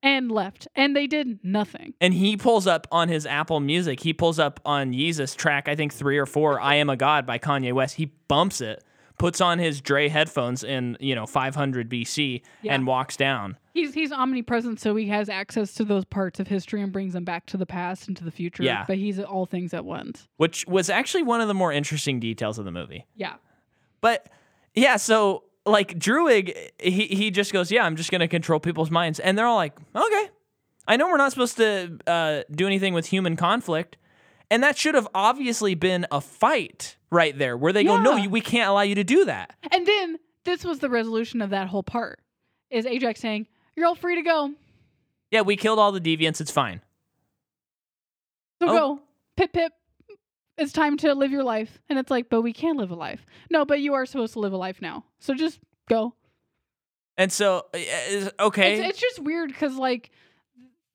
[SPEAKER 2] and left, and they did nothing.
[SPEAKER 1] And he pulls up on his Apple Music. He pulls up on Yeezus track, I think three or four, "I Am a God" by Kanye West. He bumps it, puts on his Dre headphones in you know 500 BC,
[SPEAKER 2] Yeah.
[SPEAKER 1] and walks down.
[SPEAKER 2] He's he's omnipresent, so he has access to those parts of history and brings them back to the past and to the future.
[SPEAKER 1] Yeah.
[SPEAKER 2] But he's all things at once.
[SPEAKER 1] Which was actually one of the more interesting details of the movie.
[SPEAKER 2] Yeah.
[SPEAKER 1] But yeah, so like Druig, he he just goes, yeah, I'm just gonna control people's minds, and they're all like, okay. I know we're not supposed to uh, do anything with human conflict, and that should have obviously been a fight right there, where they go, no,
[SPEAKER 2] Yeah.
[SPEAKER 1] you- we can't allow you to do that.
[SPEAKER 2] And then this was the resolution of that whole part is Ajax saying, You're all free to go.
[SPEAKER 1] Yeah, we killed all the deviants. It's fine.
[SPEAKER 2] So
[SPEAKER 1] Oh.
[SPEAKER 2] go. Pip pip. It's time to live your life. And it's like, but we can live a life. No, but you are supposed to live a life now. So just go.
[SPEAKER 1] And so, uh, is- okay,
[SPEAKER 2] It's, it's just weird because like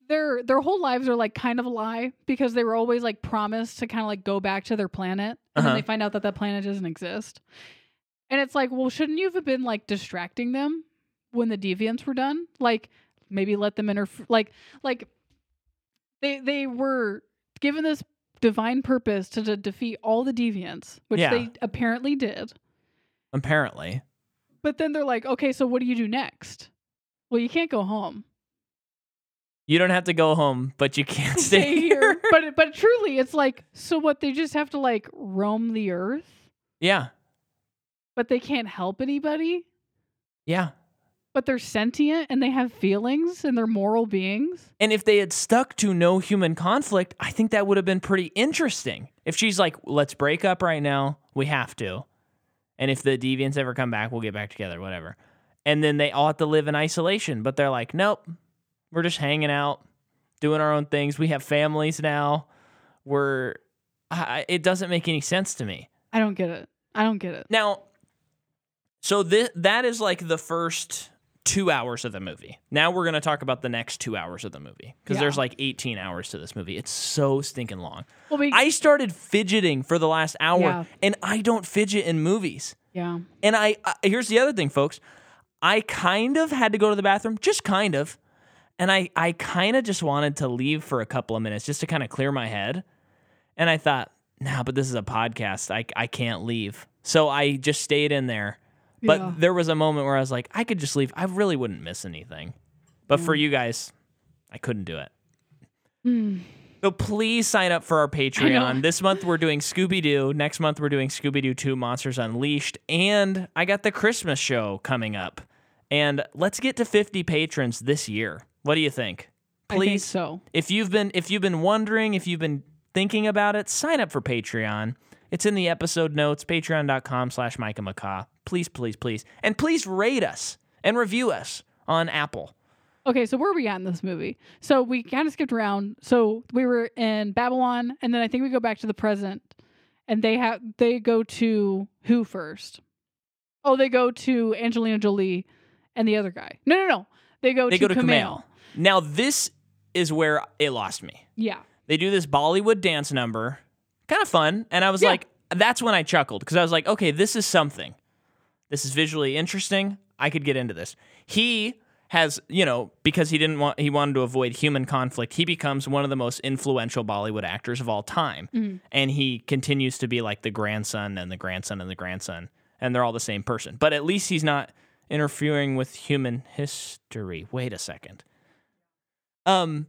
[SPEAKER 2] their their whole lives are like kind of a lie because they were always like promised to kind of like go back to their planet, and then
[SPEAKER 1] Uh-huh.
[SPEAKER 2] they find out that that planet doesn't exist. And it's like, well, shouldn't you have been like distracting them when the deviants were done? Like maybe let them interfere. Like like they they were given this divine purpose to, de- defeat all the deviants, which
[SPEAKER 1] Yeah.
[SPEAKER 2] they apparently did.
[SPEAKER 1] apparently,
[SPEAKER 2] But then they're like, okay, so what do you do next? Well, you can't go home.
[SPEAKER 1] you don't have to go home, but you can't stay, here.
[SPEAKER 2] but but truly, it's like so. What they just have to like roam the earth,
[SPEAKER 1] yeah,
[SPEAKER 2] but they can't help anybody.
[SPEAKER 1] yeah.
[SPEAKER 2] But they're sentient and they have feelings and they're moral beings.
[SPEAKER 1] And if they had stuck to no human conflict, I think that would have been pretty interesting. If she's like, "Let's break up right now. We have to," and if the deviants ever come back, we'll get back together, whatever. And then they all have to live in isolation, but they're like, "Nope, we're just hanging out, doing our own things. We have families now. We're." I, I- it doesn't make any sense to me.
[SPEAKER 2] I don't get it. I don't get it.
[SPEAKER 1] Now, so this that is like the first two hours of the movie. Now we're gonna talk about the next two hours of the movie because
[SPEAKER 2] Yeah.
[SPEAKER 1] there's like 18 hours to this movie. It's so stinking long.
[SPEAKER 2] Well, we,
[SPEAKER 1] I started fidgeting for the last hour,
[SPEAKER 2] Yeah.
[SPEAKER 1] and I don't fidget in movies.
[SPEAKER 2] yeah,
[SPEAKER 1] And I, I here's the other thing, folks. I kind of had to go to the bathroom, just kind of, and I I kind of just wanted to leave for a couple of minutes just to kind of clear my head. And I thought, nah, but this is a podcast. I I can't leave, so I just stayed in there. But
[SPEAKER 2] Yeah.
[SPEAKER 1] there was a moment where I was like, I could just leave. I really wouldn't miss anything. But for you guys, I couldn't do it. So please sign up for our Patreon. This month we're doing Scooby Doo. Next month we're doing Scooby Doo 2 Monsters Unleashed. And I got the Christmas show coming up. And let's get to 50 patrons this year. What do you think?
[SPEAKER 2] I think
[SPEAKER 1] Please.
[SPEAKER 2] so.
[SPEAKER 1] If you've been if you've been wondering, if you've been thinking about it, sign up for Patreon. It's in the episode notes, patreon.com slash Micah McCaw. Please, please, please. And please rate us and review us on Apple.
[SPEAKER 2] Okay, so where are we at in this movie? So we kind of skipped around. So we were in Babylon, and then I think we go back to the present, and they have they go to who first? Oh, they go to Angelina Jolie and the other guy. No, no, no. They go
[SPEAKER 1] They
[SPEAKER 2] to
[SPEAKER 1] go to
[SPEAKER 2] Kumail.
[SPEAKER 1] Kumail. Now this is where it lost me.
[SPEAKER 2] Yeah,
[SPEAKER 1] they do this Bollywood dance number, kind of fun. And I was
[SPEAKER 2] Yeah.
[SPEAKER 1] like, that's when I chuckled because I was like, okay, this is something. This is visually interesting. I could get into this. He has, you know, because he didn't want, he wanted to avoid human conflict, he becomes one of the most influential Bollywood actors of all time. And he continues to be like the grandson and the grandson and the grandson. And they're all the same person. But at least he's not interfering with human history. Wait a second. Um,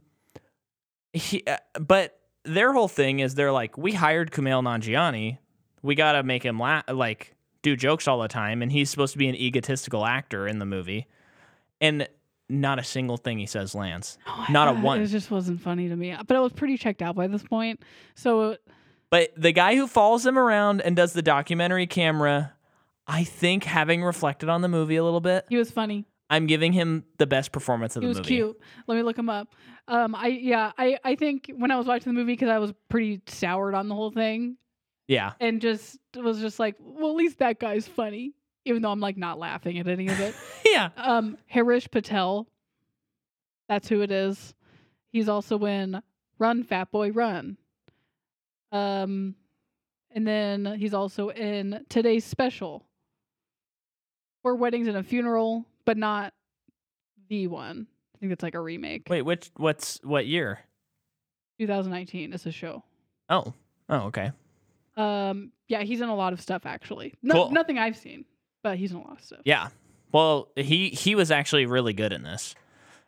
[SPEAKER 1] he, uh, but their whole thing is they're like, we hired Kumail Nanjiani, we gotta make him la- like do jokes all the time, and he's supposed to be an egotistical actor in the movie, and not a single thing he says lands, not a one.
[SPEAKER 2] It just wasn't funny to me, but I was pretty checked out by this point. So uh,
[SPEAKER 1] But the guy who follows him around and does the documentary camera, I think, having reflected on the movie a little bit,
[SPEAKER 2] he was funny.
[SPEAKER 1] I'm giving him the best performance of
[SPEAKER 2] He
[SPEAKER 1] the
[SPEAKER 2] was
[SPEAKER 1] movie.
[SPEAKER 2] cute. Let me look him up. Um, I yeah, I I think when I was watching the movie because I was pretty soured on the whole thing
[SPEAKER 1] Yeah.
[SPEAKER 2] and just was just like, well, at least that guy's funny, even though I'm like not laughing at any of it.
[SPEAKER 1] Yeah.
[SPEAKER 2] um, Harish Patel, that's who it is. He's also in Run Fat Boy Run. Um, and then he's also in today's special. Four weddings and a funeral, but not the one. I think it's like a remake.
[SPEAKER 1] Wait, which what's what year?
[SPEAKER 2] 2019 is a show.
[SPEAKER 1] Oh. Oh, okay.
[SPEAKER 2] Um, yeah, he's in a lot of stuff actually. No,
[SPEAKER 1] Cool.
[SPEAKER 2] nothing I've seen, but he's in a lot of stuff.
[SPEAKER 1] Yeah. Well, he he was actually really good in this.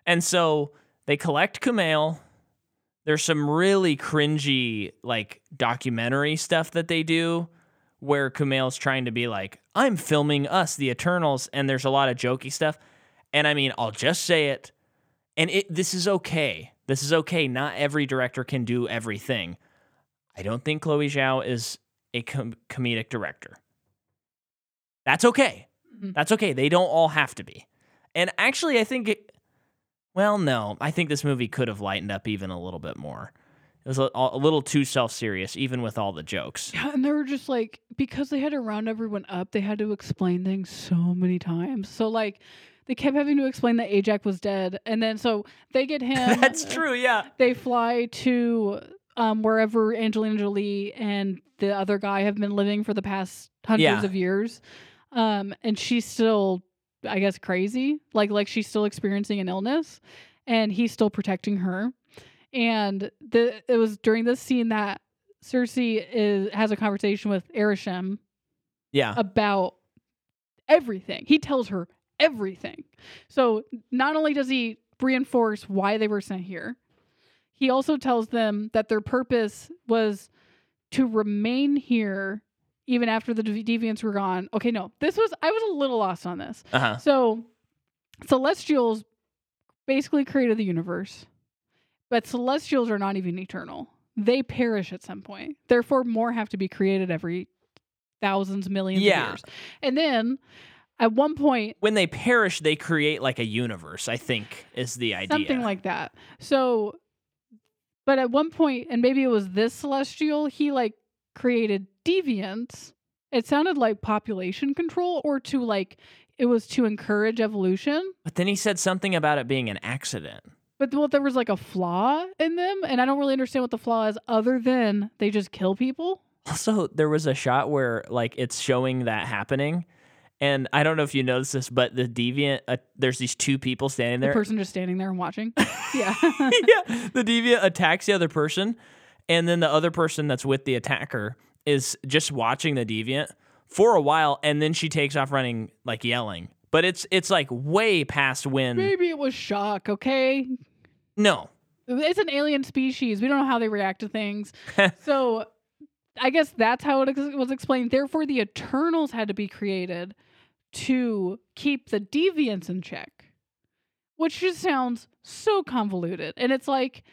[SPEAKER 1] And so they collect Kumail. There's some really cringy like documentary stuff that they do where Kumail's trying to be like, I'm filming us, the Eternals, and there's a lot of jokey stuff. And I mean, I'll just say it. And it this is okay. This is okay. Not every director can do everything. I don't think Chloe Zhao is a com- comedic director. That's okay.
[SPEAKER 2] Mhm.
[SPEAKER 1] That's okay. They don't all have to be. And actually, I think, it, well, no, I think this movie could have lightened up even a little bit more. It was a, a little too self serious, even with all the jokes.
[SPEAKER 2] Yeah, and they were just like because they had to round everyone up, they had to explain things so many times. So like they kept having to explain that Ajax was dead, and then so they get him.
[SPEAKER 1] That's true. Yeah.
[SPEAKER 2] They fly to um, wherever Angelina Jolie and the other guy have been living for the past hundreds
[SPEAKER 1] Yeah.
[SPEAKER 2] of years, um, and she's still, I guess, crazy. Like like she's still experiencing an illness, and he's still protecting her. And the it was during this scene that Cersei is has a conversation with Erisham,
[SPEAKER 1] Yeah.
[SPEAKER 2] about everything. He tells her everything. So not only does he reinforce why they were sent here, he also tells them that their purpose was to remain here even after the devi- deviants were gone. Okay, no, this was, I was a little lost on this.
[SPEAKER 1] Uh huh.
[SPEAKER 2] So celestials basically created the universe, but celestials are not even eternal. They perish at some point. Therefore, more have to be created every thousands, millions
[SPEAKER 1] Yeah.
[SPEAKER 2] of years. And then at one point,
[SPEAKER 1] When they perish, they create like a universe, I think, is the idea.
[SPEAKER 2] something like that. So, but at one point, and maybe it was this celestial, he like created deviants. It sounded like population control or to like, it was to encourage evolution.
[SPEAKER 1] But then he said something about it being an accident.
[SPEAKER 2] But well, there was like a flaw in them, and I don't really understand what the flaw is, other than they just kill people.
[SPEAKER 1] Also, there was a shot where like it's showing that happening. And I don't know if you noticed this, but the deviant, uh, there's these two people standing
[SPEAKER 2] the
[SPEAKER 1] there.
[SPEAKER 2] person just standing there and watching. yeah,
[SPEAKER 1] yeah, the deviant attacks the other person, and then the other person that's with the attacker is just watching the deviant for a while, and then she takes off running, like yelling. But it's it's like way past when.
[SPEAKER 2] maybe it was shock. Okay,
[SPEAKER 1] No,
[SPEAKER 2] it's an alien species. We don't know how they react to things. so, I guess that's how it ex- was explained. Therefore, the Eternals had to be created to keep the deviants in check, which just sounds so convoluted. And it's like,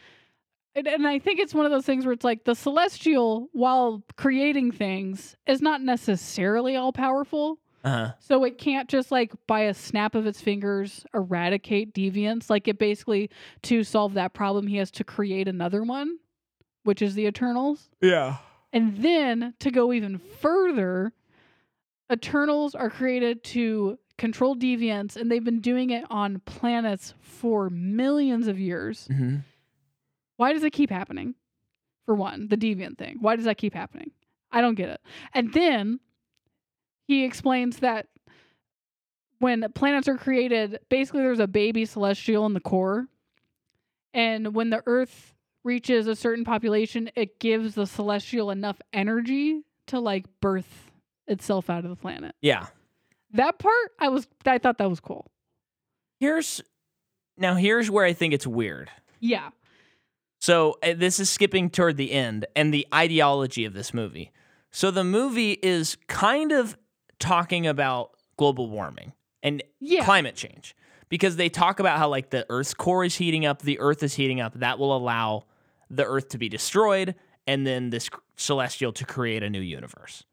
[SPEAKER 2] and, and I think it's one of those things where it's like the celestial, while creating things, is not necessarily all powerful.
[SPEAKER 1] uh,
[SPEAKER 2] So it can't just like by a snap of its fingers eradicate deviance. Like it basically to solve that problem, he has to create another one, which is the Eternals.
[SPEAKER 1] yeah,
[SPEAKER 2] And then to go even further, Eternals are created to control deviance, and they've been doing it on planets for millions of years.
[SPEAKER 1] hmm
[SPEAKER 2] Why does it keep happening? For one, the deviant thing. Why does that keep happening? I don't get it. And then he explains that when planets are created, basically there's a baby celestial in the core. And when the Earth reaches a certain population, it gives the celestial enough energy to like birth itself out of the planet.
[SPEAKER 1] yeah.
[SPEAKER 2] That part I was I thought that was cool.
[SPEAKER 1] Here's now here's where I think it's weird.
[SPEAKER 2] Yeah.
[SPEAKER 1] So uh, this is skipping toward the end and the ideology of this movie. So the movie is kind of talking about global warming and
[SPEAKER 2] Yeah.
[SPEAKER 1] climate change because they talk about how like the earth's core is heating up the earth is heating up that will allow the earth to be destroyed and then this c- celestial to create a new universe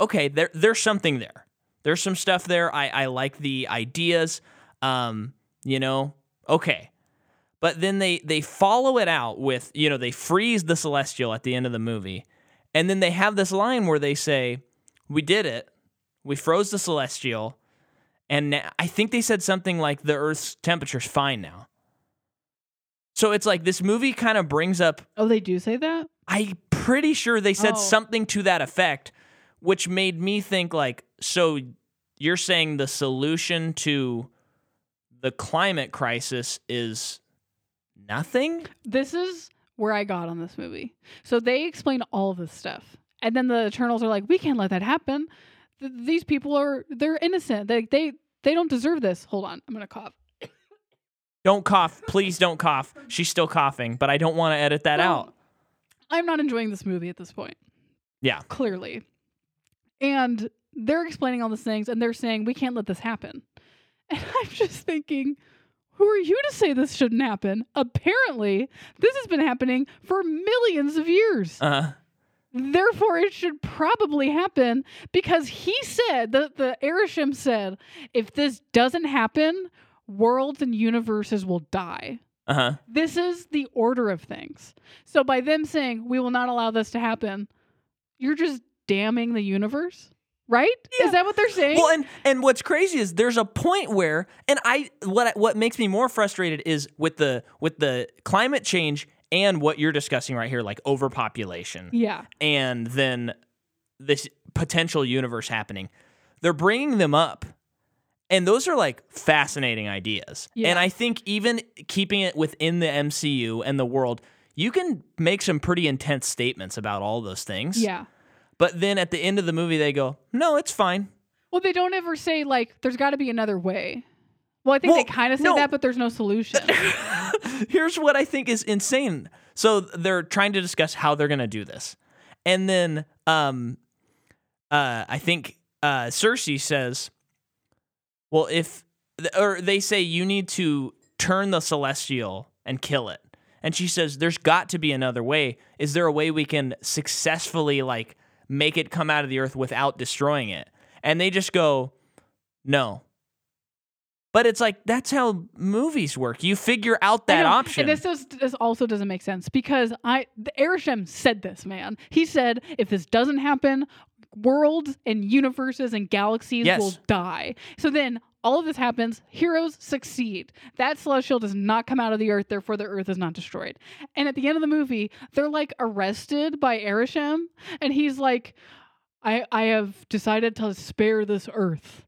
[SPEAKER 1] okay there, there's something there there's some stuff there i, I like the ideas Um, you know, okay. But then they they follow it out with, you know, they freeze the celestial at the end of the movie. And then they have this line where they say, "We did it. We froze the celestial." And na- I think they said something like the earth's temperature's fine now. So it's like this movie kind of brings up
[SPEAKER 2] Oh, they do say that?
[SPEAKER 1] I'm pretty sure they said
[SPEAKER 2] Oh.
[SPEAKER 1] something to that effect, which made me think like, so you're saying the solution to the climate crisis is nothing?
[SPEAKER 2] This is where I got on this movie. So they explain all of this stuff. And then the Eternals are like, we can't let that happen. Th- these people are, they're innocent. They, they, they don't deserve this. Hold on. I'm going to cough.
[SPEAKER 1] Don't cough, please don't cough. She's still coughing, but I don't want to edit that
[SPEAKER 2] No.
[SPEAKER 1] out.
[SPEAKER 2] I'm not enjoying this movie at this point.
[SPEAKER 1] Yeah.
[SPEAKER 2] Clearly. And they're explaining all these things and they're saying, we can't let this happen. And I'm just thinking, who are you to say this shouldn't happen? Apparently, this has been happening for millions of years.
[SPEAKER 1] Uh,
[SPEAKER 2] Therefore, it should probably happen because he said, the, the Erishim said, if this doesn't happen, worlds and universes will die.
[SPEAKER 1] uh huh.
[SPEAKER 2] This is the order of things. So by them saying we will not allow this to happen, you're just damning the universe, right? Is that what they're saying?
[SPEAKER 1] Well, and and what's crazy is there's a point where, and I what I, what makes me more frustrated is with the with the climate change and what you're discussing right here, like overpopulation.
[SPEAKER 2] yeah.
[SPEAKER 1] and then this potential universe happening. They're bringing them up. And those are like fascinating ideas.
[SPEAKER 2] Yeah.
[SPEAKER 1] And I think even keeping it within the MCU and the world, you can make some pretty intense statements about all those things.
[SPEAKER 2] Yeah.
[SPEAKER 1] But then at the end of the movie, they go, no, it's fine.
[SPEAKER 2] Well, they don't ever say like there's got to be another way. Well, I think
[SPEAKER 1] Well,
[SPEAKER 2] they kind of say
[SPEAKER 1] no.
[SPEAKER 2] that, but there's no solution.
[SPEAKER 1] Here's what I think is insane. So they're trying to discuss how they're gonna do this, and then um, uh, I think uh, Cersei says, "Well, if or they say you need to turn the celestial and kill it," and she says, "There's got to be another way. Is there a way we can successfully like make it come out of the earth without destroying it?" And they just go, "No." But it's like that's how movies work. You figure out
[SPEAKER 2] I
[SPEAKER 1] that
[SPEAKER 2] know.
[SPEAKER 1] option.
[SPEAKER 2] And this, does, this also doesn't make sense because I the Erishim said this, man. He said if this doesn't happen, worlds and universes and galaxies
[SPEAKER 1] Yes.
[SPEAKER 2] will die. So then all of this happens, heroes succeed. That celestial does not come out of the earth, therefore the earth is not destroyed. And at the end of the movie, they're like arrested by Erishim, and he's like, I I have decided to spare this earth.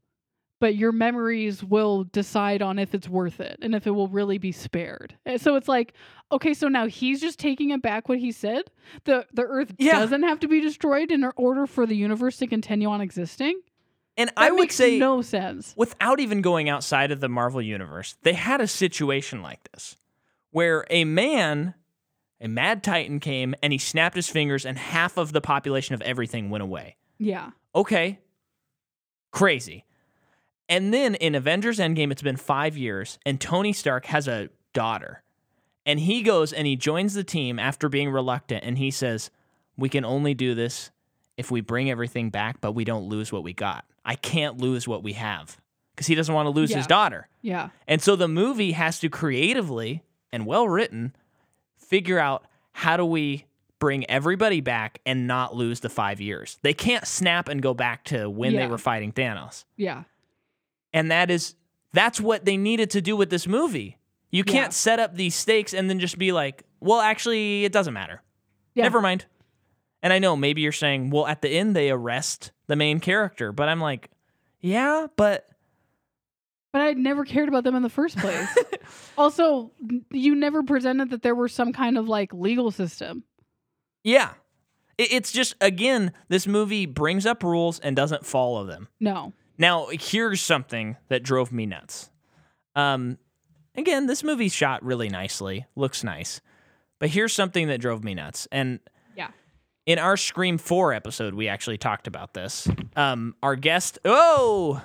[SPEAKER 2] But your memories will decide on if it's worth it and if it will really be spared. And so it's like, okay, so now he's just taking it back what he said. The the earth
[SPEAKER 1] Yeah.
[SPEAKER 2] doesn't have to be destroyed in order for the universe to continue on existing.
[SPEAKER 1] And
[SPEAKER 2] That
[SPEAKER 1] I would
[SPEAKER 2] makes
[SPEAKER 1] say,
[SPEAKER 2] no sense.
[SPEAKER 1] without even going outside of the Marvel universe, they had a situation like this where a man, a mad titan, came and he snapped his fingers, and half of the population of everything went away.
[SPEAKER 2] Yeah.
[SPEAKER 1] Okay, crazy. And then in Avengers Endgame, it's been five years, and Tony Stark has a daughter. And he goes and he joins the team after being reluctant, and he says, We can only do this if we bring everything back, but we don't lose what we got. I can't lose what we have because he doesn't want to lose
[SPEAKER 2] Yeah.
[SPEAKER 1] his daughter.
[SPEAKER 2] Yeah.
[SPEAKER 1] And so the movie has to creatively and well written figure out how do we bring everybody back and not lose the five years. They can't snap and go back to when
[SPEAKER 2] Yeah.
[SPEAKER 1] they were fighting Thanos.
[SPEAKER 2] Yeah.
[SPEAKER 1] And that is that's what they needed to do with this movie. You
[SPEAKER 2] Yeah.
[SPEAKER 1] can't set up these stakes and then just be like, well, actually, it doesn't matter.
[SPEAKER 2] Yeah.
[SPEAKER 1] Never mind. And I know maybe you're saying, well, at the end they arrest the main character, but I'm like, yeah, but
[SPEAKER 2] But I'd never cared about them in the first place. also, n- you never presented that there were some kind of like legal system.
[SPEAKER 1] Yeah. It, it's just, again, this movie brings up rules and doesn't follow them.
[SPEAKER 2] No.
[SPEAKER 1] Now, here's something that drove me nuts. Um, again, this movie's shot really nicely, looks nice. But here's something that drove me nuts. And
[SPEAKER 2] Yeah.
[SPEAKER 1] in our Scream 4 episode, we actually talked about this. Um, our guest, oh,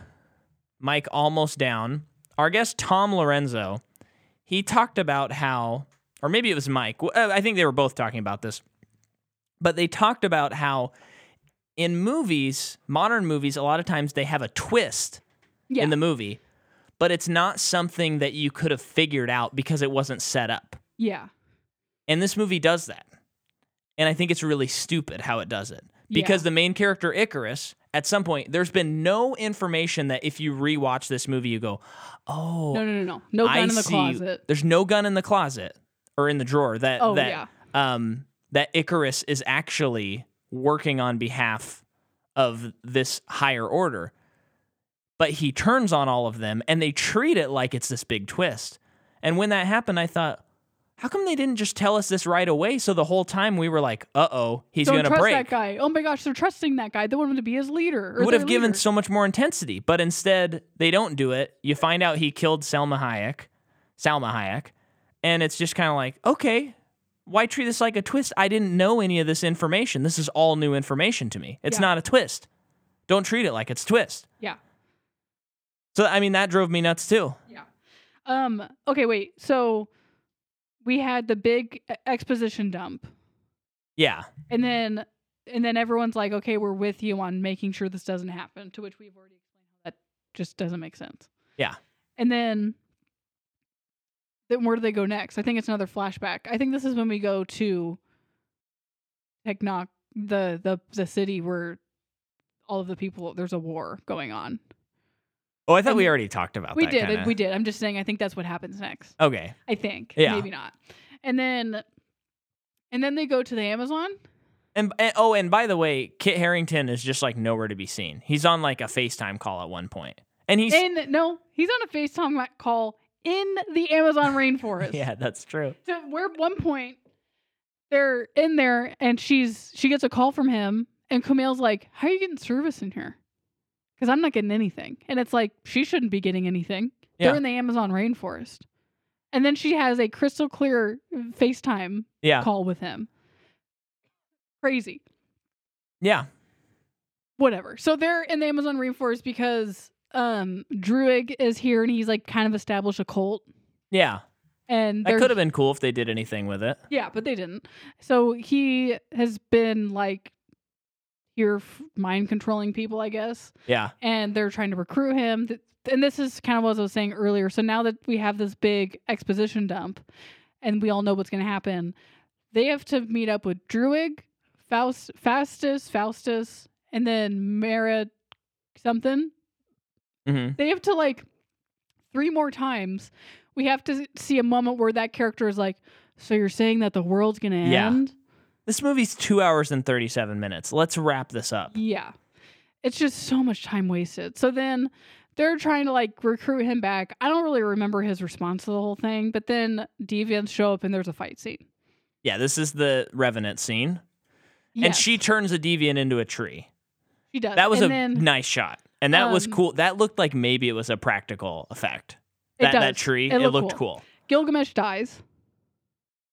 [SPEAKER 1] Mike almost down. Our guest, Tom Lorenzo, he talked about how, or maybe it was Mike, w- uh, I think they were both talking about this, but they talked about how in movies, modern movies, a lot of times they have a twist
[SPEAKER 2] Yeah.
[SPEAKER 1] in the movie, but it's not something that you could have figured out because it wasn't set up.
[SPEAKER 2] Yeah.
[SPEAKER 1] And this movie does that. And I think it's really stupid how it does it. Because the main character Icarus, at some point, there's been no information that if you rewatch this movie, you go, oh,
[SPEAKER 2] No, no, no, no. No gun
[SPEAKER 1] I
[SPEAKER 2] in the
[SPEAKER 1] see-
[SPEAKER 2] closet.
[SPEAKER 1] There's no gun in the closet or in the drawer that
[SPEAKER 2] Oh,
[SPEAKER 1] that um that Icarus is actually working on behalf of this higher order. But he turns on all of them and they treat it like it's this big twist. And when that happened, I thought, how come they didn't just tell us this right away? So the whole time we were like, uh oh, he's
[SPEAKER 2] Don't
[SPEAKER 1] gonna
[SPEAKER 2] trust
[SPEAKER 1] break
[SPEAKER 2] that guy. Oh my gosh, they're trusting that guy. They want him to be his leader. or
[SPEAKER 1] would have
[SPEAKER 2] their
[SPEAKER 1] given
[SPEAKER 2] leader.
[SPEAKER 1] so much more intensity, but instead they don't do it. You find out he killed Selma Hayek, Salma Hayek, and it's just kind of like, okay, why treat this like a twist? I didn't know any of this information. This is all new information to me. It's
[SPEAKER 2] Yeah.
[SPEAKER 1] not a twist. Don't treat it like it's a twist.
[SPEAKER 2] Yeah.
[SPEAKER 1] So I mean that drove me nuts too.
[SPEAKER 2] Yeah. Um. Okay. Wait. So we had the big e- exposition dump,
[SPEAKER 1] Yeah.
[SPEAKER 2] and then and then everyone's like, "Okay, we're with you on making sure this doesn't happen." To which we've already explained how that just doesn't make sense.
[SPEAKER 1] Yeah.
[SPEAKER 2] And then then where do they go next? I think it's another flashback. I think this is when we go to Technoc, the the the city where all of the people there's a war going on.
[SPEAKER 1] Oh, I thought
[SPEAKER 2] And-
[SPEAKER 1] we already talked about
[SPEAKER 2] we
[SPEAKER 1] that.
[SPEAKER 2] did.
[SPEAKER 1] kinda.
[SPEAKER 2] We did. I'm just saying. I think that's what happens next.
[SPEAKER 1] Okay.
[SPEAKER 2] I think.
[SPEAKER 1] Yeah.
[SPEAKER 2] Maybe not. And then and then they go to the Amazon.
[SPEAKER 1] And, and oh, and by the way, Kit Harrington is just like nowhere to be seen. He's on like a FaceTime call at one point, and he's
[SPEAKER 2] and no, he's on a FaceTime li- call in the Amazon rainforest.
[SPEAKER 1] yeah, that's true.
[SPEAKER 2] So we're at one point they're in there and she's she gets a call from him and Camille's like, How are you getting service in here? Because I'm not getting anything. And it's like, she shouldn't be getting anything.
[SPEAKER 1] Yeah.
[SPEAKER 2] They're in the Amazon rainforest. And then she has a crystal clear FaceTime
[SPEAKER 1] Yeah.
[SPEAKER 2] call with him. Crazy.
[SPEAKER 1] Yeah.
[SPEAKER 2] whatever. So they're in the Amazon rainforest because um Druig is here and he's like kind of established a cult
[SPEAKER 1] Yeah.
[SPEAKER 2] and
[SPEAKER 1] That
[SPEAKER 2] they're-
[SPEAKER 1] could have been cool if they did anything with it.
[SPEAKER 2] yeah, but they didn't. So he has been like here f- mind controlling people, I guess,
[SPEAKER 1] Yeah.
[SPEAKER 2] and they're trying to recruit him. Th- And this is kind of what I was saying earlier. So now that we have this big exposition dump and we all know what's going to happen, they have to meet up with Druig, Faust, Faustus, Faustus, and then Mara something.
[SPEAKER 1] hmm
[SPEAKER 2] they have to like three more times we have to see a moment where that character is like so you're saying that the world's gonna
[SPEAKER 1] Yeah.
[SPEAKER 2] end
[SPEAKER 1] This movie's two hours and 37 minutes. Let's wrap this up.
[SPEAKER 2] yeah it's just so much time wasted so then they're trying to like recruit him back i don't really remember his response to the whole thing but then deviants show up and there's a fight scene
[SPEAKER 1] Yeah, this is the Revenant scene. And
[SPEAKER 2] Yes,
[SPEAKER 1] she turns a deviant into a tree.
[SPEAKER 2] she does
[SPEAKER 1] That was
[SPEAKER 2] and
[SPEAKER 1] a
[SPEAKER 2] then
[SPEAKER 1] nice shot. And that was
[SPEAKER 2] um,
[SPEAKER 1] cool. That looked like maybe it was a practical effect.
[SPEAKER 2] it
[SPEAKER 1] That,
[SPEAKER 2] does.
[SPEAKER 1] that tree, it, looked cool.
[SPEAKER 2] gilgamesh dies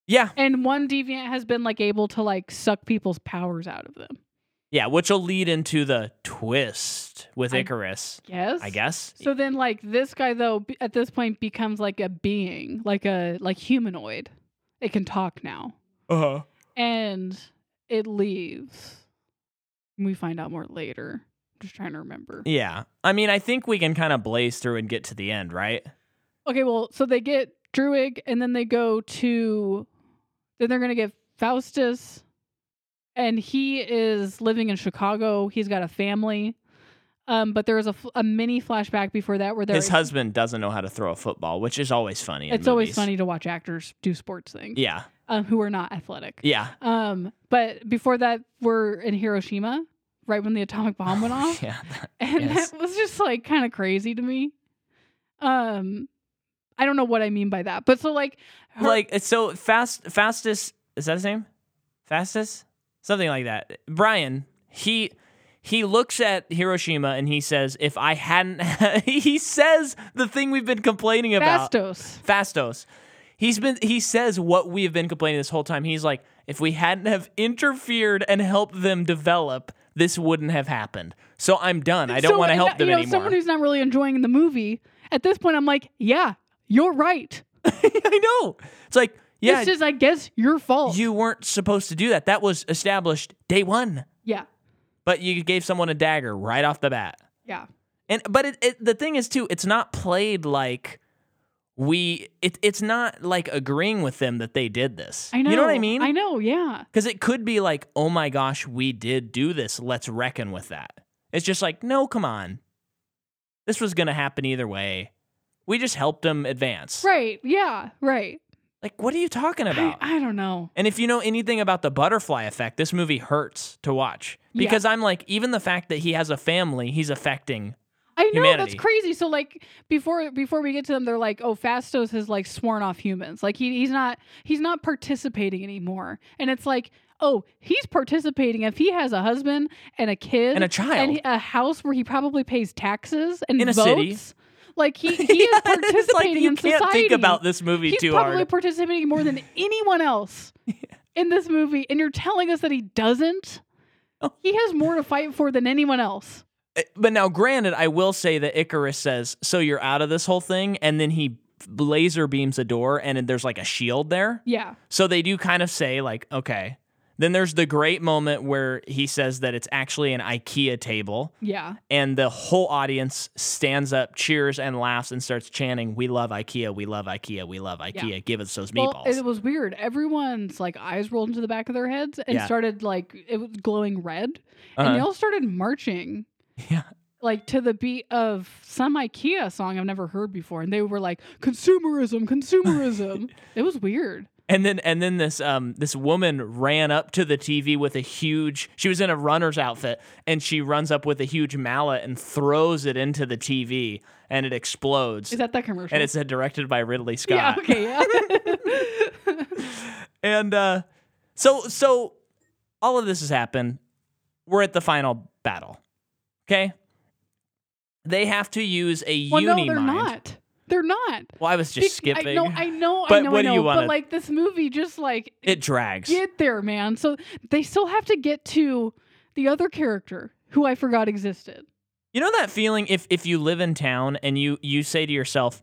[SPEAKER 1] Yeah.
[SPEAKER 2] and one deviant has been like able to like suck people's powers out of them
[SPEAKER 1] Yeah. Which will lead into the twist with
[SPEAKER 2] I-
[SPEAKER 1] Icarus,
[SPEAKER 2] yes
[SPEAKER 1] I guess.
[SPEAKER 2] So then, like this guy though, b- at this point becomes like a being, like a like humanoid. It can talk now,
[SPEAKER 1] Uh huh.
[SPEAKER 2] and it leaves. And we find out more later. I'm just trying to remember.
[SPEAKER 1] Yeah. I mean, I think we can kind of blaze through and get to the end, right?
[SPEAKER 2] Okay, well, so they get Druig, and then they go to, then they're gonna get Faustus, and he is living in Chicago. He's got a family. Um, but there was a, f- a mini flashback before that where they're
[SPEAKER 1] His husband doesn't know how to throw a football, which is always funny. in
[SPEAKER 2] it's always
[SPEAKER 1] movies.
[SPEAKER 2] funny to watch actors do sports things.
[SPEAKER 1] Yeah.
[SPEAKER 2] um, who are not athletic.
[SPEAKER 1] Yeah.
[SPEAKER 2] Um, but before that, we're in Hiroshima, right when the atomic bomb went off,
[SPEAKER 1] yeah.
[SPEAKER 2] and
[SPEAKER 1] yes.
[SPEAKER 2] that was just like kind of crazy to me. Um, I don't know what I mean by that, but so like, her-
[SPEAKER 1] Like it's so fast fastest is that his name? Fastest? Something like that. Brian, he he looks at Hiroshima and he says, if I hadn't he says the thing we've been complaining about.
[SPEAKER 2] Fastos.
[SPEAKER 1] Fastos. He's been he says what we have been complaining this whole time. He's like, if we hadn't have interfered and helped them develop, this wouldn't have happened. So I'm done. I don't
[SPEAKER 2] So,
[SPEAKER 1] want to
[SPEAKER 2] and
[SPEAKER 1] help
[SPEAKER 2] that-
[SPEAKER 1] them
[SPEAKER 2] you know,
[SPEAKER 1] anymore.
[SPEAKER 2] Someone who's not really enjoying the movie at this point, I'm like, yeah, you're right.
[SPEAKER 1] I know. It's like, yeah,
[SPEAKER 2] this is, I guess, your fault.
[SPEAKER 1] you weren't supposed to do that. That was established day one.
[SPEAKER 2] yeah,
[SPEAKER 1] But you gave someone a dagger right off the bat.
[SPEAKER 2] yeah.
[SPEAKER 1] And but it, it, the thing is too, it's not played like we. It, it's not like agreeing with them that they did this.
[SPEAKER 2] I know.
[SPEAKER 1] You know what I mean?
[SPEAKER 2] I know. Yeah.
[SPEAKER 1] Because it could be like, oh my gosh, we did do this. Let's reckon with that. It's just like, no, come on. This was going to happen either way. We just helped them advance.
[SPEAKER 2] Right. Yeah. Right.
[SPEAKER 1] Like, what are you talking about?
[SPEAKER 2] I, I don't know.
[SPEAKER 1] and if you know anything about the butterfly effect, this movie hurts to watch
[SPEAKER 2] Yeah.
[SPEAKER 1] because I'm like, even the fact that he has a family, he's affecting.
[SPEAKER 2] I know
[SPEAKER 1] humanity.
[SPEAKER 2] that's crazy. So like before before we get to them, they're like, oh, Fastos has like sworn off humans. Like he he's not he's not participating anymore. And it's like, oh, he's participating if he has a husband and a kid
[SPEAKER 1] And a child.
[SPEAKER 2] and he- a house where he probably pays taxes and
[SPEAKER 1] In a
[SPEAKER 2] votes.
[SPEAKER 1] city.
[SPEAKER 2] Like he he
[SPEAKER 1] Yeah,
[SPEAKER 2] is
[SPEAKER 1] it's like
[SPEAKER 2] participating
[SPEAKER 1] you
[SPEAKER 2] in
[SPEAKER 1] can't
[SPEAKER 2] society.
[SPEAKER 1] think about this movie
[SPEAKER 2] he's
[SPEAKER 1] too
[SPEAKER 2] probably
[SPEAKER 1] hard.
[SPEAKER 2] participating more than anyone else in this movie, and you're telling us that he doesn't.
[SPEAKER 1] Oh.
[SPEAKER 2] He has more to fight for than anyone else.
[SPEAKER 1] Uh, But now, granted, I will say that Icarus says, "So you're out of this whole thing," and then he laser beams a door, and there's like a shield there.
[SPEAKER 2] Yeah.
[SPEAKER 1] So they do kind of say like, okay. Then there's the great moment where he says that it's actually an IKEA table
[SPEAKER 2] Yeah.
[SPEAKER 1] and the whole audience stands up, cheers and laughs and starts chanting, "We love IKEA, we love IKEA, we love IKEA. Give us those meatballs."
[SPEAKER 2] Well, it was weird. Everyone's like eyes rolled into the back of their heads and
[SPEAKER 1] Yeah.
[SPEAKER 2] started like it was glowing red, and they
[SPEAKER 1] Uh-huh.
[SPEAKER 2] all started marching
[SPEAKER 1] yeah.
[SPEAKER 2] like to the beat of some IKEA song I've never heard before, and they were like consumerism, consumerism. it was weird.
[SPEAKER 1] And then and then this um this woman ran up to the TV with a huge she was in a runner's outfit and she runs up with a huge mallet and throws it into the TV and it explodes.
[SPEAKER 2] Is that that commercial?
[SPEAKER 1] and it's uh, directed by Ridley Scott.
[SPEAKER 2] yeah. Okay. Yeah.
[SPEAKER 1] And uh, so so all of this has happened. We're at the final battle. Okay? They have to use a
[SPEAKER 2] well, no,
[SPEAKER 1] uni
[SPEAKER 2] they're
[SPEAKER 1] mind.
[SPEAKER 2] not. They're not.
[SPEAKER 1] Well, I was just
[SPEAKER 2] Bec- I
[SPEAKER 1] skipping.
[SPEAKER 2] know. I know. I
[SPEAKER 1] But
[SPEAKER 2] know.
[SPEAKER 1] what
[SPEAKER 2] I
[SPEAKER 1] do
[SPEAKER 2] know.
[SPEAKER 1] you wanna-
[SPEAKER 2] But like this movie, just like
[SPEAKER 1] it drags.
[SPEAKER 2] get there, man. So they still have to get to the other character who I forgot existed.
[SPEAKER 1] You know that feeling if if you live in town and you you say to yourself,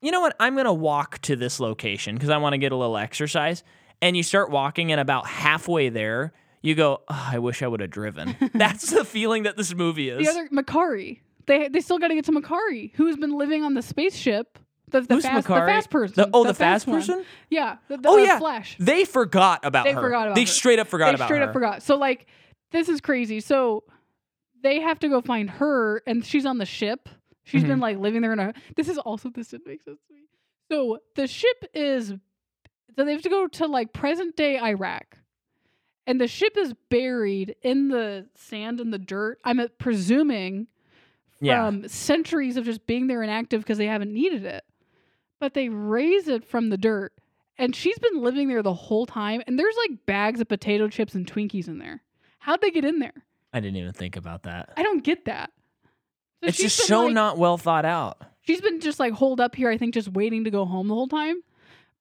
[SPEAKER 1] "You know what? I'm going to walk to this location because I want to get a little exercise." And you start walking and about halfway there, you go, oh, "I wish I would have driven." That's the feeling that this movie is.
[SPEAKER 2] The other Makari. They they still got to get to Makari, who's been living on the spaceship. The, the
[SPEAKER 1] Who's
[SPEAKER 2] fast,
[SPEAKER 1] Makari?
[SPEAKER 2] The fast person.
[SPEAKER 1] The- oh, the fast
[SPEAKER 2] one.
[SPEAKER 1] person?
[SPEAKER 2] Yeah. the- the-
[SPEAKER 1] Oh,
[SPEAKER 2] the
[SPEAKER 1] yeah.
[SPEAKER 2] Flash.
[SPEAKER 1] They forgot about
[SPEAKER 2] They
[SPEAKER 1] her.
[SPEAKER 2] forgot about
[SPEAKER 1] they
[SPEAKER 2] her.
[SPEAKER 1] straight up forgot
[SPEAKER 2] they
[SPEAKER 1] about
[SPEAKER 2] straight
[SPEAKER 1] her.
[SPEAKER 2] up forgot. So like, this is crazy. So they have to go find her, and she's on the ship. She's
[SPEAKER 1] Mm-hmm.
[SPEAKER 2] been like living there in a. This is also this didn't make sense to me. So the ship is. So they have to go to like present day Iraq, and the ship is buried in the sand and the dirt. I'm uh, presuming
[SPEAKER 1] Yeah.
[SPEAKER 2] from centuries of just being there inactive because they haven't needed it. But they raise it from the dirt. And she's been living there the whole time. And there's like bags of potato chips and Twinkies in there. How'd they get in there?
[SPEAKER 1] I didn't even think about that.
[SPEAKER 2] I don't get that. So
[SPEAKER 1] it's
[SPEAKER 2] she's
[SPEAKER 1] just
[SPEAKER 2] been,
[SPEAKER 1] so
[SPEAKER 2] like-
[SPEAKER 1] not well thought out.
[SPEAKER 2] She's been just like holed up here, I think, just waiting to go home the whole time.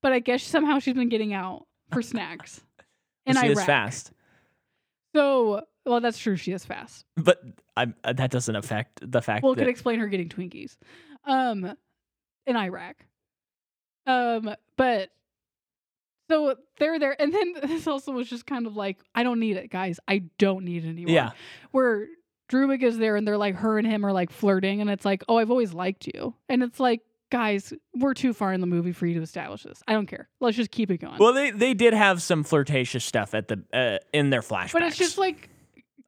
[SPEAKER 2] But I guess somehow she's been getting out for snacks. in
[SPEAKER 1] she
[SPEAKER 2] Iraq.
[SPEAKER 1] is fast,
[SPEAKER 2] So, well, that's true. She is fast.
[SPEAKER 1] but I, uh, that doesn't affect the fact
[SPEAKER 2] well, it
[SPEAKER 1] that
[SPEAKER 2] could explain her getting Twinkies, um, in Iraq. Um, but so they're there, and then this also was just kind of like, I don't need it, guys. I don't need anyone.
[SPEAKER 1] yeah,
[SPEAKER 2] Where Drumig is there, and they're like, her and him are like flirting, and it's like, oh, I've always liked you, and it's like, guys, we're too far in the movie for you to establish this. I don't care. Let's just keep it going.
[SPEAKER 1] Well, they they did have some flirtatious stuff at the uh, in their flashbacks.
[SPEAKER 2] but it's just like,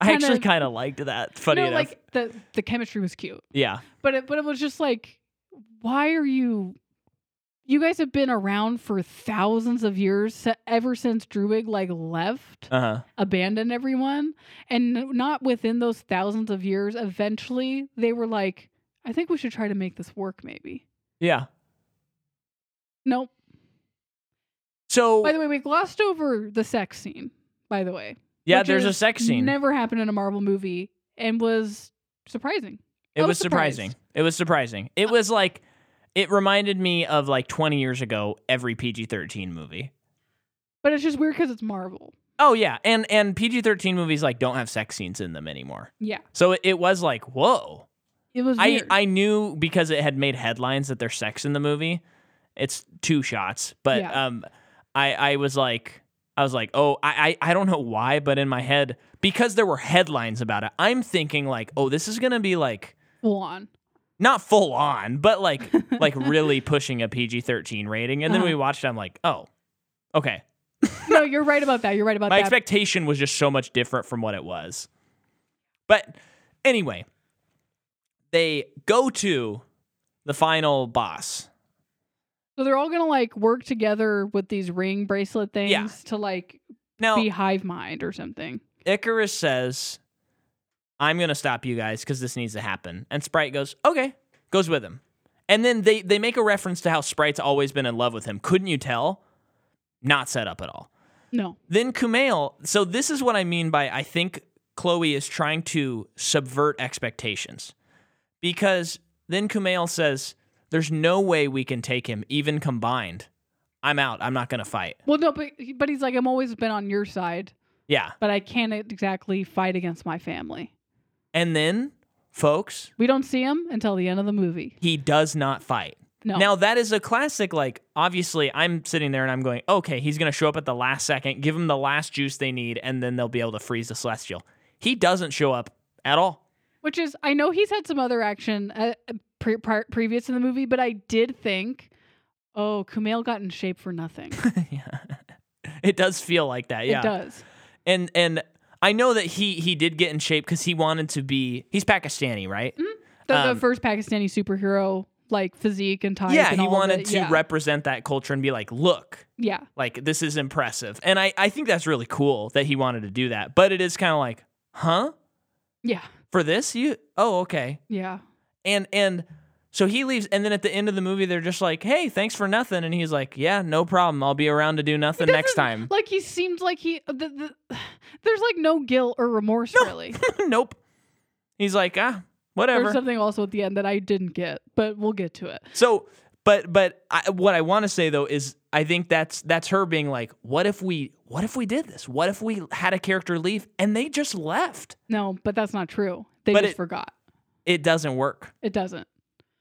[SPEAKER 1] I actually
[SPEAKER 2] kinda-
[SPEAKER 1] kind of liked that. Funny
[SPEAKER 2] no,
[SPEAKER 1] enough,
[SPEAKER 2] like the the chemistry was cute.
[SPEAKER 1] yeah,
[SPEAKER 2] but it, but it was just like why are you you guys have been around for thousands of years se- ever since Druig like left
[SPEAKER 1] uh huh,
[SPEAKER 2] abandoned everyone and n- not within those thousands of years eventually they were like I think we should try to make this work maybe
[SPEAKER 1] yeah.
[SPEAKER 2] nope
[SPEAKER 1] So
[SPEAKER 2] by the way we glossed over the sex scene by the way
[SPEAKER 1] yeah,
[SPEAKER 2] which
[SPEAKER 1] there's a
[SPEAKER 2] is
[SPEAKER 1] sex scene.
[SPEAKER 2] never happened in a Marvel movie and was surprising
[SPEAKER 1] it
[SPEAKER 2] I
[SPEAKER 1] was,
[SPEAKER 2] was surprised. Uh,
[SPEAKER 1] surprising. It was surprising. It was like it reminded me of like 20 years ago every PG-13 movie.
[SPEAKER 2] but it's just weird because it's Marvel
[SPEAKER 1] Oh yeah, and and PG-13 movies like don't have sex scenes in them anymore.
[SPEAKER 2] yeah
[SPEAKER 1] So it, it was like whoa.
[SPEAKER 2] it was
[SPEAKER 1] I
[SPEAKER 2] weird.
[SPEAKER 1] I knew because it had made headlines that there's sex in the movie. It's two shots, but
[SPEAKER 2] Yeah.
[SPEAKER 1] um, I I was like I was like oh I, I I don't know why, but in my head because there were headlines about it, I'm thinking like oh this is gonna be like
[SPEAKER 2] full on.
[SPEAKER 1] not full on, but like like really pushing a PG thirteen rating. And then
[SPEAKER 2] Uh-huh.
[SPEAKER 1] we watched it, I'm like, oh, okay.
[SPEAKER 2] No, you're right about that. You're right about
[SPEAKER 1] My
[SPEAKER 2] that.
[SPEAKER 1] expectation was just so much different from what it was. But anyway, they go to the final boss.
[SPEAKER 2] so they're all gonna like work together with these ring bracelet things
[SPEAKER 1] Yeah.
[SPEAKER 2] to like
[SPEAKER 1] Now
[SPEAKER 2] be hive mind or something.
[SPEAKER 1] Icarus says, I'm gonna stop you guys because this needs to happen. And Sprite goes, Okay, goes with him. And then they they make a reference to how Sprite's always been in love with him. Couldn't you tell? Not set up at all.
[SPEAKER 2] No.
[SPEAKER 1] Then Kumail, so this is what I mean by I think Chloe is trying to subvert expectations. Because then Kumail says, There's no way we can take him, even combined. I'm out. I'm not going to fight.
[SPEAKER 2] Well, no, but but he's like, I'm always been on your side,
[SPEAKER 1] Yeah.
[SPEAKER 2] but I can't exactly fight against my family.
[SPEAKER 1] And then, folks,
[SPEAKER 2] We don't see him until the end of the movie.
[SPEAKER 1] he does not fight.
[SPEAKER 2] No.
[SPEAKER 1] Now, that is a classic. Like, obviously, I'm sitting there and I'm going, okay, he's going to show up at the last second, give him the last juice they need, and then they'll be able to freeze the Celestial. He doesn't show up at all.
[SPEAKER 2] Which is, I know he's had some other action uh, pre- pri previous in the movie, but I did think, oh, Kumail got in shape for nothing.
[SPEAKER 1] yeah. It does feel like that. Yeah.
[SPEAKER 2] It does.
[SPEAKER 1] And and I know that he he did get in shape cuz he wanted to be he's Pakistani, right?
[SPEAKER 2] Mm-hmm. The,
[SPEAKER 1] Um,
[SPEAKER 2] the first Pakistani superhero like physique and type.
[SPEAKER 1] Yeah,
[SPEAKER 2] and
[SPEAKER 1] he
[SPEAKER 2] all of
[SPEAKER 1] wanted
[SPEAKER 2] it.
[SPEAKER 1] to
[SPEAKER 2] yeah.
[SPEAKER 1] represent that culture and be like, "Look,
[SPEAKER 2] Yeah,
[SPEAKER 1] like this is impressive." And I I think that's really cool that he wanted to do that. But it is kind of like, "Huh?
[SPEAKER 2] yeah,
[SPEAKER 1] For this? You Oh, okay."
[SPEAKER 2] yeah.
[SPEAKER 1] And and so he leaves and then at the end of the movie they're just like, "Hey, thanks for nothing." And he's like, "Yeah, no problem. I'll be around to do nothing next time."
[SPEAKER 2] Like he seems like he. uh, The, the, there's like no guilt or remorse really.
[SPEAKER 1] nope. He's like, "Ah,
[SPEAKER 2] There's
[SPEAKER 1] whatever."
[SPEAKER 2] something also at the end that I didn't get, but we'll get to it.
[SPEAKER 1] So, but but I, what I want to say though is I think that's that's her being like, what if we what if we did this? What if we had a character leave and they just left?
[SPEAKER 2] No, but that's not true. They
[SPEAKER 1] But
[SPEAKER 2] just
[SPEAKER 1] it-
[SPEAKER 2] forgot.
[SPEAKER 1] It doesn't work.
[SPEAKER 2] It doesn't.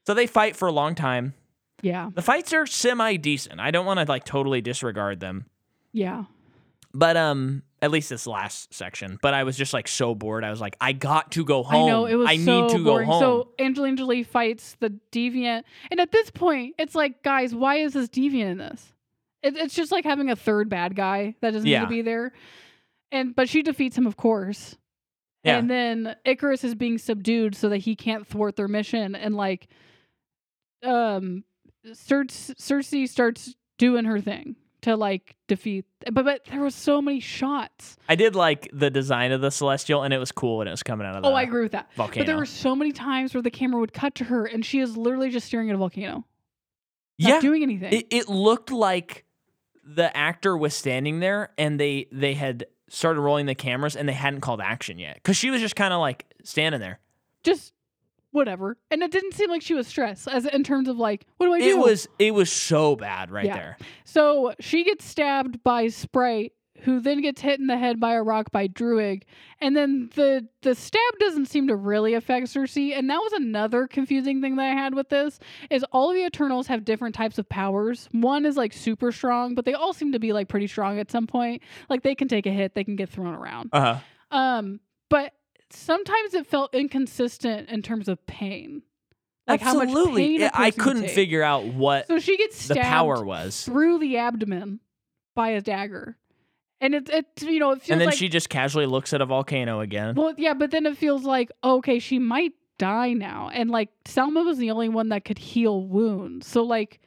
[SPEAKER 1] So they fight for a long time.
[SPEAKER 2] Yeah,
[SPEAKER 1] The fights are semi decent. I don't want to like totally disregard them.
[SPEAKER 2] yeah.
[SPEAKER 1] But um at least this last section. But I was just like so bored. I was like, I got to go home.
[SPEAKER 2] I know it was
[SPEAKER 1] I
[SPEAKER 2] so
[SPEAKER 1] need to
[SPEAKER 2] boring.
[SPEAKER 1] go home.
[SPEAKER 2] So Angelina Jolie fights the deviant, and at this point, it's like, guys, why is this deviant in this? It, it's just like having a third bad guy that doesn't need
[SPEAKER 1] Yeah.
[SPEAKER 2] to be there. And but she defeats him, of course.
[SPEAKER 1] yeah.
[SPEAKER 2] And then Icarus is being subdued so that he can't thwart their mission, and like, um, Cer- Cersei starts doing her thing to like defeat. But but there was so many shots.
[SPEAKER 1] I did like the design of the celestial and it was cool when it was coming out of the
[SPEAKER 2] Oh, I agree with that.
[SPEAKER 1] volcano.
[SPEAKER 2] But there were so many times where the camera would cut to her and she is literally just staring at a volcano, not
[SPEAKER 1] yeah.
[SPEAKER 2] doing anything.
[SPEAKER 1] It, it looked like the actor was standing there and they they had started rolling the cameras and they hadn't called action yet because she was just kind of like standing there.
[SPEAKER 2] just whatever. And it didn't seem like she was stressed as in terms of like, what do I do?
[SPEAKER 1] It was it was so bad right
[SPEAKER 2] Oh, Yeah.
[SPEAKER 1] there.
[SPEAKER 2] so she gets stabbed by Sprite, who then gets hit in the head by a rock by Druig, and then the the stab doesn't seem to really affect Cersei. And that was another confusing thing that I had with this is all of the Eternals have different types of powers. One is like super strong, but they all seem to be like pretty strong at some point. Like they can take a hit, they can get thrown around.
[SPEAKER 1] Uh huh.
[SPEAKER 2] Um, but sometimes it felt inconsistent in terms of pain. Like how much pain a
[SPEAKER 1] I
[SPEAKER 2] person would
[SPEAKER 1] couldn't
[SPEAKER 2] take.
[SPEAKER 1] figure out what
[SPEAKER 2] So she gets
[SPEAKER 1] the
[SPEAKER 2] stabbed
[SPEAKER 1] power was,
[SPEAKER 2] through the abdomen by a dagger, and it, it you know it feels
[SPEAKER 1] and then
[SPEAKER 2] like
[SPEAKER 1] she just casually looks at a volcano again.
[SPEAKER 2] well yeah, but then it feels like okay she might die now, and like Selma was the only one that could heal wounds, so like.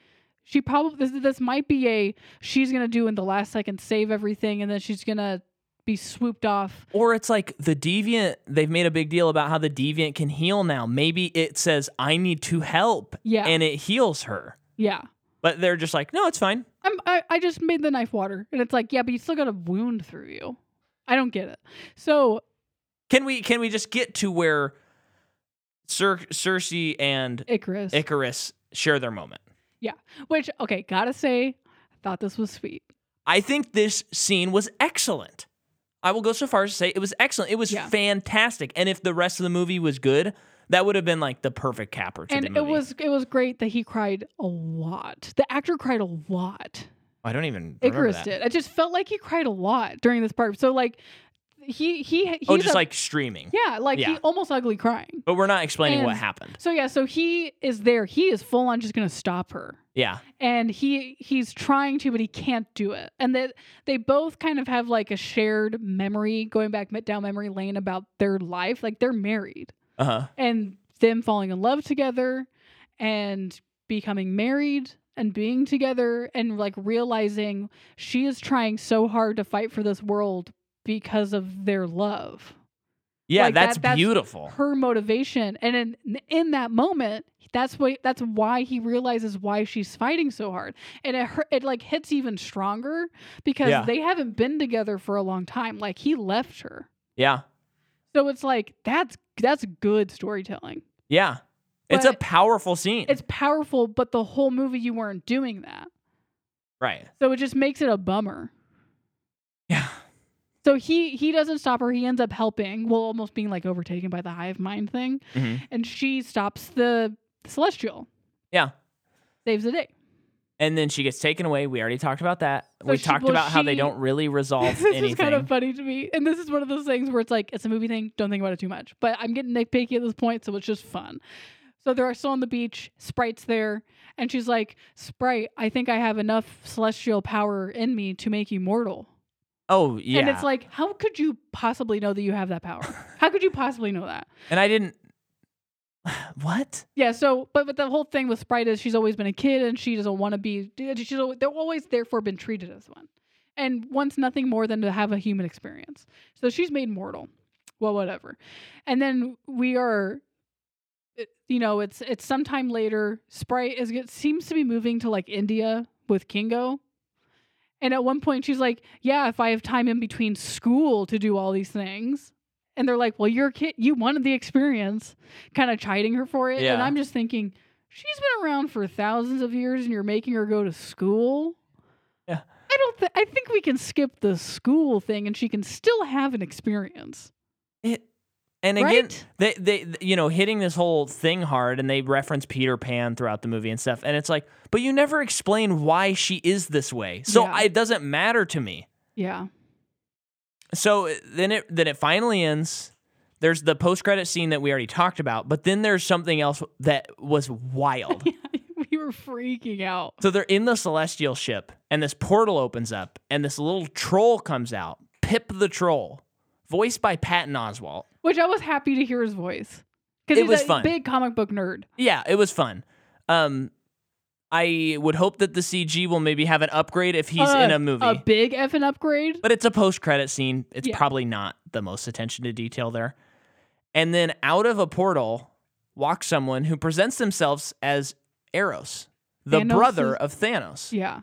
[SPEAKER 2] She probably this, this might be a she's gonna do in the last second save everything and then she's gonna be swooped off
[SPEAKER 1] or it's like the deviant. They've made a big deal about how the deviant can heal now. Maybe it says I need to help,
[SPEAKER 2] yeah
[SPEAKER 1] and it heals her.
[SPEAKER 2] yeah
[SPEAKER 1] But they're just like, no, it's fine.
[SPEAKER 2] I'm, I, I just made the knife water. And it's like, yeah, but you still got a wound through you. I don't get it. So,
[SPEAKER 1] Can we can we just get to where Cer- Cersei and
[SPEAKER 2] Icarus,
[SPEAKER 1] Icarus share their moment?
[SPEAKER 2] which, okay, gotta say, I thought this was sweet.
[SPEAKER 1] I think this scene was excellent. I will go so far as to say it was excellent. It was
[SPEAKER 2] Yeah.
[SPEAKER 1] fantastic. And if the rest of the movie was good, that would have been like the perfect capper to
[SPEAKER 2] and
[SPEAKER 1] the movie.
[SPEAKER 2] it was it was great that he cried a lot. The actor cried a lot.
[SPEAKER 1] I don't even remember
[SPEAKER 2] Icarus
[SPEAKER 1] that.
[SPEAKER 2] did. I just felt like he cried a lot during this part. So, like, he he he's
[SPEAKER 1] oh, just
[SPEAKER 2] a-
[SPEAKER 1] like streaming.
[SPEAKER 2] yeah, like
[SPEAKER 1] yeah.
[SPEAKER 2] he almost ugly crying.
[SPEAKER 1] But we're not explaining what
[SPEAKER 2] And-
[SPEAKER 1] happened.
[SPEAKER 2] So yeah, so he is there. He is full on just gonna stop her.
[SPEAKER 1] Yeah.
[SPEAKER 2] and he he's trying to but he can't do it and that they both kind of have like a shared memory going back me- down memory lane about their life like they're married
[SPEAKER 1] Uh huh.
[SPEAKER 2] and them falling in love together and becoming married and being together and like realizing she is trying so hard to fight for this world because of their love
[SPEAKER 1] Yeah,
[SPEAKER 2] Like, that-
[SPEAKER 1] that's,
[SPEAKER 2] that's
[SPEAKER 1] beautiful.
[SPEAKER 2] her motivation and in in that moment that's what that's why he realizes why she's fighting so hard and it hurt, it like hits even stronger because
[SPEAKER 1] Yeah.
[SPEAKER 2] they haven't been together for a long time like he left her
[SPEAKER 1] yeah.
[SPEAKER 2] so it's like that's that's good storytelling
[SPEAKER 1] Yeah. It's a
[SPEAKER 2] But-
[SPEAKER 1] powerful scene.
[SPEAKER 2] it's powerful but the whole movie you weren't doing that
[SPEAKER 1] right.
[SPEAKER 2] so it just makes it a bummer
[SPEAKER 1] Yeah.
[SPEAKER 2] so he he doesn't stop her he ends up helping well almost being like overtaken by the hive mind thing
[SPEAKER 1] Mhm.
[SPEAKER 2] and she stops the celestial
[SPEAKER 1] Yeah.
[SPEAKER 2] saves the day
[SPEAKER 1] And then she gets taken away. We already talked about that.
[SPEAKER 2] So
[SPEAKER 1] we
[SPEAKER 2] she-
[SPEAKER 1] talked
[SPEAKER 2] well,
[SPEAKER 1] about how they
[SPEAKER 2] she-
[SPEAKER 1] don't really resolve
[SPEAKER 2] this
[SPEAKER 1] anything.
[SPEAKER 2] is kind of funny to me. And this is one of those things where it's like, it's a movie thing. Don't think about it too much. But I'm getting nitpicky at this point, so it's just fun. So they're still on the beach. Sprite's there. And she's like, Sprite, I think I have enough celestial power in me to make you mortal.
[SPEAKER 1] oh yeah.
[SPEAKER 2] And it's like, how could you possibly know that you have that power? how could you possibly know that?
[SPEAKER 1] And I didn't. what?
[SPEAKER 2] Yeah, so but but the whole thing with Sprite is she's always been a kid and she doesn't want to be she's always, they're always therefore been treated as one. And wants nothing more than to have a human experience. So she's made mortal. Well, whatever. And then we are it- you know, it's it's sometime later Sprite is it seems to be moving to like India with Kingo. And at one point she's like, "Yeah, if I have time in between school to do all these things." And they're like, "Well, you're a kid, you wanted the experience." Kind of chiding her for it. And
[SPEAKER 1] Yeah.
[SPEAKER 2] I'm just thinking, "She's been around for thousands of years and you're making her go to school?"
[SPEAKER 1] Yeah.
[SPEAKER 2] I don't th- I think we can skip the school thing and she can still have an experience.
[SPEAKER 1] It. And again,
[SPEAKER 2] right?
[SPEAKER 1] they, they th- you know hitting this whole thing hard, and they reference Peter Pan throughout the movie and stuff. And it's like, but you never explain why she is this way, so
[SPEAKER 2] Yeah.
[SPEAKER 1] I, it doesn't matter to me.
[SPEAKER 2] Yeah.
[SPEAKER 1] So uh, then it then it finally ends. There's the post credit scene that we already talked about, but then there's something else that was wild.
[SPEAKER 2] we were freaking out.
[SPEAKER 1] So they're in the celestial ship, and this portal opens up, and this little troll comes out. Pip the troll, voiced by Patton Oswalt.
[SPEAKER 2] Which I was happy to hear his voice. Because
[SPEAKER 1] It
[SPEAKER 2] he's
[SPEAKER 1] was
[SPEAKER 2] a
[SPEAKER 1] fun.
[SPEAKER 2] big comic book nerd.
[SPEAKER 1] Yeah, it was fun. Um, I would hope that the CG will maybe have an upgrade if he's
[SPEAKER 2] Uh,
[SPEAKER 1] in a movie.
[SPEAKER 2] A big effing upgrade.
[SPEAKER 1] but it's a post credit scene. It's
[SPEAKER 2] Yeah.
[SPEAKER 1] probably not the most attention to detail there. And then out of a portal walks someone who presents themselves as Eros, the
[SPEAKER 2] Thanos'
[SPEAKER 1] brother of Thanos.
[SPEAKER 2] Yeah.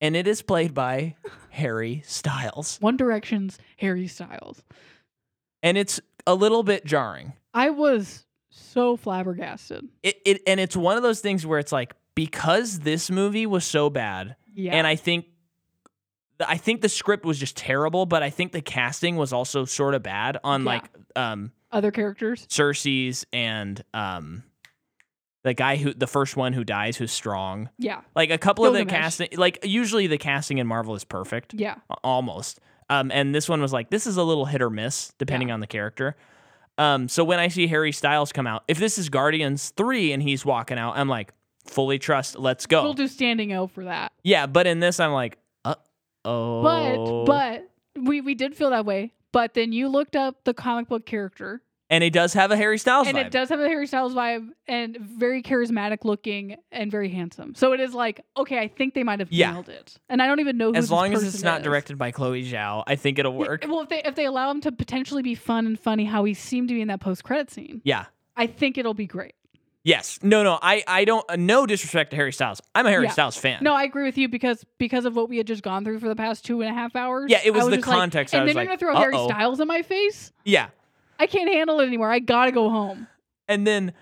[SPEAKER 1] And it is played by Harry Styles.
[SPEAKER 2] One Direction's Harry Styles.
[SPEAKER 1] And it's a little bit jarring.
[SPEAKER 2] I was so flabbergasted.
[SPEAKER 1] It, it and it's one of those things where it's like because this movie was so bad,
[SPEAKER 2] Yeah.
[SPEAKER 1] and I think I think the script was just terrible, but I think the casting was also sort of bad on
[SPEAKER 2] Yeah.
[SPEAKER 1] like um
[SPEAKER 2] Other characters.
[SPEAKER 1] Cersei's and um the guy who the first one who dies who's strong.
[SPEAKER 2] Yeah.
[SPEAKER 1] Like a couple of the
[SPEAKER 2] Gilgamesh.
[SPEAKER 1] casting like usually the casting in Marvel is perfect.
[SPEAKER 2] Yeah.
[SPEAKER 1] a- almost. Um and this one was like this is a little hit or miss depending on the character. Um so when I see Harry Styles come out, if this is Guardians 3 and he's walking out, I'm like fully trust, let's go.
[SPEAKER 2] We'll do standing O for that.
[SPEAKER 1] Yeah, but in this, I'm like, uh
[SPEAKER 2] But
[SPEAKER 1] oh.
[SPEAKER 2] but we, we did feel that way. But then you looked up the comic book character
[SPEAKER 1] and it does have a Harry Styles
[SPEAKER 2] and
[SPEAKER 1] vibe.
[SPEAKER 2] it does have a Harry Styles vibe and very charismatic looking and very handsome. So it is like, okay, I think they might have
[SPEAKER 1] Yeah.
[SPEAKER 2] nailed it. And I don't even know who
[SPEAKER 1] as
[SPEAKER 2] this
[SPEAKER 1] long as
[SPEAKER 2] person
[SPEAKER 1] it's not
[SPEAKER 2] is.
[SPEAKER 1] directed by Chloe Zhao, I think it'll work.
[SPEAKER 2] Well, if they if they allow him to potentially be fun and funny, how he seemed to be in that post credit scene,
[SPEAKER 1] yeah.
[SPEAKER 2] I think it'll be great.
[SPEAKER 1] Yes. No. No. I. I don't. uh, No disrespect to Harry Styles. I'm a Harry
[SPEAKER 2] Yeah.
[SPEAKER 1] Styles fan.
[SPEAKER 2] No, I agree with you because because of what we had just gone through for the past two and a half hours.
[SPEAKER 1] Yeah, it was
[SPEAKER 2] I
[SPEAKER 1] the
[SPEAKER 2] just like,
[SPEAKER 1] context. I
[SPEAKER 2] and
[SPEAKER 1] was
[SPEAKER 2] then
[SPEAKER 1] like,
[SPEAKER 2] you're gonna throw
[SPEAKER 1] "Uh-oh."
[SPEAKER 2] Harry Styles in my face.
[SPEAKER 1] Yeah.
[SPEAKER 2] I can't handle it anymore. I gotta go home.
[SPEAKER 1] And then,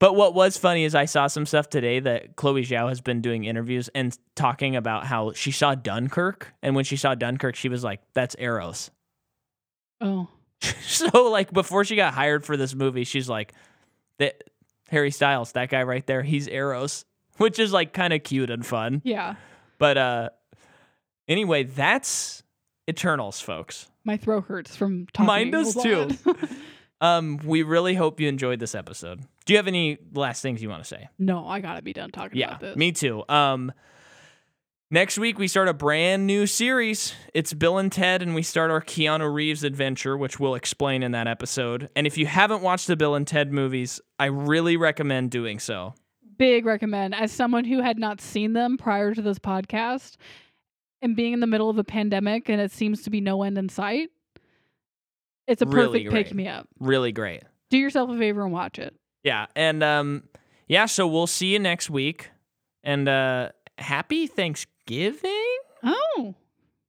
[SPEAKER 1] but what was funny is I saw some stuff today that Chloe Zhao has been doing interviews and talking about how she saw Dunkirk, and when she saw Dunkirk, she was like, "That's Eros."
[SPEAKER 2] Oh,
[SPEAKER 1] so like before she got hired for this movie, she's like, "That Harry Styles, that guy right there, he's Eros," which is like kind of cute and fun.
[SPEAKER 2] yeah.
[SPEAKER 1] But uh, anyway, that's Eternals, folks.
[SPEAKER 2] My throat hurts from talking.
[SPEAKER 1] Mine does
[SPEAKER 2] Hold
[SPEAKER 1] too.
[SPEAKER 2] on.
[SPEAKER 1] Um, we really hope you enjoyed this episode. Do you have any last things you want to say?
[SPEAKER 2] no, I gotta be done talking
[SPEAKER 1] Yeah,
[SPEAKER 2] about this.
[SPEAKER 1] me too. Um, next week we start a brand new series. It's Bill and Ted, and we start our Keanu Reeves adventure, which we'll explain in that episode. And if you haven't watched the Bill and Ted movies, I really recommend doing so.
[SPEAKER 2] Big recommend. As someone who had not seen them prior to this podcast, and being in the middle of a pandemic, and it seems to be no end in sight, it's a
[SPEAKER 1] Really
[SPEAKER 2] perfect
[SPEAKER 1] great.
[SPEAKER 2] pick me up.
[SPEAKER 1] Really great.
[SPEAKER 2] Do yourself a favor and watch it.
[SPEAKER 1] Yeah, and um, yeah. So we'll see you next week, and uh, happy Thanksgiving.
[SPEAKER 2] Oh,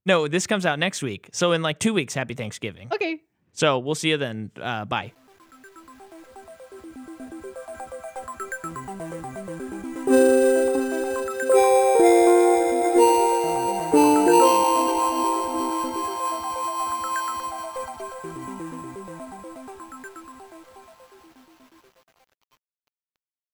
[SPEAKER 1] No, this comes out next week. So in like two weeks, happy Thanksgiving.
[SPEAKER 2] okay.
[SPEAKER 1] So we'll see you then. Uh, bye.